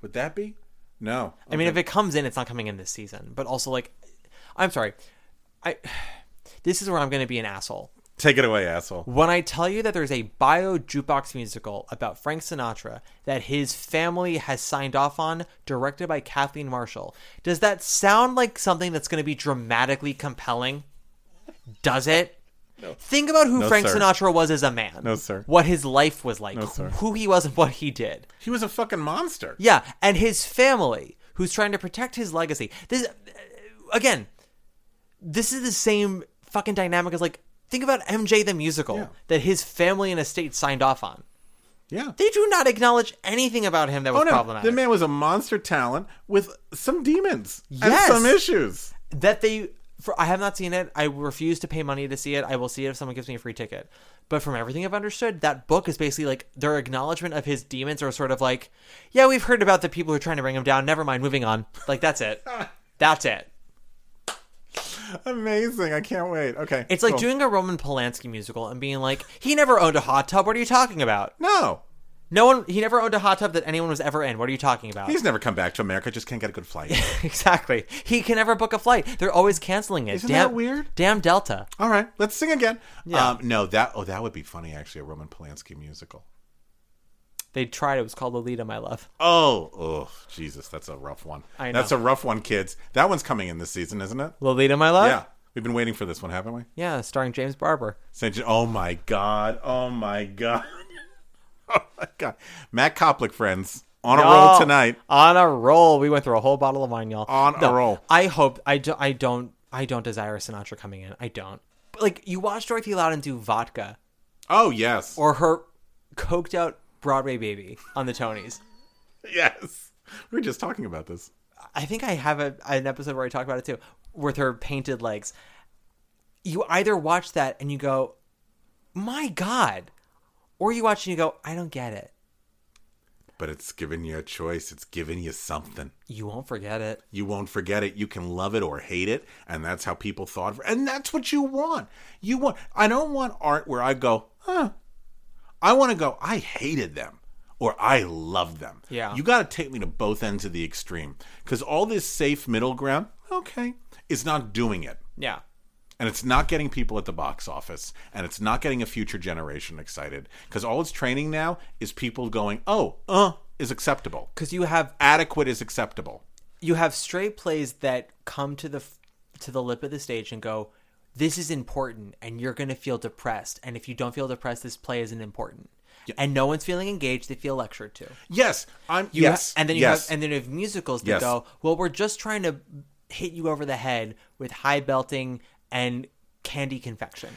Would that be? No.
I mean, if it comes in, it's not coming in this season. But also, like, I'm sorry. I this is where I'm going to be an asshole.
Take it away, asshole.
When I tell you that there's a bio jukebox musical about Frank Sinatra that his family has signed off on, directed by Kathleen Marshall, does that sound like something that's going to be dramatically compelling? Does it? Think about who
No,
Frank
sir.
Sinatra was as a man.
No, sir.
What his life was like,
sir.
who he was, and what he did.
He was a fucking monster.
Yeah, and his family, who's trying to protect his legacy. This uh, again, this is the same fucking dynamic as like think about MJ the musical
Yeah.
that his family and estate signed off on.
Yeah.
They do not acknowledge anything about him that was
Oh no!
problematic.
The man was a monster talent with some demons
Yes.
and some issues.
that they for I have not seen it. I refuse to pay money to see it. I will see it if someone gives me a free ticket. But from everything I've understood, that book is basically like their acknowledgement of his demons are sort of like, yeah, we've heard about the people who are trying to bring him down. Never mind, moving on. Like that's it. that's it.
Amazing! I can't wait. Okay,
It's like
cool.
doing a Roman Polanski musical and being like, he never owned a hot tub. What are you talking about?
no.
No one, he never owned a hot tub that anyone was ever in. What are you talking about?
He's never come back to America. Just can't get a good flight.
exactly. He can never book a flight. They're always canceling it.
Isn't
damn,
that weird?
Damn Delta.
All right, let's sing again. Um, no, that oh, that would be funny actually. A Roman Polanski musical.
They tried. It was called Lolita, my love.
Oh, oh, Jesus, that's a rough one.
I know.
That's a rough one, kids. That one's coming in this season, isn't it?
Lolita, my love.
Yeah, we've been waiting for this one, haven't we?
Yeah, starring James Barber.
Saint John- Oh my God! Oh my God! oh my God! Matt Coplick, friends, on a roll
Oh,
tonight.
On a roll. We went through a whole bottle of wine, y'all.
On a roll.
I hope I, do, I don't I don't desire Sinatra coming in. I don't. But like you watch Dorothy Loudon do vodka
Oh yes,
or her coked out Broadway baby on the Tonys.
yes. We were just talking about this.
I think I have a, an episode where I talk about it too, with her painted legs. You either watch that and you go, "My God," or you watch and you go, "I don't get it."
But it's giving you a choice. It's giving you something.
You won't forget it.
You won't forget it. You can love it or hate it, and that's how people thought. of- And that's what you want. You want. I don't want art where I go, huh? I want to go. I hated them, or I loved them.
Yeah.
You got to take me to both ends of the extreme, because all this safe middle ground, okay, is not doing it,
Yeah,
and it's not getting people at the box office, and it's not getting a future generation excited, because all it's training now is people going, oh, uh, is acceptable.
because you have
Adequate is acceptable.
you have straight plays that come to the f- to the lip of the stage and go, "This is important," and you're going to feel depressed. And if you don't feel depressed, this play isn't important. And no one's feeling engaged; they feel lectured to.
Yes, I'm.
You
yes,
ha- and then you
yes.
have and then you have musicals that
Yes.
go, well, we're just trying to hit you over the head with high belting and candy confection.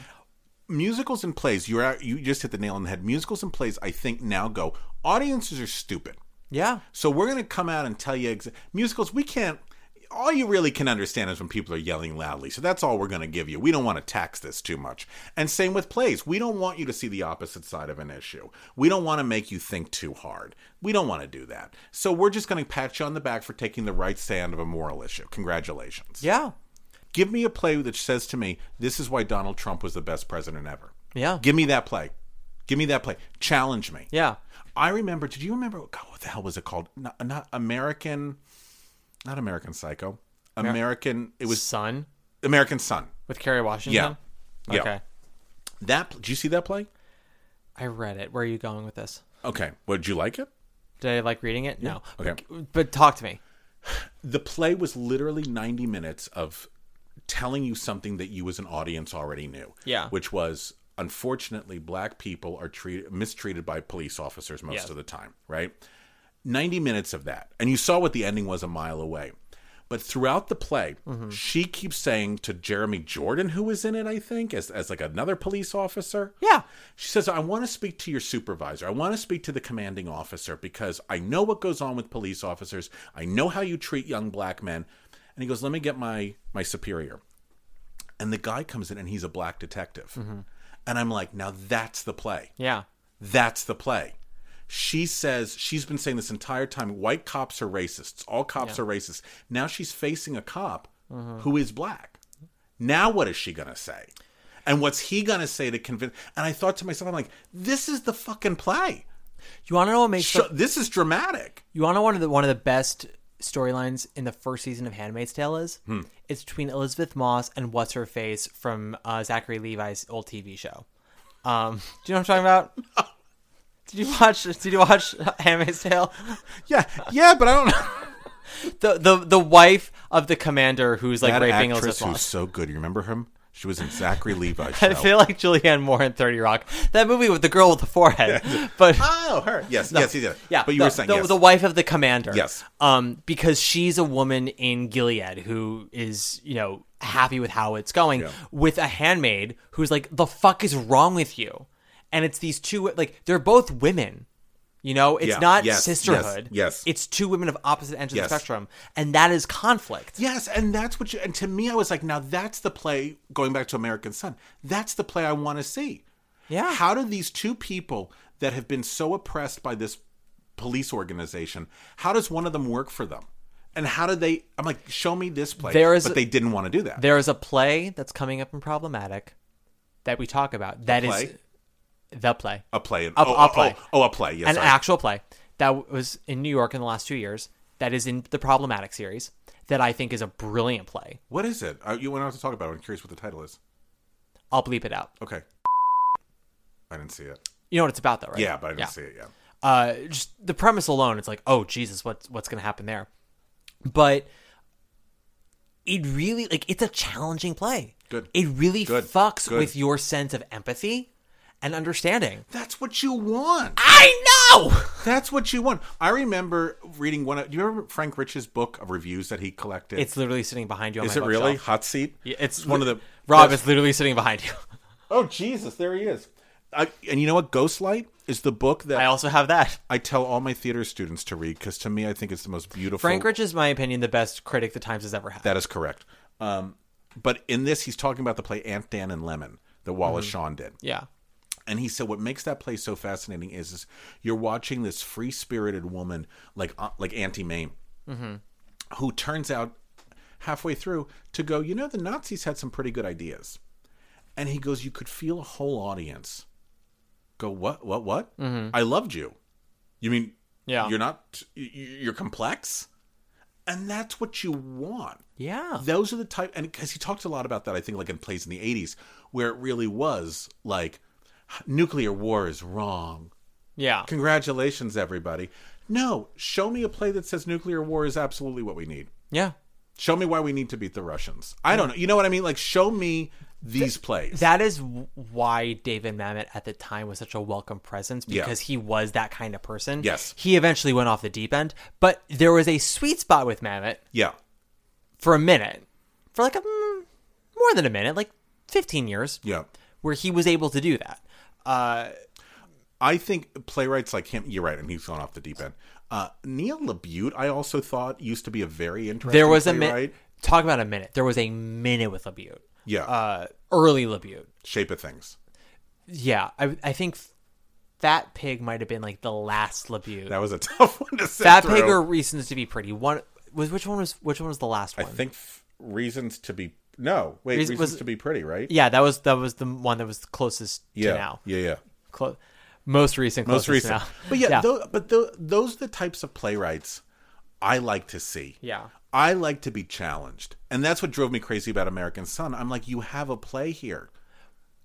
musicals and plays. You're out, you just hit the nail on the head. Musicals and plays. I think now go. Audiences are stupid,
Yeah.
so we're gonna come out and tell you ex- musicals. We can't. All you really can understand is when people are yelling loudly. So that's all we're going to give you. We don't want to tax this too much. And same with plays. We don't want you to see the opposite side of an issue. We don't want to make you think too hard. We don't want to do that. So we're just going to pat you on the back for taking the right stand of a moral issue. Congratulations.
Yeah.
Give me a play that says to me, this is why Donald Trump was the best president ever.
Yeah.
Give me that play. Give me that play. Challenge me.
Yeah.
I remember, did you remember, God, what the hell was it called? Not, not American, not American Psycho. American, it was
Sun
American Son.
with Kerry Washington.
Yeah. Yeah.
Okay.
That, did you see that play?
I read it. Where are you going with this?
Okay. Would you like it?
Did I like reading it? No.
Okay.
But, but talk to me.
the play was literally 90 minutes of telling you something that you as an audience already knew
Yeah.
which was unfortunately black people are treated mistreated by police officers most
Yeah.
of the time right 90 minutes of that and you saw what the ending was a mile away But throughout the play, she keeps saying to Jeremy Jordan, who was in it, I think, as, as like another police officer.
Yeah.
She says, I want to speak to your supervisor. I want to speak to the commanding officer because I know what goes on with police officers. I know how you treat young black men. And he goes, Let me get my my superior. And the guy comes in and he's a black detective. And I'm like, now that's the play.
Yeah.
That's the play. She says she's been saying this entire time white cops are racists. All cops are racist. Now she's facing a cop who is black. Now what is she going to say? And what's he going to say to convince? And I thought to myself, I'm like, this is the fucking play.
You want to know what makes
Sh- this is dramatic.
You want to know one of the one of the best storylines in the first season of Handmaid's Tale is?
Hmm.
It's between Elizabeth Moss and what's her face from uh, Zachary Levi's old TV show. Um, do you know what I'm talking about? did you watch? Did you watch Handmaid's Tale?
Yeah, yeah, but I don't know.
The the the wife of the commander who's like
That
raping
actress
Elizabeth
who's
Moss.
so good. You remember him? She was in Zachary Levi's show.
I feel like Julianne Moore in Thirty Rock. That movie with the girl with the forehead, but.
oh, her. Yes, yes, yes, yes.
Yeah,
But you
the,
were saying
the,
yes.
the wife of the commander.
Yes.
um, because she's a woman in Gilead who is you know happy with how it's going
Yeah.
with a handmaid who's like, the fuck is wrong with you? And it's these two like they're both women. You know, it's
Yeah,
not
yes, yes,
sisterhood.
yes.
it's two women of opposite ends of
Yes.
the spectrum, and that is conflict.
Yes, and that's what you. And to me, I was like, now that's the play. Going back to American Son, that's the play I want to see.
Yeah.
How do these two people that have been so oppressed by this police organization? How does one of them work for them? And how do they? I'm like, show me this play.
There is-
but they didn't want to do that.
There is a play that's coming up in problematic that we talk about. That is
play?
the play.
a play.
a-
oh,
a
oh,
play.
Oh, oh, a play. Yes.
an
sorry.
actual play that was in New York in the last two years that is in the problematic series that I think is a brilliant play.
What is it? Uh, you went on to talk about it. I'm curious what the title is.
I'll bleep it out.
Okay. I didn't see it.
You know what it's about though, right?
Yeah, but I didn't see it. Yeah.
Uh, just the premise alone, it's like, oh Jesus, what's what's gonna happen there? But it really like it's a challenging play.
Good.
It really
Good.
fucks
Good.
with your sense of empathy and understanding.
That's what you want.
I know.
That's what you want. I remember reading one of. Do you remember Frank Rich's book of reviews that he collected?
It's literally sitting behind you. On
is
my
it really
bookshelf.
hot seat?
Yeah, It's
one of the
Rob
that's-
is literally sitting behind you.
Oh Jesus, there he is. I, and you know what? Ghostlight is the book that
I
I,
also have that.
tell all my theater students to read because to me, I think it's the most beautiful.
Frank Rich is, in my opinion, the best critic the Times has ever had.
That is correct. Um, but in this, he's talking about the play Aunt Dan and Lemon that Wallace
Mm-hmm.
Shawn did.
yeah.
And he said, "What makes that play so fascinating is, is you're watching this free spirited woman like uh, like Auntie Mame, who turns out halfway through to go, you know, the Nazis had some pretty good ideas." And he goes, "You could feel a whole audience go, what, what, what? I loved you. You mean,
Yeah.
you're not, y- y- you're complex." And that's what you want.
Yeah.
Those are the type, and because he talked a lot about that, I think, like in plays in the 80s, where it really was like, nuclear war is wrong.
Yeah.
Congratulations, everybody. No, show me a play that says nuclear war is absolutely what we need.
Yeah.
Show me why we need to beat the Russians. I don't know. You know what I mean? Like, show me these plays.
That is w- why David Mamet at the time was such a welcome presence because he was that kind of person.
Yes.
He eventually went off the deep end, but there was a sweet spot with Mamet
yeah.
for a minute, for like a, mm, more than a minute, like 15 years,
Yeah.
where he was able to do that.
I think playwrights like him, you're right, and he's gone off the deep end. Uh, Neil Labute, I also thought, used to be a very interesting
There was a
playwright.
minute. Talk about a minute. There was a minute with Labute.
yeah.
Uh, early Labute.
Shape of Things.
Yeah, I, I think Fat Pig might have been like the last Labute.
That was a tough one to sit
Fat
through.
Pig or Reasons to Be Pretty. One was which one was which one was the last
I
one?
think f- reasons to be no wait
Reas-
reasons
was-
to be pretty right
yeah, that was that was the one that was closest
yeah
to now.
yeah yeah
Clo- most recent,
most
closest
recent
To now.
but yeah, tho- but tho- those are the types of playwrights I like to see
Yeah.
I like to be challenged and that's what drove me crazy about American Son I'm like you have a play here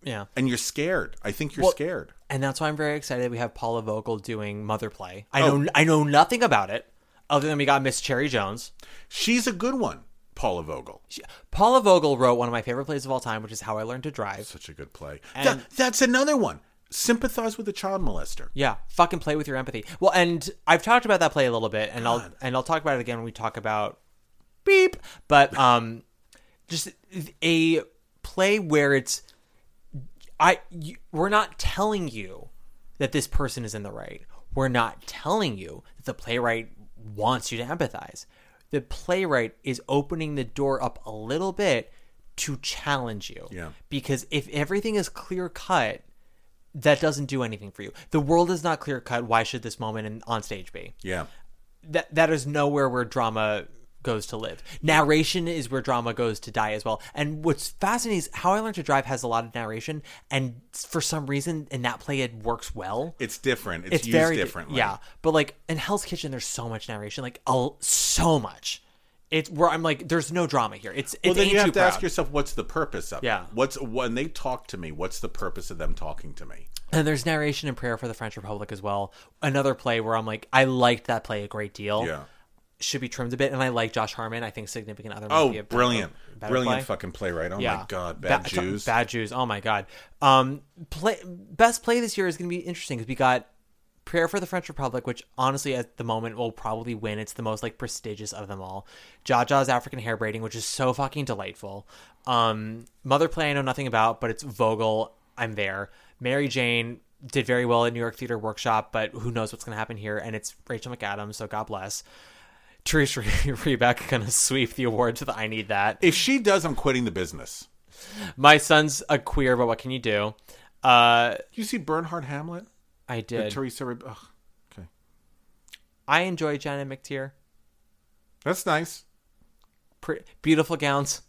yeah.
and you're scared I think you're
Well-
scared
And that's why I'm very excited. We have Paula Vogel doing Mother Play. I
Oh.
know I know nothing about it other than we got Miss Cherry Jones.
she's a good one Paula Vogel
She- Paula Vogel wrote one of my favorite plays of all time, which is How I Learned to Drive.
such a good play Th- that's another one sympathize with the child molester
Yeah, fucking play with your empathy. Well, and I've talked about that play a little bit, and I'll and I'll talk about it again when we talk about beep. But um, just a play where it's I you, we're not telling you that this person is in the right. We're not telling you that the playwright wants you to empathize. The playwright is opening the door up a little bit to challenge you.
Yeah.
Because if everything is clear cut, that doesn't do anything for you. The world is not clear cut. Why should this moment in, on stage be?
Yeah.
that that is nowhere where drama goes to live. Narration is where drama goes to die as well. And what's fascinating is how I learned to drive has a lot of narration, and for some reason in that play it works well.
It's different. It's,
It's
used
very
differently.
yeah. But like in Hell's Kitchen, there's so much narration, like oh, so much. It's where I'm like, there's no drama here. It's
Well,
it's
then
ain't
you have
too
to
proud.
ask yourself, what's the purpose of
Yeah.
it? What's when they talk to me? What's the purpose of them talking to me?
And there's narration and prayer for the French Republic as well. Another play where I'm like, I liked that play a great deal.
Yeah.
Should be trimmed a bit, and I like Josh Harmon. I think significant other. might
Oh,
be a better-
brilliant,
better
brilliant
play.
fucking playwright. Oh my god,
Ba-
bad
t-
Jews.
Bad Jews. Oh my god. Um, play best play this year is going to be interesting because we got Prayer for the French Republic, which honestly at the moment will probably win. It's the most like prestigious of them all. Jaja's African hair braiding, which is so fucking delightful. Um, Mother Play I know nothing about, but it's Vogel. I'm there. Mary Jane did very well at New York Theater Workshop, but who knows what's going to happen here? And it's Rachel McAdams, so God bless. Teresa Rebeck gonna sweep the awards with "I Need That."
If she does, I'm quitting the business.
My son's a queer, but what can you do? Uh,
You see Bernhard Hamlet,
I did.
Teresa. Re- Ugh, okay,
I enjoy Janet McTeer.
that's nice.
Pre- beautiful gowns.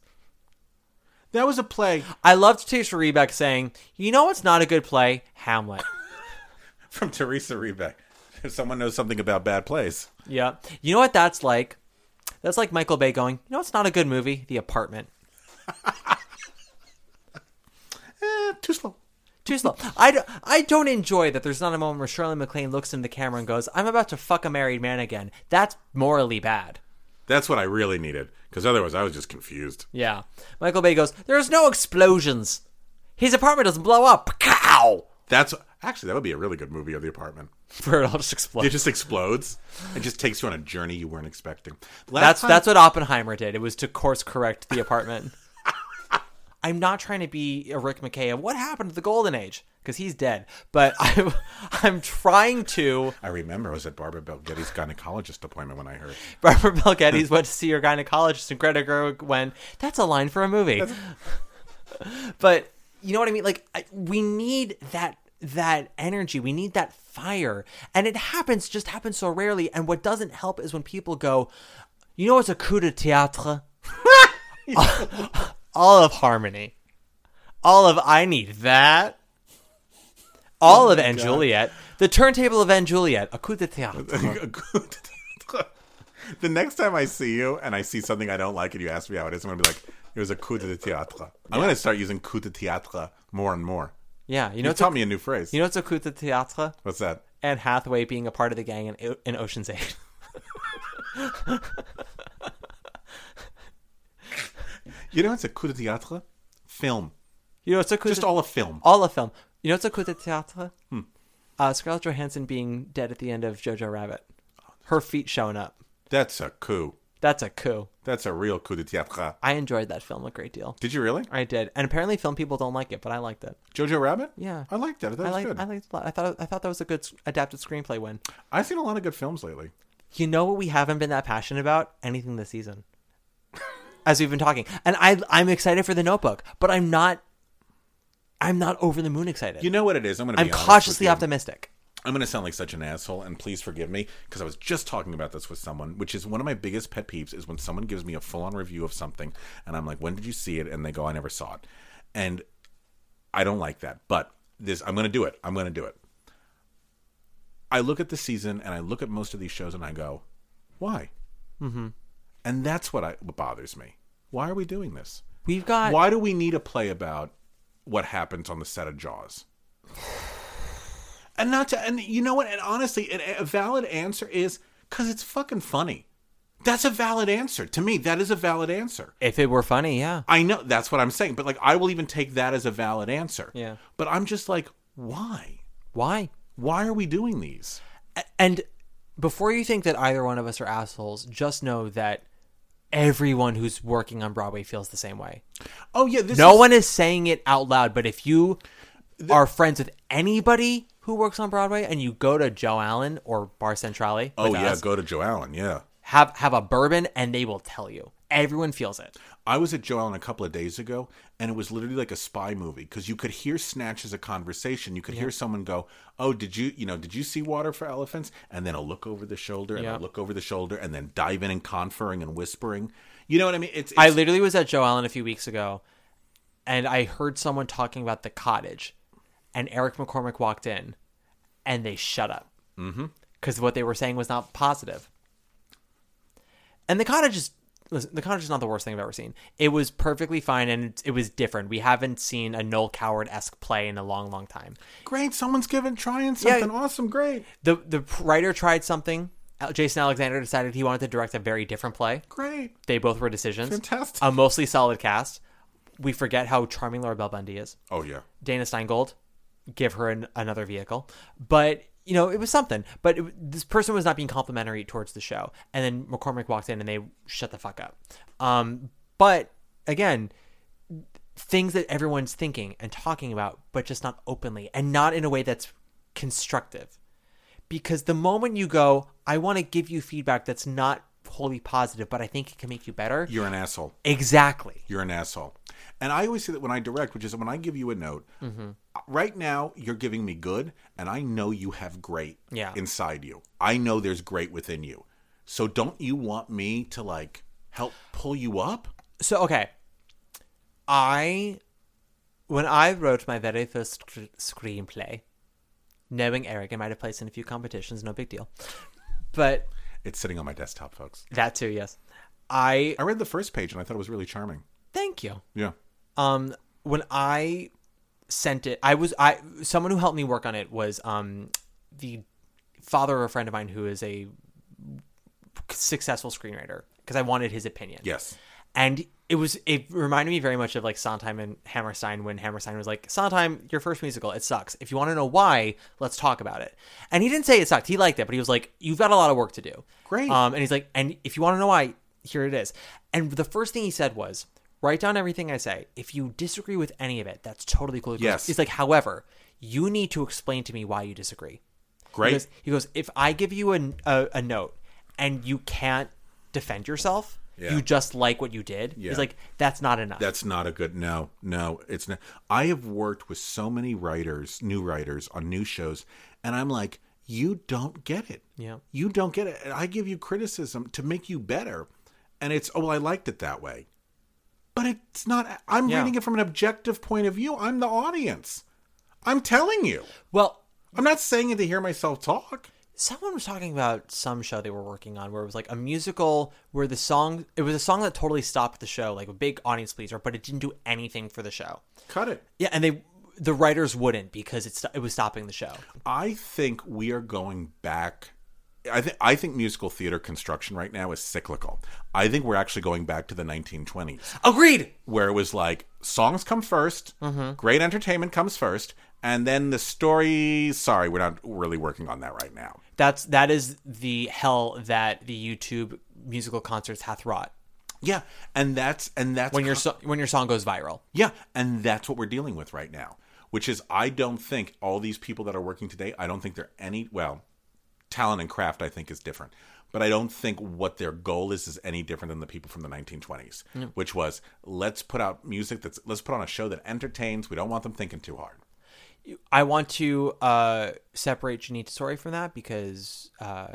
That was a play
I loved Tisha Rebeck saying, "You know what's not a good play? Hamlet."
from Teresa Rebeck. If someone knows something about bad plays,
yeah. You know what that's like? That's like Michael Bay going, "You know it's not a good movie? The Apartment."
eh, too slow.
Too slow. I, d- I don't enjoy that there's not a moment where Shirley MacLaine looks in the camera and goes, I'm about to fuck a married man again. That's morally bad.
That's what I really needed, because otherwise I was just confused.
Yeah. Michael Bay goes, There's no explosions. His apartment doesn't blow up. Cow!
That's actually that would be a really good movie of the apartment.
Where it all just explodes.
It just explodes and just takes you on a journey you weren't expecting. Last
That's
time-
that's what Oppenheimer did. It was to course correct the apartment. I'm not trying to be a Rick McKay of what happened to the Golden Age because he's dead, but I'm I'm trying to.
I remember I was at Barbara Belgetty's gynecologist appointment when I heard.
Barbara Bel Geddes went to see her gynecologist, and Greta Gerwig went. That's a line for a movie. but you know what I mean? Like I, we need that that energy. We need that fire, and it happens just happens so rarely. And what doesn't help is when people go, you know, it's a coup de théâtre. all of harmony, all of I need that, all of and Juliet, the turntable of and Juliet, a coup de théâtre.
the next time I see you and I see something I don't like and you ask me how it is, I'm gonna be like, "It was a coup de théâtre." I'm gonna start using coup de théâtre more and more.
Yeah, you know,
You
it's a,
taught me a new phrase.
you know, it's a coup de théâtre.
What's that?
Anne Hathaway being a part of the gang in, in Ocean's Eight.
You know, it's a coup de théâtre film.
You know, it's a coup
Just
de-
all a film. Hmm.
all of film. You know, it's a coup de théâtre. Uh, Scarlett Johansson being dead at the end of Jojo Rabbit, her feet showing up.
That's a coup.
That's a coup.
That's a real coup de théâtre.
I enjoyed that film a great deal.
Did you really?
I did, and apparently, film people don't like it, but I liked it.
Jojo Rabbit?
Yeah.
I liked that. I thought
I
it was
like
good.
I liked it a lot. I thought I thought that was a good s- adapted screenplay win.
I've seen a lot of good films lately.
You know what we haven't been that passionate about anything this season, as we've been talking. And I I'm excited for the Notebook, but I'm not. I'm not over the moon excited.
You know what it is? I'm going to
I'm
be honest with
cautiously
you.
optimistic.
I'm going to sound like such an asshole, and please forgive me because I was just talking about this with someone, which is one of my biggest pet peeves is when someone gives me a full on review of something, and I'm like, when did you see it? And they go, I never saw it. And I don't like that, but this, I'm going to do it. I'm going to do it. I look at the season and I look at most of these shows and I go, why? Mm-hmm. And that's what, I, what bothers me. Why are we doing this?
We've got
Why do we need a play about what happens on the set of Jaws? And not to, and you know what? And honestly, an, a valid answer is because it's fucking funny. That's a valid answer to me. That is a valid answer.
if it were funny, yeah.
I know that's what I'm saying, but like, I will even take that as a valid answer.
Yeah.
But I'm just like, why?
Why?
Why are we doing these?
And before you think that either one of us are assholes, just know that everyone who's working on Broadway feels the same way.
Oh yeah, this
No
is-
one is saying it out loud, but if you are friends with anybody who works on Broadway and you go to Joe Allen or Bar Centrale,
Oh
with
yeah,
us,
go to Joe Allen. Yeah,
have have a bourbon and they will tell you. Everyone feels it.
I was at Joe Allen a couple of days ago, and it was literally like a spy movie because you could hear snatches of conversation. You could hear someone go, "Oh, did you, you know, did you see Water for Elephants?" And then a look over the shoulder, and
Yeah.
a look over the shoulder, and then dive in and conferring and whispering. You know what I mean? It's, it's
I literally was at Joe Allen a few weeks ago and I heard someone talking about the cottage and Eric McCormick walked in and they shut up because mm-hmm. what they were saying was not positive. And the cottage is listen, the cottage is not the worst thing I've ever seen. It was perfectly fine and it- it was different. We haven't seen a Noel Coward esque play in a long, long time.
great. Someone's giving trying something awesome. Great,
The the writer tried something. Al- Jason Alexander decided he wanted to direct a very different play.
great.
They both were decisions.
Fantastic.
A mostly solid cast. We forget how charming Laura Bell Bundy is.
Oh yeah,
Dana Steingold, give her an, another vehicle. But, you know, it was something. But it, this person was not being complimentary towards the show. And then McCormick walked in and they shut the fuck up. Um, but again, things that everyone's thinking and talking about, but just not openly and not in a way that's constructive. Because the moment you go, I want to give you feedback that's not wholly positive, but I think it can make you better.
you're an asshole.
Exactly.
You're an asshole. And I always say that when I direct, which is when I give you a note, uh, right now you're giving me good, and I know you have great
Yeah.
inside you. I know there's great within you. So don't you want me to like help pull you up?
So okay, I when I wrote my very first sc- screenplay, knowing Eric, I might have placed in a few competitions, no big deal. But
It's sitting on my desktop, folks.
that too, yes. I
I read the first page and I thought it was really charming.
thank you.
Yeah.
Um, when I sent it, I was I someone who helped me work on it was um the father of a friend of mine who is a successful screenwriter because I wanted his opinion.
Yes.
and it was it reminded me very much of like Sondheim and Hammerstein when Hammerstein was like Sondheim, your first musical, it sucks. If you want to know why, let's talk about it. And he didn't say it sucked. He liked it, but he was like, you've got a lot of work to do.
Great.
Um, and he's like, and if you want to know why, here it is. And the first thing he said was, write down everything I say. If you disagree with any of it, that's totally cool.
Yes.
He's like, however, you need to explain to me why you disagree.
Great.
He goes, he goes, if I give you an, a, a note and you can't defend yourself,
Yeah.
you just like what you did.
Yeah.
He's like, that's not enough.
That's not a good no, no, it's not. I have worked with so many writers, new writers on new shows, and I'm like, you don't get it.
Yeah.
You don't get it. And I give you criticism to make you better. And it's, oh, well, I liked it that way. But it's not, I'm
Yeah.
reading it from an objective point of view. I'm the audience. I'm telling you.
well,
I'm not saying it to hear myself talk.
someone was talking about some show they were working on where it was like a musical where the song, it was a song that totally stopped the show, like a big audience pleaser, but it didn't do anything for the show.
Cut it.
Yeah. And they, the writers wouldn't because it's it was stopping the show.
I think we are going back. I think I think musical theater construction right now is cyclical. I think we're actually going back to the 1920s,
Agreed.
where it was like songs come 1st great entertainment comes first, and then the story. Sorry, we're not really working on that right now.
That's that is the hell that the YouTube musical concerts hath wrought.
Yeah, and that's and that's
When your
co-
so- when your song goes viral,
yeah, and that's what we're dealing with right now, which is I don't think all these people that are working today. I don't think they're any well. talent and craft I think is different. But I don't think what their goal is is any different than the people from the 1920s, which was let's put out music that's let's put on a show that entertains. We don't want them thinking too hard.
I want to uh, separate Janita Sori from that because uh,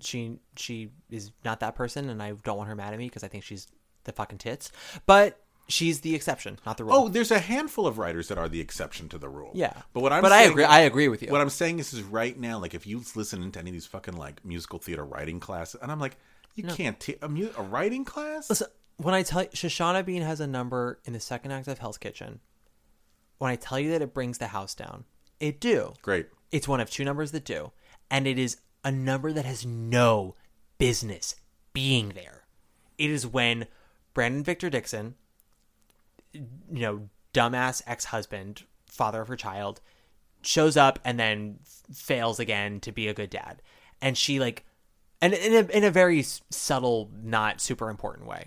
she she is not that person, and I don't want her mad at me because I think she's the fucking tits. But she's the exception, not the rule.
Oh, there's a handful of writers that are the exception to the rule.
Yeah.
but what I'm
But I
saying,
agree- I agree with you.
What I'm saying is, is right now, like if you listen to any of these fucking like musical theater writing classes, and I'm like, you can't t- a, mu- a writing class.
Listen, when I tell you, Shoshana Bean has a number in the second act of Hell's Kitchen, when I tell you that it brings the house down, it do.
Great.
It's one of two numbers that do, and it is a number that has no business being there. It is when Brandon Victor Dixon, you know, dumbass ex-husband, father of her child, shows up and then fails again to be a good dad, and she like and in a, in a very s- subtle, not super important way.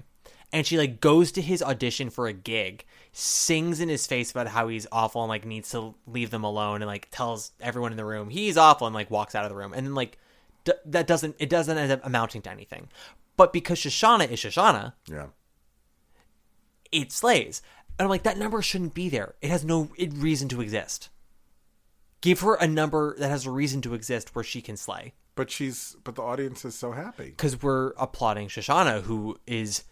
And she like goes to his audition for a gig, sings in his face about how he's awful and like needs to leave them alone, and like tells everyone in the room he's awful and like walks out of the room, and then like d- that doesn't it doesn't end up amounting to anything. But because Shoshana is Shoshana,
Yeah.
it slays. And I'm like, that number shouldn't be there. It has no it- reason to exist. Give her a number that has a reason to exist where she can slay.
But she's but the audience is so happy.
Because we're applauding Shoshana, who is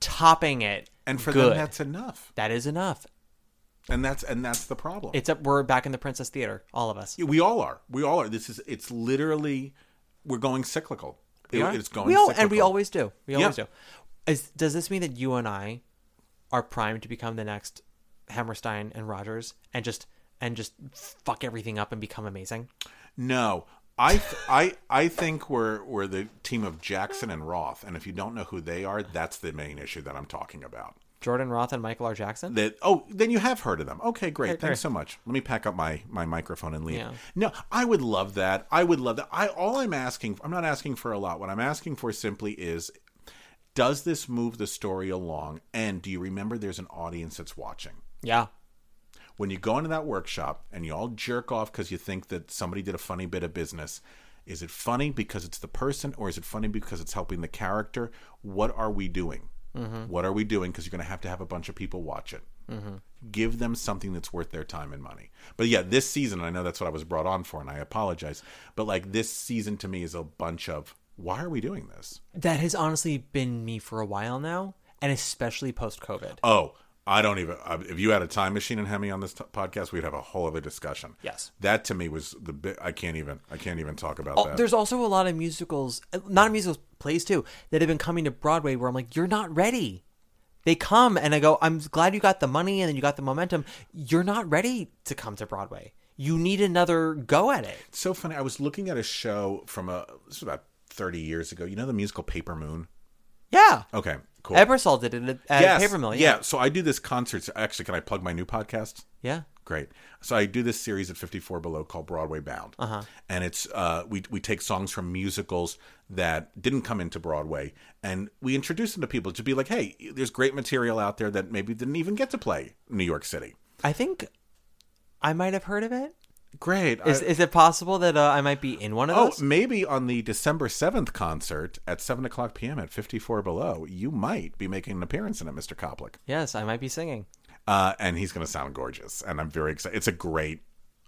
topping it.
And for
good.
them that's enough.
that is enough.
And that's and that's the problem.
It's up. We're back in the Princess Theater, all of us.
Yeah, we all are. We all are. This is it's literally we're going cyclical. It-
Yeah?
It's going
We all,
cyclical.
and we always do. We
Yeah.
always do. Is, does this mean that you and I are primed to become the next Hammerstein and Rogers, and just and just fuck everything up and become amazing?
No. I th- I I think we're we're the team of Jackson and Roth, and if you don't know who they are, that's the main issue that I'm talking about.
Jordan Roth and Michael R. Jackson.
That oh, then you have heard of them. Okay, great.
Okay,
Thanks
great.
so much. Let me pack up my my microphone and leave.
Yeah.
No, I would love that. I would love that. I all I'm asking I'm not asking for a lot. What I'm asking for simply is does this move the story along and do you remember there's an audience that's watching?
yeah.
when you go into that workshop and you all jerk off because you think that somebody did a funny bit of business, is it funny because it's the person or is it funny because it's helping the character? What are we doing? What are we doing? Because you're going to have to have a bunch of people watch it. Give them something that's worth their time and money. But yeah, this season, I know that's what I was brought on for, and I apologize. But like this season to me is a bunch of why are we doing this?
That has honestly been me for a while now, and especially post COVID.
Oh, I don't even. Uh, if you had a time machine and had me on this t- podcast, we'd have a whole other discussion.
Yes. Oh,
that to me was the. Bi- I can't even. I can't even talk about that.
There's also a lot of musicals, uh, not musicals, plays too, that have been coming to Broadway where I'm like, you're not ready. They come and I go, I'm glad you got the money and then you got the momentum. You're not ready to come to Broadway. You need another go at it.
It's so funny. I was looking at a show from a. This was about thirty years ago. You know the musical Paper Moon.
Yeah.
Okay, cool.
Ebersol did it at, at
Yes,
Paper Mill.
Yeah.
Yeah.
So I do this concert. Actually, can I plug my new podcast?
Yeah.
Great. So I do this series at 54 Below called Broadway Bound.
Uh-huh.
And it's uh, we we take songs from musicals that didn't come into Broadway and we introduce them to people to be like, "Hey, there's great material out there that maybe didn't even get to play in New York City."
I think I might have heard of it.
Great.
Is,
I-
is it possible that uh, I might be in one of
Oh,
those?
maybe on the December 7th concert at 7 o'clock p.m. at 54 Below, you might be making an appearance in it, Mr. Koplik.
Yes, I might be singing.
uh, and he's going to sound gorgeous. And I'm very excited. It's a great.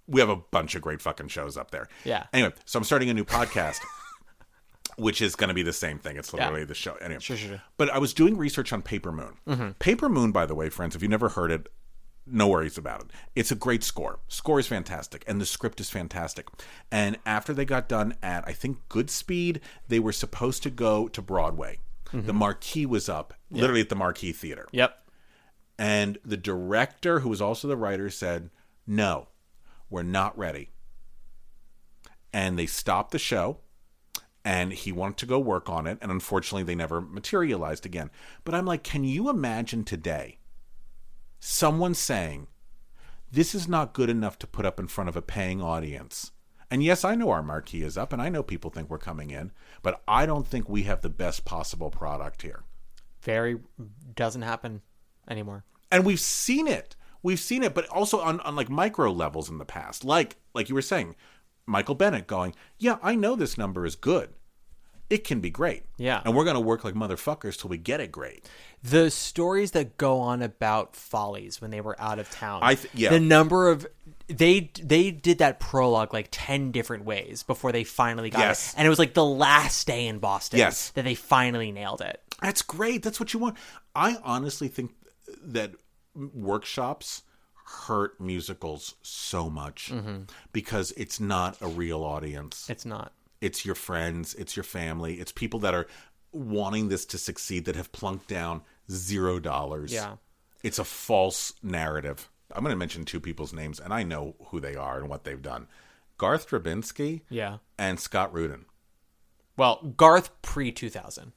We have a bunch of great fucking shows up there.
Yeah.
Anyway, so I'm starting a new podcast, which is going to be the same thing. It's literally the show. Anyway, sure, sure, Mm-hmm. But I was doing research on Paper Moon. Paper Moon, by the way, friends, if you never heard it, no worries about it. It's a great score. Score is fantastic, and the script is fantastic. And after they got done at, I think, Goodspeed, they were supposed to go to Broadway. The marquee was up, literally at the Marquee Theater.
Yep.
And the director, who was also the writer, said, No, we're not ready. And they stopped the show. And he wanted to go work on it. And unfortunately, they never materialized again. But I'm like, can you imagine today someone saying, This is not good enough to put up in front of a paying audience? And yes, I know our marquee is up, and I know people think we're coming in, but I don't think we have the best possible product here.
Very doesn't happen anymore.
and we've seen it we've seen it but also on, on like micro levels in the past like like you were saying michael bennett going yeah i know this number is good it can be great
Yeah.
and we're going to work like motherfuckers till we get it great
the stories that go on about follies when they were out of town.
I th- yeah.
the number of they they did that prologue like ten different ways before they finally got
Yes.
it, and it was like the last day in Boston.
Yes.
that they finally nailed it.
that's great that's what you want i honestly think that workshops hurt musicals so much because it's not a real audience
It's not.
it's your friends, it's your family, it's people that are wanting this to succeed that have plunked down zero dollars.
Yeah.
It's a false narrative. I'm going to mention two people's names, and I know who they are and what they've done Garth Drabinsky
Yeah.
and Scott Rudin.
Well, Garth pre two thousand.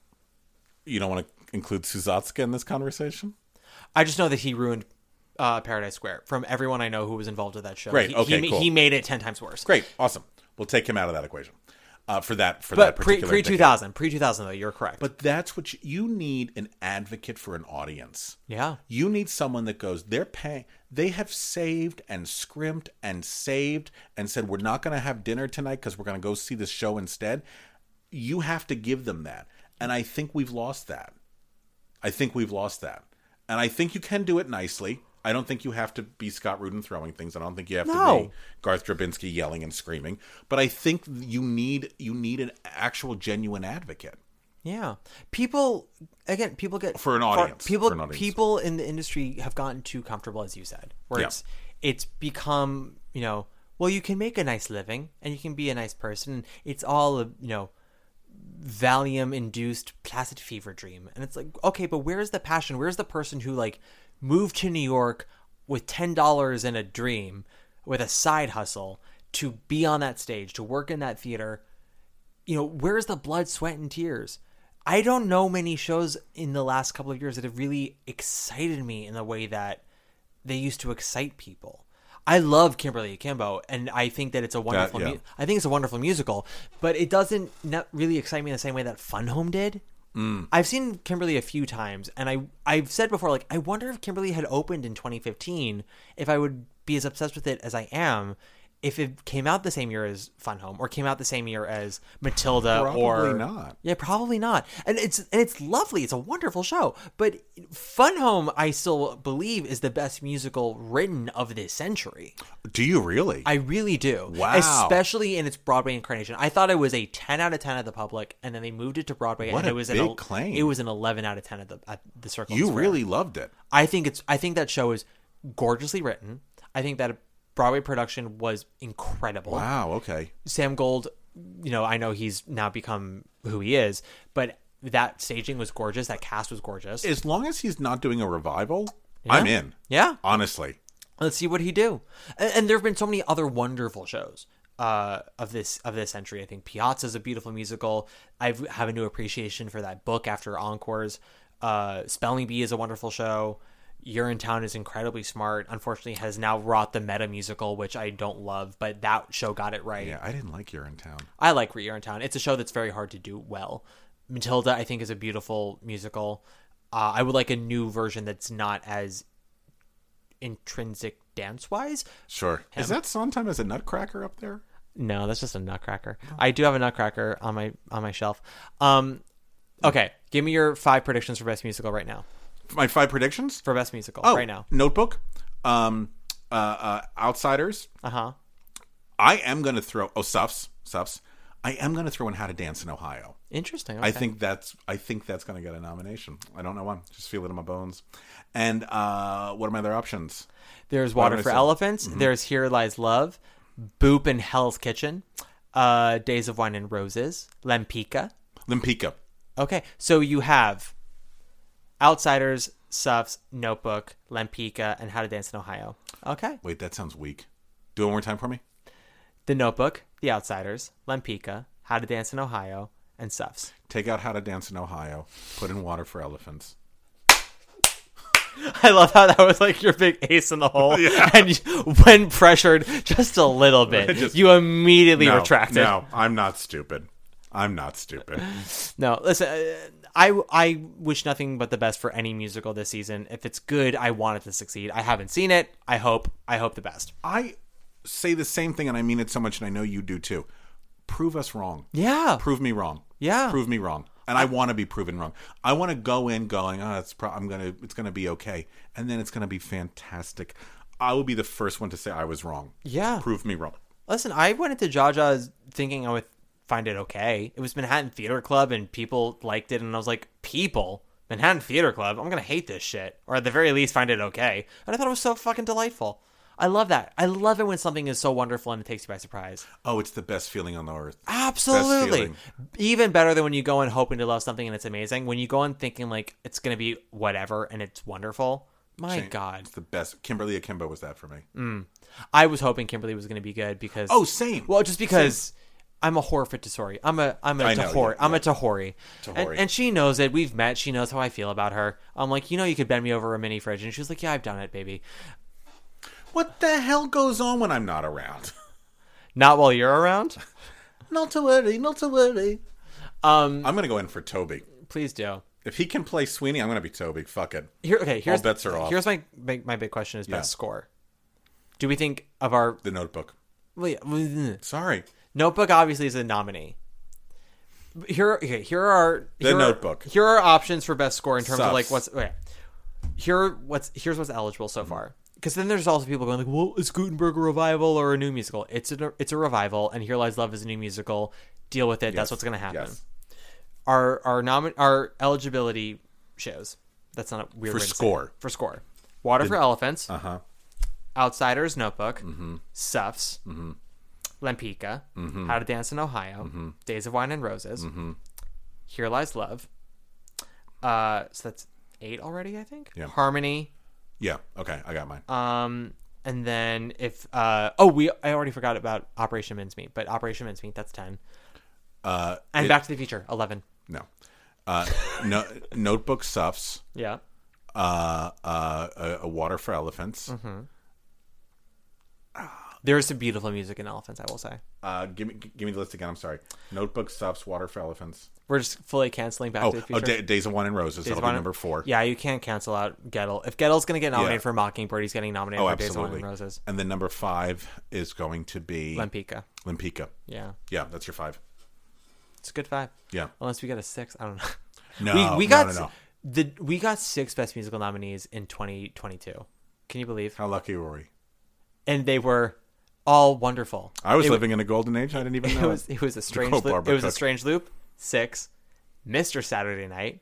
You don't want to include Suzatska in this conversation?
I just know that he ruined uh, Paradise Square from everyone I know who was involved with that show.
Great,
He,
okay,
he,
cool.
he made it ten times worse.
Great. Awesome. We'll take him out of that equation. uh, for that for that
But pre
particular
pre two
decade.
thousand, pre two thousand though, you're correct.
But that's what you, you need an advocate for an audience.
Yeah.
You need someone that goes, they're paying, they have saved and scrimped and saved and said, we're not going to have dinner tonight because we're going to go see this show instead. You have to give them that. And I think we've lost that. I think we've lost that. And I think you can do it nicely. I don't think you have to be Scott Rudin throwing things. I don't think you have to be
No.
Garth Drabinsky yelling and screaming. But I think you need you need an actual genuine advocate.
Yeah, people again, people get
For an
far-
audience,
people,
for an audience.
people in the industry have gotten too comfortable, as you said. Where
Yeah.
it's it's become you know, well, you can make a nice living and you can be a nice person. It's all a you know, Valium induced placid fever dream, and it's like okay, but where's the passion? Where's the person who like moved to New York with ten dollars and a dream, with a side hustle to be on that stage, to work in that theater? you know, where's the blood, sweat, and tears? I don't know many shows in the last couple of years that have really excited me in the way that they used to excite people. I love Kimberly Akimbo, and I think that it's a wonderful.
yeah.
mu- I think it's a wonderful musical, but it doesn't not really excite me in the same way that Fun Home did. I've seen Kimberly a few times, and I I've said before, like I wonder if Kimberly had opened in 2015, if I would be as obsessed with it as I am, if it came out the same year as Fun Home or came out the same year as Matilda or
Probably not.
Yeah, probably not. And it's and it's lovely. It's a wonderful show, but Fun Home I still believe is the best musical written of this century.
Do you really?
I really do.
Wow.
Especially in its Broadway incarnation. I thought it was a 10 out of 10 at the public, and then they moved it to Broadway,
What
and
a
it was an
big
el-
claim.
It was an 11 out of 10 at the at the Circle. and
you
Square.
really loved it.
I think it's. I think that show is gorgeously written. I think that Broadway production was incredible.
Wow. Okay.
Sam Gold, you know, I know he's now become who he is, but that staging was gorgeous. That cast was gorgeous.
As long as he's not doing a revival, I'm in.
Yeah.
Honestly.
Let's see what he do. And, and there have been so many other wonderful shows uh, of this of this century. I think Piazza is a beautiful musical. I have a new appreciation for that book after Encores. Uh, Spelling Bee is a wonderful show. Urinetown is incredibly smart. Unfortunately, has now wrought the meta musical, which I don't love, but that show got it right.
Yeah, I didn't like You're in Town.
I like Re Urinetown. It's a show that's very hard to do well. Matilda, I think, is a beautiful musical. Uh, I would like a new version that's not as intrinsic dance wise.
Sure. Is that Sondheim as a nutcracker up there?
No, that's just a nutcracker.
Oh.
I do have a nutcracker on my on my shelf. Um okay, give me your five predictions for best musical right now.
My five predictions?
For best musical
Oh.
right now.
Notebook. Um uh, uh Outsiders.
Uh-huh.
I am gonna throw oh Suffs. Suffs. I am gonna throw in How to Dance in Ohio.
Interesting.
I
okay.
think that's I think that's gonna get a nomination. I don't know why. Just feel it in my bones. And uh what are my other options?
there's Water
gonna
for
say- Mm-hmm.
Elephants, there's Here Lies Love, Boop in Hell's Kitchen, uh Days of Wine and Roses, Lampica.
Limpica.
Okay. So you have Outsiders, Suffs, Notebook, Lampica, and How to Dance in Ohio. Okay.
Wait, that sounds weak. Do it one more time for me.
The Notebook, The Outsiders, Lampica, How to Dance in Ohio, and Suffs.
Take out How to Dance in Ohio, put in water for elephants.
I love how that was like your big ace in the hole, and you, when pressured just a little bit,
Just-
you immediately
no,
retracted.
No, I'm not stupid. I'm not stupid.
No, listen, uh, I I wish nothing but the best for any musical this season. If it's good, I want it to succeed. I haven't seen it. I hope. I hope the best.
I say the same thing, and I mean it so much, and I know you do too. Prove us wrong.
Yeah.
Prove me wrong.
Yeah.
Prove me wrong. And I, want to be proven wrong. I want to go in going, oh, it's pro- I'm gonna, it's gonna be okay, and then it's gonna be fantastic. I will be the first one to say I was wrong.
Yeah.
Prove me wrong.
Listen, I went into Jaja thinking I would find it okay. It was Manhattan Theater Club, and people liked it, and I was like, people. Manhattan Theater Club. I'm gonna hate this shit, or at the very least, find it okay. And I thought it was so fucking delightful. I love that. I love it when something is so wonderful and it takes you by surprise.
Oh, it's the best feeling on the earth.
Absolutely.
feeling.
Even better than when you go in hoping to love something and it's amazing. When you go in thinking like it's gonna be whatever and it's wonderful. My God,
It's the best. Kimberly Akimbo was that for me. Mm.
I was hoping Kimberly was gonna be good because
Oh, same.
Well, just because I'm a whore for Tesori. I'm a I'm a
I know,
Tahori.
yeah,
I'm
yeah.
a Tahori. And,
Tahori.
and she knows it. We've met. She knows how I feel about her. I'm like, you know, you could bend me over a mini fridge, and she was like, yeah, I've done it, baby.
What the hell goes on when I'm not around?
Not while you're around. Not to worry, not to worry. Um,
I'm gonna go in for Toby.
please do.
If he can play Sweeney, I'm gonna be Toby. Fuck it.
Here, okay. Here's
bets are off.
Here's my my, my big question: is
Yeah.
best score. Do we think of our
The Notebook.
well, yeah,
Sorry,
Notebook? Obviously, is a nominee. But Here, okay, here are
The
here are-
Notebook.
here are options for best score in terms of
Sucks.
like what's okay. Here, are what's here's what's eligible so far. Because then there's also people going like, well, is Gutenberg a revival or a new musical? It's a it's a revival, and Here Lies Love is a new musical. Deal with it. That's what's going to happen.
Yes.
Our our nomin our eligibility shows. That's not a weird way to
For
say it.
score. Uh-huh.
for score. Water for Elephants. Uh huh. Outsiders Notebook.
Mm-hmm.
Suffs. Lampica. How to Dance in Ohio.
Mm-hmm.
Days of Wine and Roses. Here Lies Love. Uh, so that's eight already, I think.
Yeah.
Harmony.
Yeah. Okay, I got mine.
Um, and then if uh oh we I already forgot about Operation Mincemeat, but Operation Mincemeat that's ten.
uh,
And
it-
Back to the Future eleven.
No. Uh, no. Notebook suffs.
Yeah.
Uh, uh, a, a water for elephants.
Mm-hmm. There is some beautiful music in Elephants, I will say.
Uh, give me give me the list again. I'm sorry. Notebook suffs. Water for elephants.
We're just fully canceling Back
Oh,
to the Future.
oh Da- Days of Wine and Roses.
Days
That'll
of Honor-
be number four.
Yeah, you can't cancel out Gettle. If Gettle's going to get nominated
Yeah.
for Mockingbird, he's getting nominated
Oh,
for Days of Wine
absolutely.
and Roses.
And then number five is going to be
Lempica.
Limpika.
Yeah,
Yeah, that's your five.
it's a good five.
Yeah.
Unless we get a six, I don't know.
No,
we, we
Uh, no,
got
no, no.
the we got six best musical nominees in 2022. Can you believe?
How lucky were we?
And they were all wonderful.
I was
It-
living in a golden age. I didn't even
It
know.
was it was a strange
Nicole
loop.
Barber
It was a
Cook.
strange loop. Six, Mr. Saturday Night,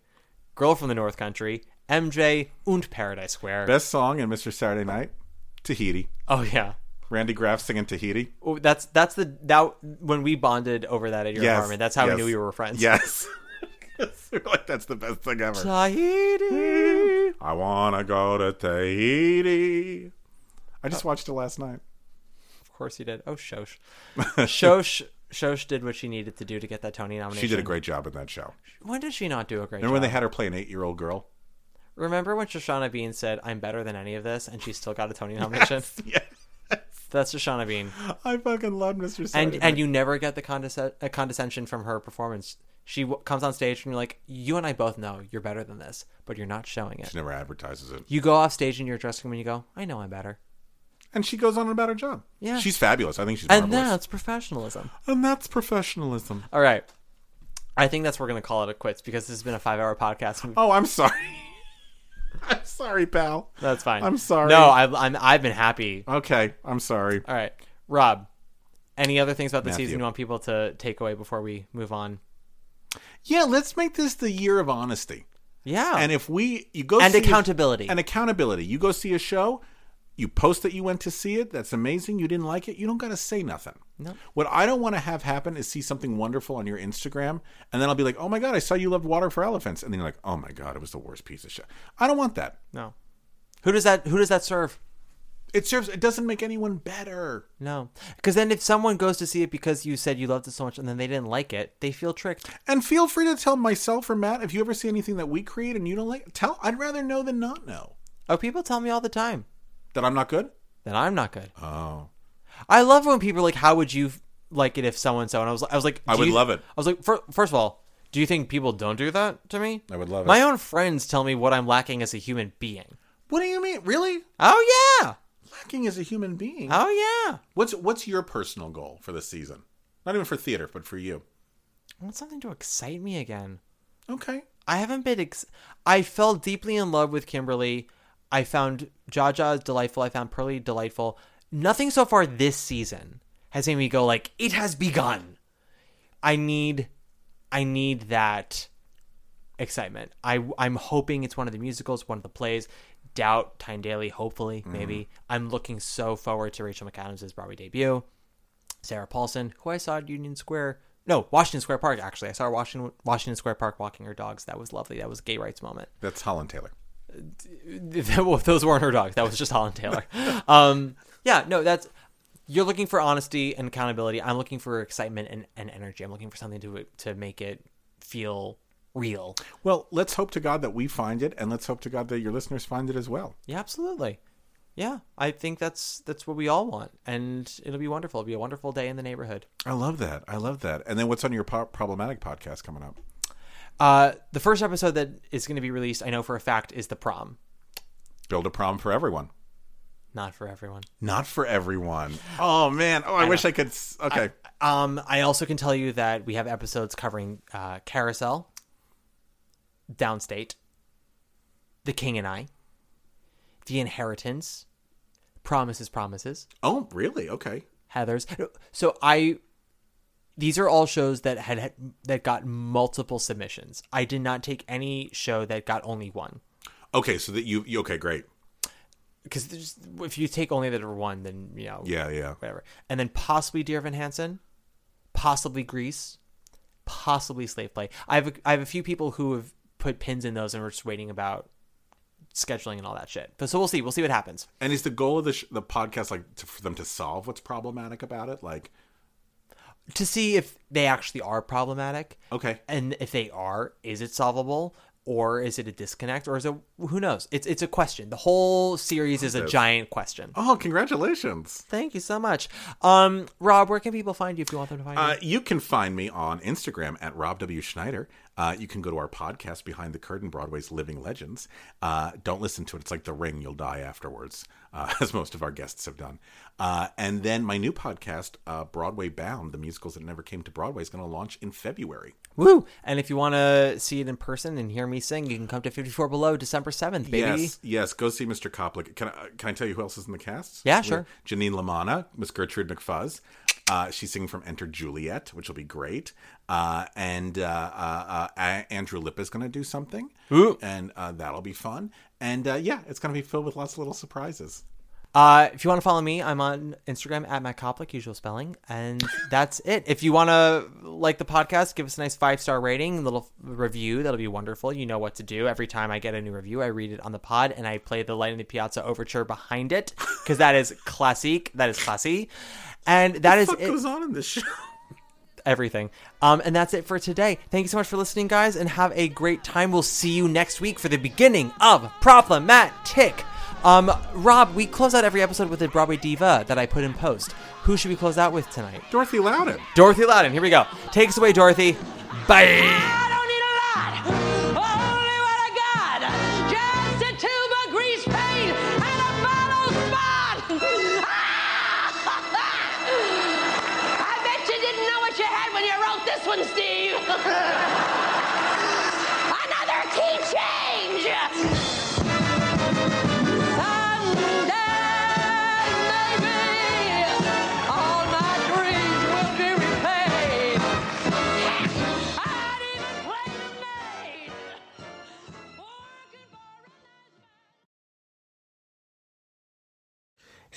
Girl from the North Country, MJ, and Paradise Square.
Best song in Mr. Saturday Night, Tahiti.
oh yeah.
Randy Graff singing Tahiti.
Oh, that's that's the that when we bonded over that at your
Yes,
apartment. That's how we
yes,
knew we were friends.
Yes. We're like, that's the best thing ever.
Tahiti.
I want to go to Tahiti. I just watched it last night.
Of course he did. Oh, Shosh. Shosh. Shosh did what she needed to do to get that Tony nomination.
She did a great job in that show.
When did she not do a great
Remember when
job?
they had her play an eight year old girl?
Remember when Shoshana Bean said, "I'm better than any of this," and she still got a Tony nomination?
Yes.
That's Shoshana Bean.
I fucking love Mr.
And
Saturday
and you never get the condesc- uh, condescension from her performance. She w- comes on stage and you're like, "You and I both know you're better than this, but you're not showing it."
she never advertises it.
You go off stage in your dressing room and you go, "I know I'm better."
And she goes on about her job.
Yeah.
She's fabulous. I think she's
And
marvelous.
that's professionalism.
and that's professionalism.
All right. I think that's we're going to call it a quits because this has been a five hour podcast.
Oh, I'm sorry. I'm sorry, pal.
That's fine.
I'm sorry.
No, I've, I'm, I've been happy.
Okay, I'm sorry.
All right. Rob, any other things about the
Matthew.
season you want people to take away before we move on?
Yeah, let's make this the year of honesty.
Yeah.
And if we you go
And
see a-
accountability.
and accountability, you go see a show, you post that you went to see it. That's amazing. You didn't like it. You don't got to say nothing. No. What I don't want to have happen is see something wonderful on your Instagram, and then I'll be like, "Oh my god, I saw you loved Water for Elephants," and then you're like, "Oh my god, it was the worst piece of shit." I don't want that.
no. Who does that who does that serve?
It serves. It doesn't make anyone better.
No. Cuz then if someone goes to see it because you said you loved it so much and then they didn't like it, they feel tricked.
And feel free to tell myself or Matt if you ever see anything that we create and you don't like. Tell. I'd rather know than not know
Oh, people tell me all the time
that I'm not good.
that I'm not good.
Oh.
I love when people are like, "How would you f- like it if so and so?" And I was, I was like,
I
do
would
you-
love it.
I was like, fir- first of all, do you think people don't do that to me?
I would love
My
it.
own friends tell me what I'm lacking as a human being.
What do you mean? Really?
Oh yeah,
Lacking as a human being.
oh yeah.
What's what's your personal goal for this season? Not even for theater, but for you.
I want something to excite me again.
Okay.
I haven't been. Ex- I fell deeply in love with Kimberly. I found Jaja delightful. I found Pearly delightful. Nothing so far this season has made me go like it has begun. I need, I need that excitement. I I'm hoping it's one of the musicals, one of the plays. Doubt Tyne Daly, hopefully, maybe. I'm looking so forward to Rachel McAdams' Broadway debut. Sarah Paulson, who I saw at Union Square, no Washington Square Park. Actually, I saw her Washington Washington Square Park walking her dogs. That was lovely. That was a gay rights moment.
That's Holland Taylor.
Well, those weren't her dogs. That was just Holland Taylor. um, yeah, no, that's you're looking for honesty and accountability. I'm looking for excitement and, and energy. I'm looking for something to to make it feel real.
Well, let's hope to God that we find it, and let's hope to God that your listeners find it as well.
Yeah, absolutely. yeah, I think that's that's what we all want, and it'll be wonderful. It'll be a wonderful day in the neighborhood.
I love that. I love that. And then what's on your po- problematic podcast coming up?
Uh, the first episode that is going to be released, I know for a fact, is the prom.
Build a prom for everyone.
Not for everyone.
Not for everyone. Oh man. Oh, I, wish I could. s- Okay.
Um, I also can tell you that we have episodes covering uh, Carousel, Downstate, The King and I, The Inheritance, Promises, Promises,
oh, really? Okay.
Heather's. So I, these are all shows that had, had that got multiple submissions. I did not take any show that got only one
Okay. So that you. you okay. Great.
because if you take only the one, then you know
Yeah. Yeah.
whatever. And then possibly Dear Evan Hansen, possibly Greece, possibly Slave Play. I have a, I have a few people who have put pins in those and we're just waiting about scheduling and all that shit. But so we'll see. We'll see what happens.
And is the goal of the sh- the podcast like to, for them to solve what's problematic about it? Like,
To see if they actually are problematic.
Okay.
And if they are, is it solvable? Or is it a disconnect? Or is it who knows? It's it's a question. The whole series is a giant question.
oh, congratulations.
Thank you so much. Um, Rob, where can people find you if you want them to find you?
Uh, you can find me on Instagram at Rob W. Schneider. Uh, you can go to our podcast, Behind the Curtain Broadway's Living Legends. Uh, don't listen to it. It's like The Ring. You'll die afterwards, uh, as most of our guests have done. Uh, and then my new podcast, uh, Broadway Bound, the musicals that never came to Broadway, is going to launch in February.
Woo! And if you want to see it in person and hear me sing, you can come to 54 Below December 7th, baby.
Yes, yes. Go see Mr. Coplik. Can I, can I tell you who else is in the cast?
Yeah, sure.
Janine Lamana, Miss Gertrude McFuzz. Uh, she's singing from Enter Juliet, which will be great. Uh, and uh, uh, uh, A- Andrew Lip is going to do something, and uh, that'll be fun. And uh, yeah, it's going to be filled with lots of little surprises.
Uh, if you want to follow me, I'm on Instagram at Matt Koplik, usual spelling. And that's it. If you want to like the podcast, give us a nice five star rating, little review. That'll be wonderful. You know what to do. Every time I get a new review, I read it on the pod and I play the Light in the Piazza overture behind it because that is classic. That is classy. And that is
What
it.
goes on in this show?
everything. Um, and that's it for today. Thank you so much for listening, guys, and have a great time. We'll see you next week for the beginning of Problematic. Um, Rob, we close out every episode with a Broadway diva that I put in post. Who should we close out with tonight?
Dorothy Loudon.
Dorothy Loudon. Here we go. Take us away, Dorothy. Bye.
I don't need a lot, only what I got. Just a tube of grease paint and a bottle of spot. I bet you didn't know what you had when you wrote this one, Steve. Another key change. Someday, maybe, all my dreams will be repaid. I'd even play the maid. Working for